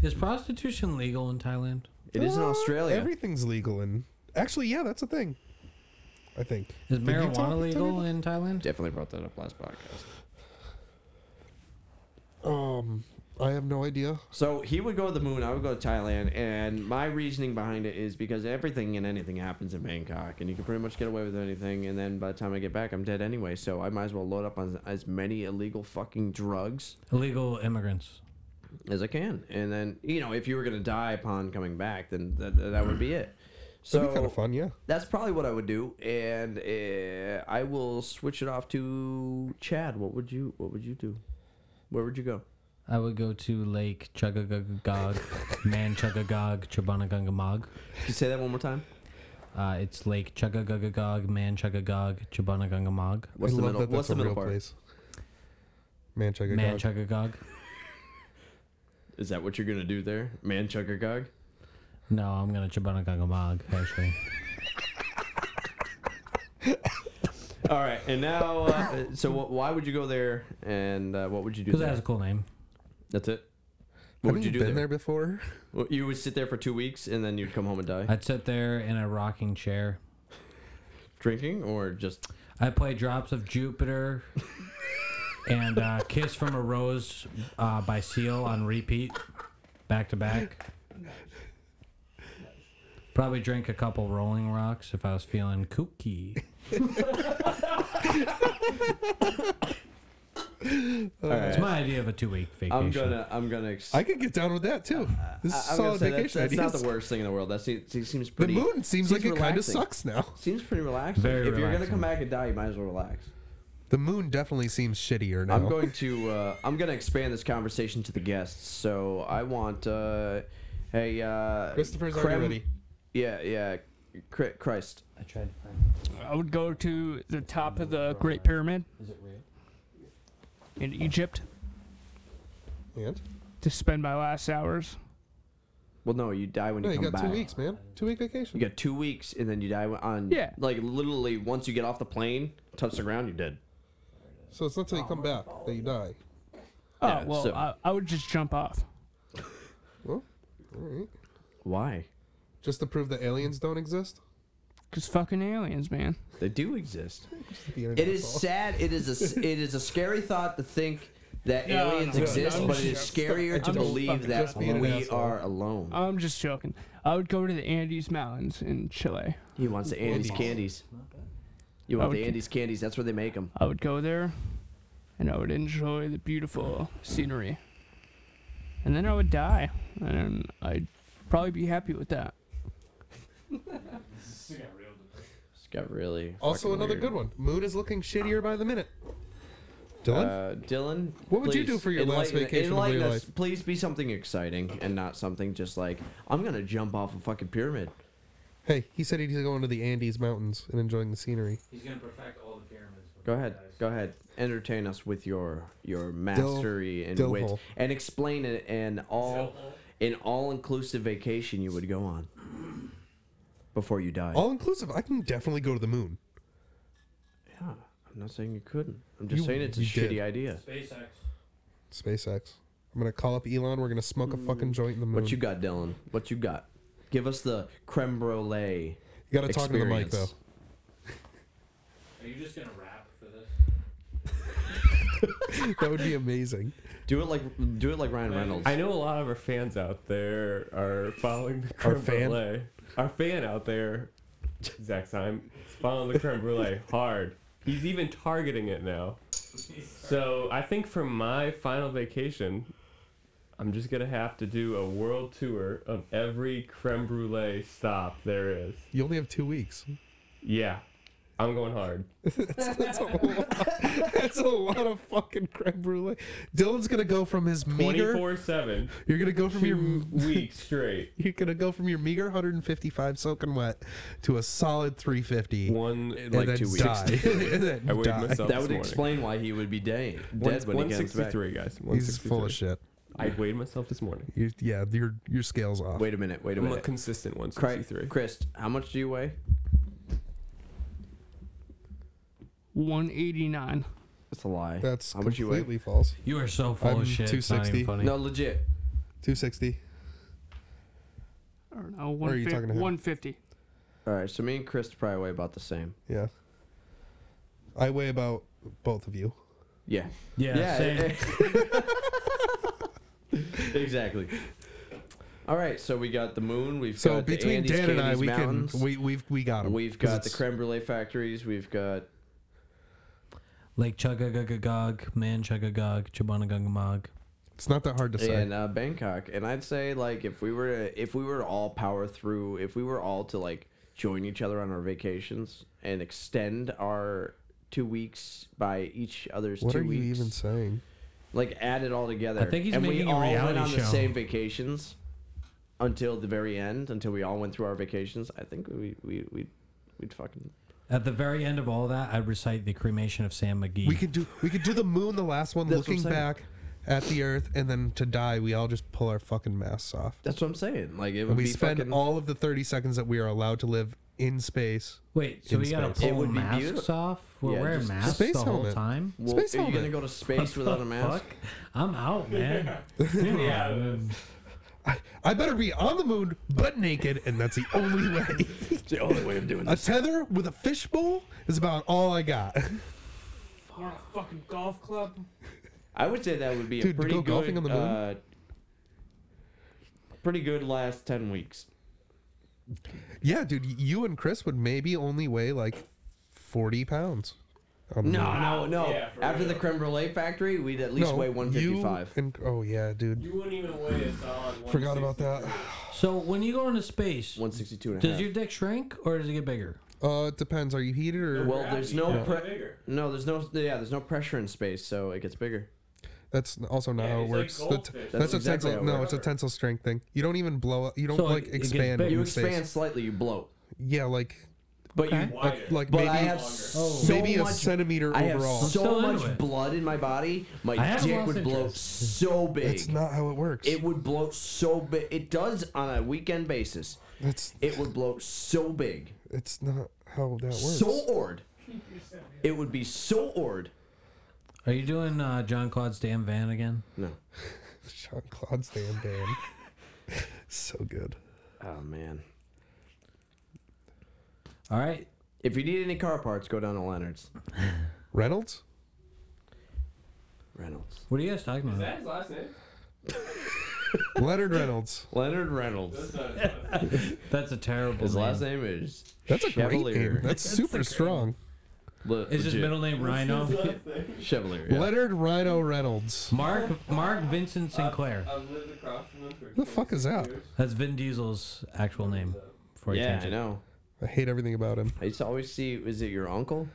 Speaker 6: Is prostitution legal in Thailand?
Speaker 3: It is in
Speaker 1: Uh,
Speaker 3: Australia.
Speaker 1: Everything's legal in. Actually, yeah, that's a thing. I think.
Speaker 6: Is
Speaker 1: Did you
Speaker 6: marijuana
Speaker 1: talk-
Speaker 6: legal in Thailand?
Speaker 3: Definitely brought that up last podcast.
Speaker 1: Um, I have no idea.
Speaker 3: So he would go to the moon. I would go to Thailand, and my reasoning behind it is because everything and anything happens in Bangkok, and you can pretty much get away with anything. And then by the time I get back, I'm dead anyway. So I might as well load up on as many illegal fucking drugs
Speaker 6: Illegal immigrants.
Speaker 3: as I can. And then you know, if you were gonna die upon coming back, then that, that would be it. So
Speaker 1: That'd be kind of fun, yeah.
Speaker 3: That's probably what I would do, and uh, I will switch it off to Chad. What would you What would you do? Where would you go?
Speaker 6: I would go to Lake Chugagagog, Man Chugagog, Chabanagangamog.
Speaker 3: Can you say that one more time?
Speaker 6: Uh, it's Lake Chugagagagog, Man Chugagog, Chabanagangamog.
Speaker 3: What's
Speaker 1: I
Speaker 3: the
Speaker 1: love
Speaker 3: middle?
Speaker 1: that that's
Speaker 3: What's the
Speaker 1: a
Speaker 3: middle
Speaker 1: real
Speaker 3: part?
Speaker 1: place. Man, check it
Speaker 6: Man
Speaker 1: out.
Speaker 6: Chugagog.
Speaker 3: Is that what you're gonna do there, man? Chuggergog?
Speaker 6: No, I'm gonna Chabanagagamog, actually.
Speaker 3: All right, and now, uh, so wh- why would you go there, and uh, what would you do?
Speaker 6: 'Cause it
Speaker 3: there?
Speaker 6: has a cool name.
Speaker 3: That's it. What
Speaker 1: Haven't
Speaker 3: would you do
Speaker 1: been there
Speaker 3: there?
Speaker 1: before?
Speaker 3: Well, you would sit there for two weeks, and then you'd come home and die.
Speaker 6: I'd sit there in a rocking chair.
Speaker 3: Drinking or just
Speaker 6: I play Drops of Jupiter and uh, Kiss from a Rose uh, by Seal on repeat, back to back. Probably drink a couple Rolling Rocks if I was feeling kooky.
Speaker 3: All right.
Speaker 6: It's my idea of a two-week vacation.
Speaker 3: I'm gonna. I'm gonna. Ex-
Speaker 1: Uh, I could get down with that too. This is
Speaker 3: Uh, I- I
Speaker 1: solid
Speaker 3: was gonna say, that's-
Speaker 1: vacation
Speaker 3: That's,
Speaker 1: ideas.
Speaker 3: not the worst thing in the world. That seems, it seems pretty.
Speaker 1: moon seems like it kinda
Speaker 3: relaxing.
Speaker 1: sucks now.
Speaker 3: Seems pretty relaxing.
Speaker 1: Very
Speaker 3: if you're gonna
Speaker 1: relaxing.
Speaker 3: come back and die, you might as well relax.
Speaker 1: The moon definitely seems shittier now.
Speaker 3: I'm going to. Uh, I'm gonna expand this conversation to the guests. So I want. Uh, hey. Uh,
Speaker 1: Christopher's already ready.
Speaker 3: Yeah. Yeah. Cri- Christ.
Speaker 6: I tried to find.
Speaker 8: I would go to the top of the Great Pyramid
Speaker 6: Is it real?
Speaker 8: in Egypt
Speaker 1: And?
Speaker 8: to spend my last hours.
Speaker 3: Well, no, you die when
Speaker 1: No,
Speaker 3: you
Speaker 1: you
Speaker 3: come
Speaker 1: got
Speaker 3: back.
Speaker 1: two weeks, man. Two week vacation.
Speaker 3: You got two weeks, and then you die on.
Speaker 1: Yeah.
Speaker 3: Like literally, once you get off the plane, touch the ground, you're dead.
Speaker 1: So it's not until you come back that you die.
Speaker 8: Oh
Speaker 3: Yeah,
Speaker 8: well,
Speaker 3: so-
Speaker 8: I, I would just jump off.
Speaker 1: Well, all right.
Speaker 3: Why?
Speaker 1: Just to prove that aliens don't exist?
Speaker 8: Cause fucking aliens, man.
Speaker 3: They do exist.
Speaker 1: The
Speaker 3: It is
Speaker 1: internet's all-
Speaker 3: sad. It is a. s- It is a scary thought to think that
Speaker 8: No,
Speaker 3: aliens
Speaker 8: no, no,
Speaker 3: exist,
Speaker 8: no,
Speaker 3: but it
Speaker 8: no.
Speaker 3: is scarier to
Speaker 8: I'm just
Speaker 3: believe
Speaker 8: fucking
Speaker 3: that
Speaker 8: just being an
Speaker 3: we
Speaker 8: asshole.
Speaker 3: are alone.
Speaker 8: I'm just joking. I would go to the Andes Mountains in Chile.
Speaker 3: He wants the Andes candies. You
Speaker 8: I
Speaker 3: want
Speaker 8: would
Speaker 3: the
Speaker 8: get-
Speaker 3: Andes candies? That's where they make them.
Speaker 8: I would go there, and I would enjoy the beautiful scenery. And then I would die, and I'd probably be happy with that.
Speaker 3: It's got really.
Speaker 1: Also,
Speaker 3: fucking
Speaker 1: another
Speaker 3: weird.
Speaker 1: good one. Moon is looking shittier by the minute. Dylan?
Speaker 3: Uh, Dylan,
Speaker 1: What would you do
Speaker 3: please,
Speaker 1: for your last
Speaker 3: enlighten-
Speaker 1: vacation of
Speaker 3: enlighten
Speaker 1: your
Speaker 3: us. Please be something exciting and not something just like I'm gonna jump off a fucking pyramid.
Speaker 1: hey, he said he's going to the Andes Mountains and enjoying the scenery.
Speaker 6: He's gonna perfect all the pyramids.
Speaker 3: Go ahead, go ahead, entertain us with your your mastery and
Speaker 1: Dill
Speaker 3: wit,
Speaker 1: hole.
Speaker 3: and explain it an all an all inclusive vacation you would go on before you die.
Speaker 1: All inclusive. I can definitely go to the moon.
Speaker 3: Yeah, I'm not saying you couldn't. I'm just
Speaker 1: You-
Speaker 3: saying it's a
Speaker 1: you
Speaker 3: shitty
Speaker 1: did.
Speaker 3: idea.
Speaker 4: SpaceX.
Speaker 1: SpaceX. I'm gonna call up Elon. We're gonna smoke a fucking joint in the moon.
Speaker 3: What you got, Dylan? What you got? Give us the creme brulee.
Speaker 1: You gotta talk into the mic,
Speaker 3: experience.
Speaker 4: Are you just gonna rap for this?
Speaker 1: that would be amazing.
Speaker 3: Do it like do it like Ryan Reynolds.
Speaker 5: I know a lot of our fans out there are following the
Speaker 1: Our
Speaker 5: creme
Speaker 1: fan?
Speaker 5: brulee. Our fan out there, Zach Syme, is following the creme brulee hard. He's even targeting it now. So I think for my final vacation, I'm just gonna have to do a world tour of every creme brulee stop there is.
Speaker 1: You only have two weeks.
Speaker 5: Yeah, I'm going hard.
Speaker 1: That's a lot. That's a lot of fucking creme brulee. Dylan's gonna go from his meager.
Speaker 5: 24 seven.
Speaker 1: You're gonna go from your
Speaker 5: Two weeks straight.
Speaker 1: You're gonna go from your meager 155 soaking wet to a solid 350.
Speaker 5: One
Speaker 1: and
Speaker 5: like
Speaker 1: then
Speaker 5: two weeks.
Speaker 1: Die. and then
Speaker 5: I weighed
Speaker 1: die.
Speaker 5: myself.
Speaker 3: That
Speaker 5: this
Speaker 3: would
Speaker 5: morning.
Speaker 3: explain why he would be dead,
Speaker 5: One-
Speaker 3: dead when he comes back.
Speaker 5: 163, guys.
Speaker 1: He's full of
Speaker 5: 163.
Speaker 1: shit.
Speaker 5: I weighed myself this morning.
Speaker 1: You, yeah, your your scales off.
Speaker 3: Wait a minute. Wait a
Speaker 5: I'm a
Speaker 3: minute.
Speaker 5: consistent
Speaker 3: Cri-
Speaker 5: 163.
Speaker 3: Chris, how much do you weigh?
Speaker 8: 189.
Speaker 3: That's a lie.
Speaker 1: That's
Speaker 3: how much you weigh?
Speaker 1: completely false.
Speaker 6: You are so full
Speaker 1: I'm
Speaker 6: of shit. It's not
Speaker 1: 260.
Speaker 6: even funny.
Speaker 3: No, legit.
Speaker 1: 260.
Speaker 8: I don't know.
Speaker 1: Or are you
Speaker 8: 150.
Speaker 1: talking to him?
Speaker 8: 150.
Speaker 3: All right, so me and Chris probably weigh about the same.
Speaker 1: Yeah. I weigh about both of you.
Speaker 3: Yeah.
Speaker 6: Yeah, same.
Speaker 3: exactly. All right, so we got the moon. We've
Speaker 1: So
Speaker 3: got
Speaker 1: between
Speaker 3: the Andes,
Speaker 1: Dan and I,
Speaker 3: Candies
Speaker 1: we
Speaker 3: Mountains.
Speaker 1: can we we've we got 'em.
Speaker 3: We've
Speaker 1: 'Cause
Speaker 3: got the
Speaker 1: it's-
Speaker 3: creme brulee factories. We've got
Speaker 6: Lake Chugagagagog, Man Chugagog, Chabanagamog.
Speaker 1: It's not that hard to say.
Speaker 3: and uh, Bangkok. And I'd say like if we were to, if we were to all power through, if we were all to like join each other on our vacations and extend our two weeks by each other's
Speaker 1: What
Speaker 3: two
Speaker 1: are
Speaker 3: weeks,
Speaker 1: you even saying?
Speaker 3: like add it all together.
Speaker 6: I think he's
Speaker 3: and
Speaker 6: making
Speaker 3: we
Speaker 6: a
Speaker 3: all went
Speaker 6: reality
Speaker 3: on the
Speaker 6: show.
Speaker 3: same vacations until the very end, until we all went through our vacations. I think we we we we'd fucking
Speaker 6: At the very end of all that, I recite the cremation of Sam McGee.
Speaker 1: We could do we could do the moon the last one
Speaker 3: Mm. That's what I'm
Speaker 1: looking
Speaker 3: saying.
Speaker 1: back at the earth, and then to die, we all just pull our fucking masks off.
Speaker 3: That's what I'm saying. Like it
Speaker 1: And
Speaker 3: would
Speaker 1: we
Speaker 3: be
Speaker 1: spend
Speaker 3: fucking-
Speaker 1: all of the 30 seconds that we are allowed to live in space.
Speaker 6: Wait, so
Speaker 1: in
Speaker 6: we gotta
Speaker 1: space.
Speaker 6: pull masks off? We're
Speaker 1: Yeah,
Speaker 6: wearing
Speaker 1: just-
Speaker 6: masks
Speaker 1: Space
Speaker 6: the whole
Speaker 1: helmet.
Speaker 6: time.
Speaker 1: Well, Space are you helmet. gonna go
Speaker 3: to space
Speaker 6: What
Speaker 3: without
Speaker 6: the
Speaker 3: a mask?
Speaker 6: fuck? I'm out, man.
Speaker 1: Yeah. I better be on the moon, but naked, and that's the only way. it's
Speaker 3: the only way of doing
Speaker 1: A tether with a fishbowl is about all I got.
Speaker 2: Or a fucking golf club.
Speaker 3: I would say that would be
Speaker 1: Dude,
Speaker 3: a
Speaker 1: to
Speaker 3: pretty
Speaker 1: go
Speaker 3: good,
Speaker 1: golfing on the moon?
Speaker 3: Uh, pretty good last ten weeks.
Speaker 1: Yeah, dude, you and Chris would maybe only weigh like 40 pounds. Um, on the
Speaker 3: No,
Speaker 1: moon.
Speaker 3: no, no.
Speaker 4: Yeah, for
Speaker 3: After
Speaker 4: real.
Speaker 3: the creme brulee factory, we'd at least
Speaker 1: No,
Speaker 3: weigh
Speaker 1: you
Speaker 3: 155.
Speaker 1: and- oh, yeah, dude.
Speaker 4: You wouldn't even weigh a solid.
Speaker 1: Forgot about that.
Speaker 6: So when you go into space,
Speaker 3: 162 and a
Speaker 6: does
Speaker 3: half.
Speaker 6: your dick shrink or does it get bigger?
Speaker 1: Uh, it depends. Are you heated or
Speaker 3: well, there's no
Speaker 1: Yeah.
Speaker 3: pre- no, there's no yeah, there's no pressure in space, so it gets bigger.
Speaker 1: That's also not
Speaker 3: Yeah,
Speaker 1: how it
Speaker 3: it's like
Speaker 1: works. The t-
Speaker 3: goldfish. That's
Speaker 1: that's a
Speaker 3: exactly
Speaker 1: tensile.
Speaker 3: how it
Speaker 1: No, it's a
Speaker 3: works.
Speaker 1: tensile strength thing. You don't even blow up. You don't
Speaker 3: So
Speaker 1: like
Speaker 3: it- it gets
Speaker 1: expand.
Speaker 3: big. You
Speaker 1: in space.
Speaker 3: expand slightly. You blow.
Speaker 1: Yeah, like.
Speaker 3: But you-
Speaker 1: like, like
Speaker 3: but
Speaker 1: maybe
Speaker 3: I have
Speaker 1: oh.
Speaker 3: so
Speaker 1: maybe
Speaker 3: much-
Speaker 1: a centimeter
Speaker 3: I have
Speaker 1: overall.
Speaker 3: so much blood in my body,
Speaker 1: I
Speaker 3: my
Speaker 1: haven't
Speaker 3: dick
Speaker 1: lost
Speaker 3: would blow
Speaker 1: interest.
Speaker 3: so big.
Speaker 1: That's not how it works.
Speaker 3: It would blow so big. It does on a weekend basis.
Speaker 1: That's
Speaker 3: it would blow so big,
Speaker 1: it's not how that works.
Speaker 3: so ored. It would be so ored.
Speaker 6: Are you doing uh, John Claude's damn van again?
Speaker 3: No.
Speaker 1: Jean Claude's damn band. so good.
Speaker 3: Oh man.
Speaker 6: All right.
Speaker 3: If you need any car parts, go down to Leonard's.
Speaker 1: Reynolds.
Speaker 3: Reynolds.
Speaker 6: What are you guys talking
Speaker 14: Is
Speaker 6: about?
Speaker 14: that his last name?
Speaker 1: Leonard Reynolds.
Speaker 3: Leonard Reynolds.
Speaker 6: That's a terrible
Speaker 3: His
Speaker 6: name.
Speaker 3: last name is.
Speaker 1: Oh, That's a great
Speaker 3: Chevalier.
Speaker 1: name. That's super strong.
Speaker 3: Le-
Speaker 6: Is his
Speaker 3: legit.
Speaker 6: middle name Rhino?
Speaker 3: Chevalier. Yeah.
Speaker 1: Leonard Rhino Reynolds.
Speaker 6: Mark Mark Vincent Sinclair.
Speaker 14: I've lived across from him for
Speaker 1: Who the fuck is that?
Speaker 6: That's Vin Diesel's actual name. Before he
Speaker 3: yeah,
Speaker 6: changed
Speaker 3: I
Speaker 6: it.
Speaker 3: know.
Speaker 1: I hate everything about him.
Speaker 3: I used to always see. Is it your uncle?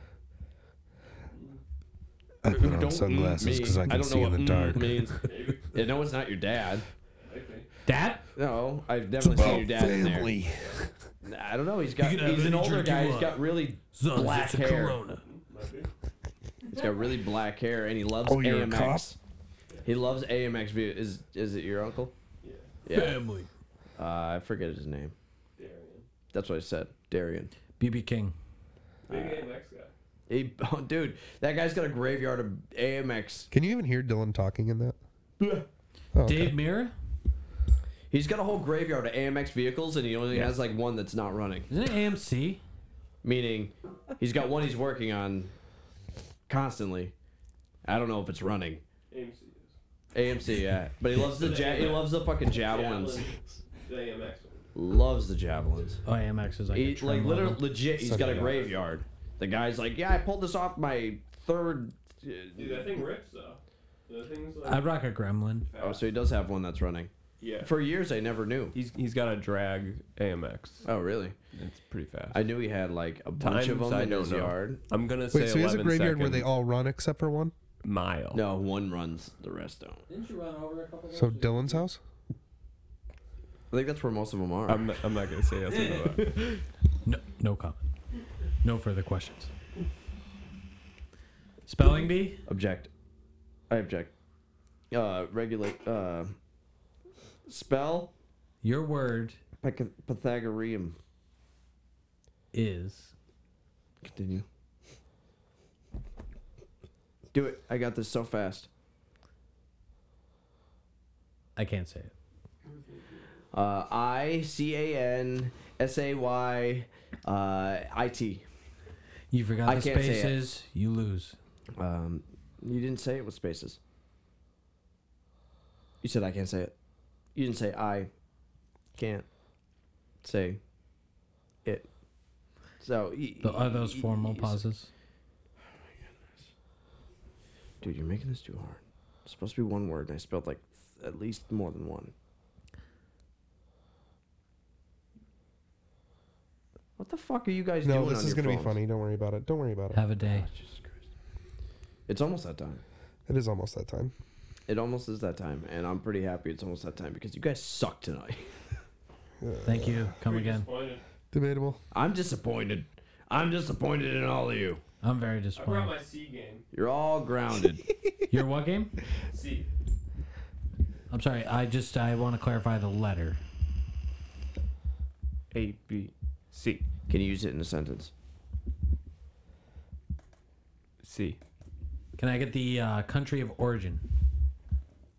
Speaker 1: I put
Speaker 3: Don't mm me. don't know what mm Means. yeah, no, it's not your dad.
Speaker 6: Dad?
Speaker 3: No, I've definitely seen
Speaker 1: about
Speaker 3: your dad in there.
Speaker 1: family.
Speaker 3: I don't know. He's got.
Speaker 6: You can have
Speaker 3: He's an
Speaker 6: any
Speaker 3: older
Speaker 6: drink you
Speaker 3: guy. He's
Speaker 6: want.
Speaker 3: got really
Speaker 6: As long as
Speaker 3: black
Speaker 6: it's a
Speaker 3: hair.
Speaker 6: Corona.
Speaker 3: He's got really black hair, and he loves
Speaker 1: Oh, you're a
Speaker 3: AMX.
Speaker 1: cop?
Speaker 3: He loves AMX. View. Is is it your uncle? Yeah.
Speaker 6: Family.
Speaker 3: Uh, I forget his name. Darian. That's what I said. Darian.
Speaker 6: BB King.
Speaker 14: Big AMX guy.
Speaker 3: He, oh, dude, that guy's got a graveyard of AMX.
Speaker 1: Can you even hear Dylan talking in that? Oh, okay.
Speaker 6: Dave Mira?
Speaker 3: He's got a whole graveyard of AMX vehicles, and he only has like one that's not running.
Speaker 6: Isn't it AMC?
Speaker 3: Meaning, he's got one he's working on constantly. I don't know if it's running.
Speaker 14: AMC.
Speaker 3: AMC, yeah. But he loves the ja- he loves the fucking javelins.
Speaker 14: Javelins. The AMX
Speaker 3: Loves the javelins.
Speaker 6: Oh, AMX is like a
Speaker 3: He,
Speaker 6: trim
Speaker 3: like literally,
Speaker 6: level.
Speaker 3: legit, he's
Speaker 6: Such
Speaker 3: got a
Speaker 6: a-
Speaker 3: graveyard. The guy's like, yeah, I pulled this off my third.
Speaker 14: Dude, that thing rips though. The thing's like.
Speaker 6: I'd rock a gremlin.
Speaker 3: Oh, so he does have one that's running.
Speaker 14: Yeah.
Speaker 3: For years, I never knew.
Speaker 5: He's he's got a drag AMX.
Speaker 3: Oh, really?
Speaker 5: It's pretty fast.
Speaker 3: I knew he had like a bunch of
Speaker 5: Times,
Speaker 3: them
Speaker 5: I
Speaker 3: in
Speaker 5: don't
Speaker 3: his
Speaker 5: know.
Speaker 3: yard.
Speaker 5: I'm gonna say
Speaker 1: Wait, so he has a
Speaker 5: 11
Speaker 1: graveyard where
Speaker 5: second
Speaker 1: they all run except for one?
Speaker 5: mile.
Speaker 3: No, one runs, the rest don't.
Speaker 4: Didn't you run over a couple of
Speaker 1: So Dylan's house?
Speaker 3: I think that's where most of them are.
Speaker 5: I'm not, I'm not gonna say yes or no. to that.
Speaker 6: No, no comment. No further questions. Spelling bee?
Speaker 3: Object. I object. Uh, regulate. Uh, spell
Speaker 6: Your word
Speaker 3: Pyth- Pythagorean.
Speaker 6: is
Speaker 3: Continue. Do it. I got this so fast.
Speaker 6: I can't say it.
Speaker 3: Uh, I C A N S A Y uh, I T.
Speaker 6: You forgot
Speaker 3: I
Speaker 6: the
Speaker 3: can't say it.
Speaker 6: spaces. You lose.
Speaker 3: Um, you didn't say it with spaces. You said I can't say it. You didn't say I can't say it. So y-
Speaker 6: The, are those
Speaker 3: y- y-
Speaker 6: formal
Speaker 3: y-
Speaker 6: pauses?
Speaker 3: Dude, you're making this too hard. It's supposed to be one word, and I spelled like th- at least more than one. What the fuck are you guys
Speaker 1: No,
Speaker 3: doing?
Speaker 1: this
Speaker 3: on
Speaker 1: is
Speaker 3: your
Speaker 1: gonna be
Speaker 3: phones?
Speaker 1: funny. Don't worry about it. Don't worry about it.
Speaker 6: Have a day.
Speaker 3: It's almost that time.
Speaker 1: It is almost that time.
Speaker 3: It almost is that time, and I'm pretty happy it's almost that time because you guys suck tonight.
Speaker 6: Thank you. Come again.
Speaker 14: Disappointed.
Speaker 1: Debatable.
Speaker 3: I'm disappointed. I'm disappointed in all of you.
Speaker 6: I'm very
Speaker 14: I brought
Speaker 6: disappointed.
Speaker 14: my C game.
Speaker 3: You're all grounded.
Speaker 6: Your what game?
Speaker 14: C.
Speaker 6: I'm sorry. I just I want to clarify the letter.
Speaker 3: A B C. Can you use it in a sentence?
Speaker 5: C.
Speaker 6: Can I get the uh, country of origin?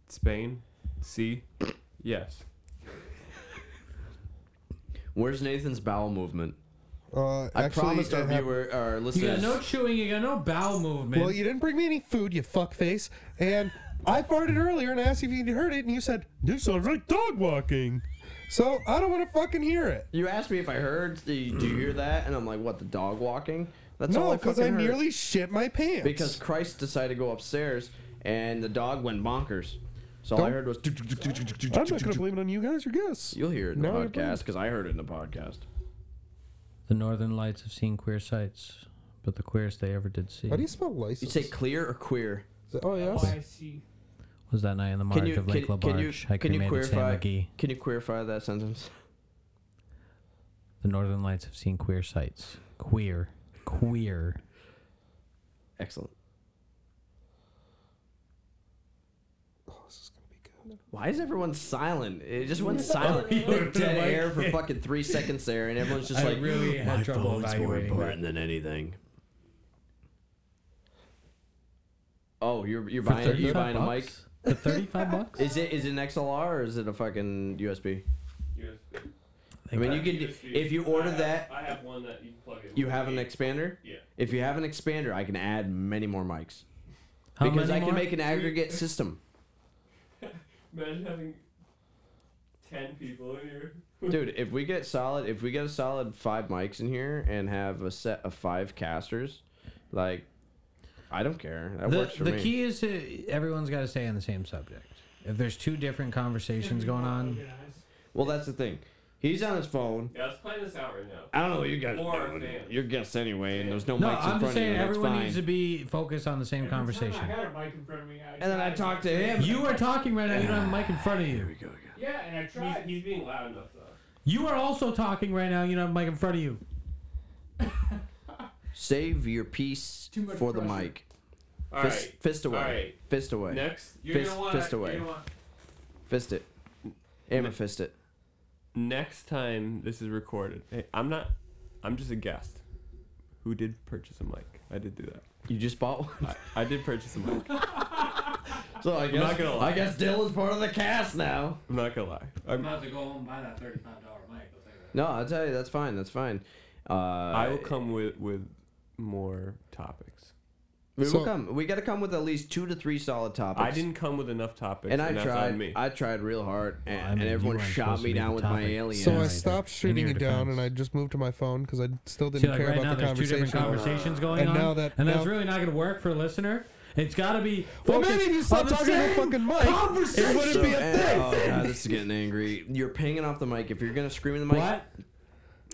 Speaker 5: Spain. C. Yes.
Speaker 3: Where's Nathan's bowel movement?
Speaker 1: Uh,
Speaker 3: I
Speaker 1: actually,
Speaker 3: promised our
Speaker 1: it hap-
Speaker 3: viewer, our
Speaker 6: You
Speaker 3: listeners.
Speaker 6: got no chewing. You got no bowel movement.
Speaker 1: Well, you didn't bring me any food, you fuckface. And I farted earlier and asked if you'd heard it, and you said, This sounds like dog walking. So I don't want to fucking hear it.
Speaker 3: You asked me if I heard. Do you, do you hear that? And I'm like, what? The dog walking? That's all
Speaker 1: Mm. no,
Speaker 3: I
Speaker 1: because
Speaker 3: fucking
Speaker 1: I
Speaker 3: heard.
Speaker 1: nearly shit my pants.
Speaker 3: because Christ decided to go upstairs, and the dog went bonkers. So all I
Speaker 1: Don't-
Speaker 3: heard was.
Speaker 1: I'm not going to blame it on you guys or guess.
Speaker 3: You'll hear it in the
Speaker 1: Now you're
Speaker 3: podcast because I heard it in the podcast.
Speaker 6: The northern lights have seen queer sights, but the queerest they ever did see
Speaker 1: How do you spell license?
Speaker 3: You say clear or queer?
Speaker 1: oh, yes.
Speaker 6: was that night in the march
Speaker 3: Can you
Speaker 6: of Lake
Speaker 3: can, can you
Speaker 6: LaBarge. I
Speaker 3: can you
Speaker 6: cremated Sam
Speaker 3: queerify
Speaker 6: McGee.
Speaker 3: can you queerify that sentence?
Speaker 6: The northern lights have seen queer sights. Queer. Queer.
Speaker 3: Excellent.
Speaker 6: Oh,
Speaker 3: Why is everyone silent? It just went silent.
Speaker 6: Oh, you were
Speaker 3: like dead
Speaker 6: like-
Speaker 3: air for fucking three seconds there, and everyone's just
Speaker 6: I
Speaker 3: like,
Speaker 6: really had
Speaker 3: "My
Speaker 6: trouble
Speaker 3: phone's more
Speaker 6: evaluating that."
Speaker 3: important than anything." Oh, you're you're
Speaker 6: For
Speaker 3: buying you
Speaker 6: 35
Speaker 3: buying a mic?
Speaker 6: bucks? For 35 bucks?
Speaker 3: Is it is it an XLR or is it a fucking USB? I mean, you
Speaker 14: That'd
Speaker 3: could
Speaker 14: be USB.
Speaker 3: if you
Speaker 14: I
Speaker 3: order
Speaker 14: have-
Speaker 3: that.
Speaker 14: I have one that you plug in.
Speaker 3: You have an expander?
Speaker 14: Yeah.
Speaker 3: If you have an expander, I can add many more mics.
Speaker 6: How
Speaker 3: because
Speaker 6: many
Speaker 3: I can
Speaker 6: more?
Speaker 3: make an aggregate system.
Speaker 14: Imagine having ten people in here.
Speaker 3: Dude, if we get solid if we get a solid five mics in here and have a set of five casters, like I don't care. That
Speaker 6: the
Speaker 3: works for
Speaker 6: the
Speaker 3: me.
Speaker 6: key is to, everyone's got to stay on the same subject. If there's two different conversations going on,
Speaker 3: well that's the thing. He's on his phone.
Speaker 14: Yeah, let's plan this out right now.
Speaker 3: I don't know what you guys
Speaker 14: Or
Speaker 3: are
Speaker 14: a
Speaker 3: doing.
Speaker 14: fan.
Speaker 3: You're guests anyway, and there's no,
Speaker 6: no,
Speaker 3: mics in
Speaker 6: I'm
Speaker 3: front
Speaker 6: just
Speaker 3: of you.
Speaker 6: saying
Speaker 3: That's
Speaker 6: everyone
Speaker 3: fine.
Speaker 6: needs to be focused on the same
Speaker 2: I
Speaker 6: conversation.
Speaker 2: had a mic in front of me. I
Speaker 3: And then I
Speaker 2: tried.
Speaker 3: talk to him.
Speaker 6: You are talking right now. You don't have a mic in front of you.
Speaker 2: Yeah, and I tried.
Speaker 14: He's being loud enough though.
Speaker 6: You are also talking right now. You don't have a mic in front of you.
Speaker 3: Save your piece
Speaker 6: Too much
Speaker 3: for the
Speaker 6: pressure.
Speaker 3: mic.
Speaker 14: All
Speaker 3: fist,
Speaker 14: right.
Speaker 3: fist away.
Speaker 14: All right.
Speaker 3: Fist away.
Speaker 5: Next.
Speaker 14: You're
Speaker 3: fist,
Speaker 14: gonna wanna-
Speaker 3: fist away.
Speaker 14: you're gonna wanna-
Speaker 3: Fist it. Hammer fist it.
Speaker 5: Next time this is recorded, hey, I'm not. I'm just a guest. Who did purchase a mic? I did do that.
Speaker 3: You just bought one.
Speaker 5: I, I did purchase a mic.
Speaker 3: So I
Speaker 5: I'm
Speaker 3: guess
Speaker 5: not gonna lie.
Speaker 3: I guess Dylan's part of the cast now.
Speaker 5: I'm not gonna lie.
Speaker 4: I'm
Speaker 5: I'm,
Speaker 4: gonna have to go home and buy that thirty-five dollar mic. I'll tell you
Speaker 3: No, I'll tell you that's fine. That's fine. Uh,
Speaker 5: I will come with with more topics.
Speaker 3: We
Speaker 5: So-
Speaker 3: will come. We got to come with at least two to three solid topics.
Speaker 5: I didn't come with enough topics,
Speaker 3: and I
Speaker 5: that's
Speaker 3: tried.
Speaker 5: on me.
Speaker 3: I tried real hard, and,
Speaker 6: mean,
Speaker 3: and
Speaker 6: you
Speaker 3: everyone
Speaker 6: weren't
Speaker 3: shot
Speaker 6: supposed to
Speaker 3: me
Speaker 6: be
Speaker 3: down
Speaker 6: the
Speaker 3: with my
Speaker 6: topic.
Speaker 3: alien.
Speaker 1: So I
Speaker 6: right
Speaker 1: stopped
Speaker 6: there.
Speaker 1: shooting
Speaker 6: In
Speaker 1: it
Speaker 6: your
Speaker 1: down,
Speaker 6: defense.
Speaker 1: and I just moved to my phone because I still didn't
Speaker 6: See, like
Speaker 1: care
Speaker 6: right now,
Speaker 1: about the
Speaker 6: there's two
Speaker 1: conversation.
Speaker 6: different conversations going
Speaker 1: and
Speaker 6: on,
Speaker 1: now that
Speaker 6: and
Speaker 1: now,
Speaker 6: that's really not going to work for a listener. It's got to be.
Speaker 1: Well,
Speaker 6: focused
Speaker 1: maybe if you stop
Speaker 6: on the
Speaker 1: talking to the
Speaker 6: same
Speaker 1: fucking mic,
Speaker 6: conversation.
Speaker 1: it wouldn't be a
Speaker 3: and-
Speaker 1: thing.
Speaker 3: oh god, this is getting angry. You're pinging off the mic. If you're gonna scream in the mic,
Speaker 6: What?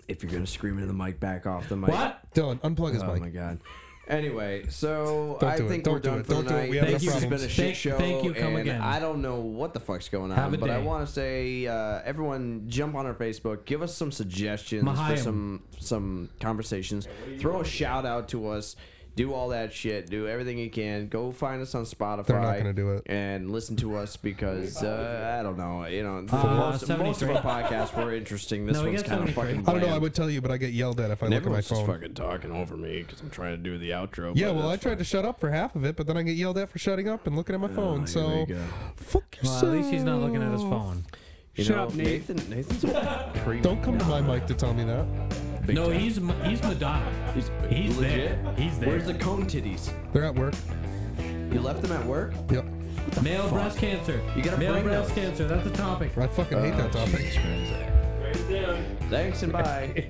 Speaker 3: If you're gonna scream into the mic, back off the mic.
Speaker 6: What?
Speaker 1: Dylan, unplug his
Speaker 3: Oh
Speaker 1: mic.
Speaker 3: my god. Anyway, so
Speaker 1: Don't
Speaker 3: I
Speaker 1: do it.
Speaker 3: think
Speaker 1: Don't
Speaker 3: we're
Speaker 1: do
Speaker 3: done
Speaker 1: it.
Speaker 3: for
Speaker 1: Don't
Speaker 3: the
Speaker 1: do it.
Speaker 3: night.
Speaker 1: We have enough
Speaker 3: Thank you. It's been
Speaker 1: problems.
Speaker 3: a shit
Speaker 6: Thank-
Speaker 3: show.
Speaker 6: thank you. Come
Speaker 3: and
Speaker 6: again.
Speaker 3: I don't know what the fuck's going on,
Speaker 6: Have a
Speaker 3: but I
Speaker 6: day.
Speaker 3: want to say uh, everyone jump on our Facebook, give us some suggestions for
Speaker 6: Mahayam.
Speaker 3: some some conversations. Throw a shout out to us. Do all that shit. Do everything you can. Go find us on Spotify.
Speaker 1: They're not gonna do it.
Speaker 3: And listen to us because uh, I don't know. You know, for
Speaker 6: Uh,
Speaker 3: most, most of
Speaker 6: 73.
Speaker 3: our podcasts were interesting. This
Speaker 6: No, we
Speaker 3: one's
Speaker 6: got
Speaker 3: kind of
Speaker 6: 73.
Speaker 3: fucking.
Speaker 1: I don't know.
Speaker 3: bland.
Speaker 1: I would tell you, but I get yelled at if I
Speaker 3: And
Speaker 1: look at my
Speaker 3: everyone's just
Speaker 1: phone.
Speaker 3: fucking talking over me because I'm trying to do the outro.
Speaker 1: Yeah,
Speaker 3: but
Speaker 1: well, I
Speaker 3: that's
Speaker 1: tried to shut up for half of it, but then I get yelled at for shutting up and looking at my phone. So fuck yourself.
Speaker 6: Well, at least he's not looking at his phone.
Speaker 3: You
Speaker 1: Shut
Speaker 3: know,
Speaker 1: up, Nate.
Speaker 3: Nathan. Nathan's a creep.
Speaker 1: Don't come to my mic to tell me that.
Speaker 3: Big
Speaker 6: no,
Speaker 3: time.
Speaker 6: he's he's Madonna. He's, he's
Speaker 3: legit.
Speaker 6: there. He's there.
Speaker 3: Where's the cone titties?
Speaker 1: They're at work.
Speaker 3: You left them at work.
Speaker 1: Yep.
Speaker 6: Male breast cancer.
Speaker 3: You gotta
Speaker 6: male
Speaker 3: bring
Speaker 6: breast
Speaker 3: those.
Speaker 6: cancer. That's a topic.
Speaker 1: I fucking hate that topic.
Speaker 3: Thanks and bye.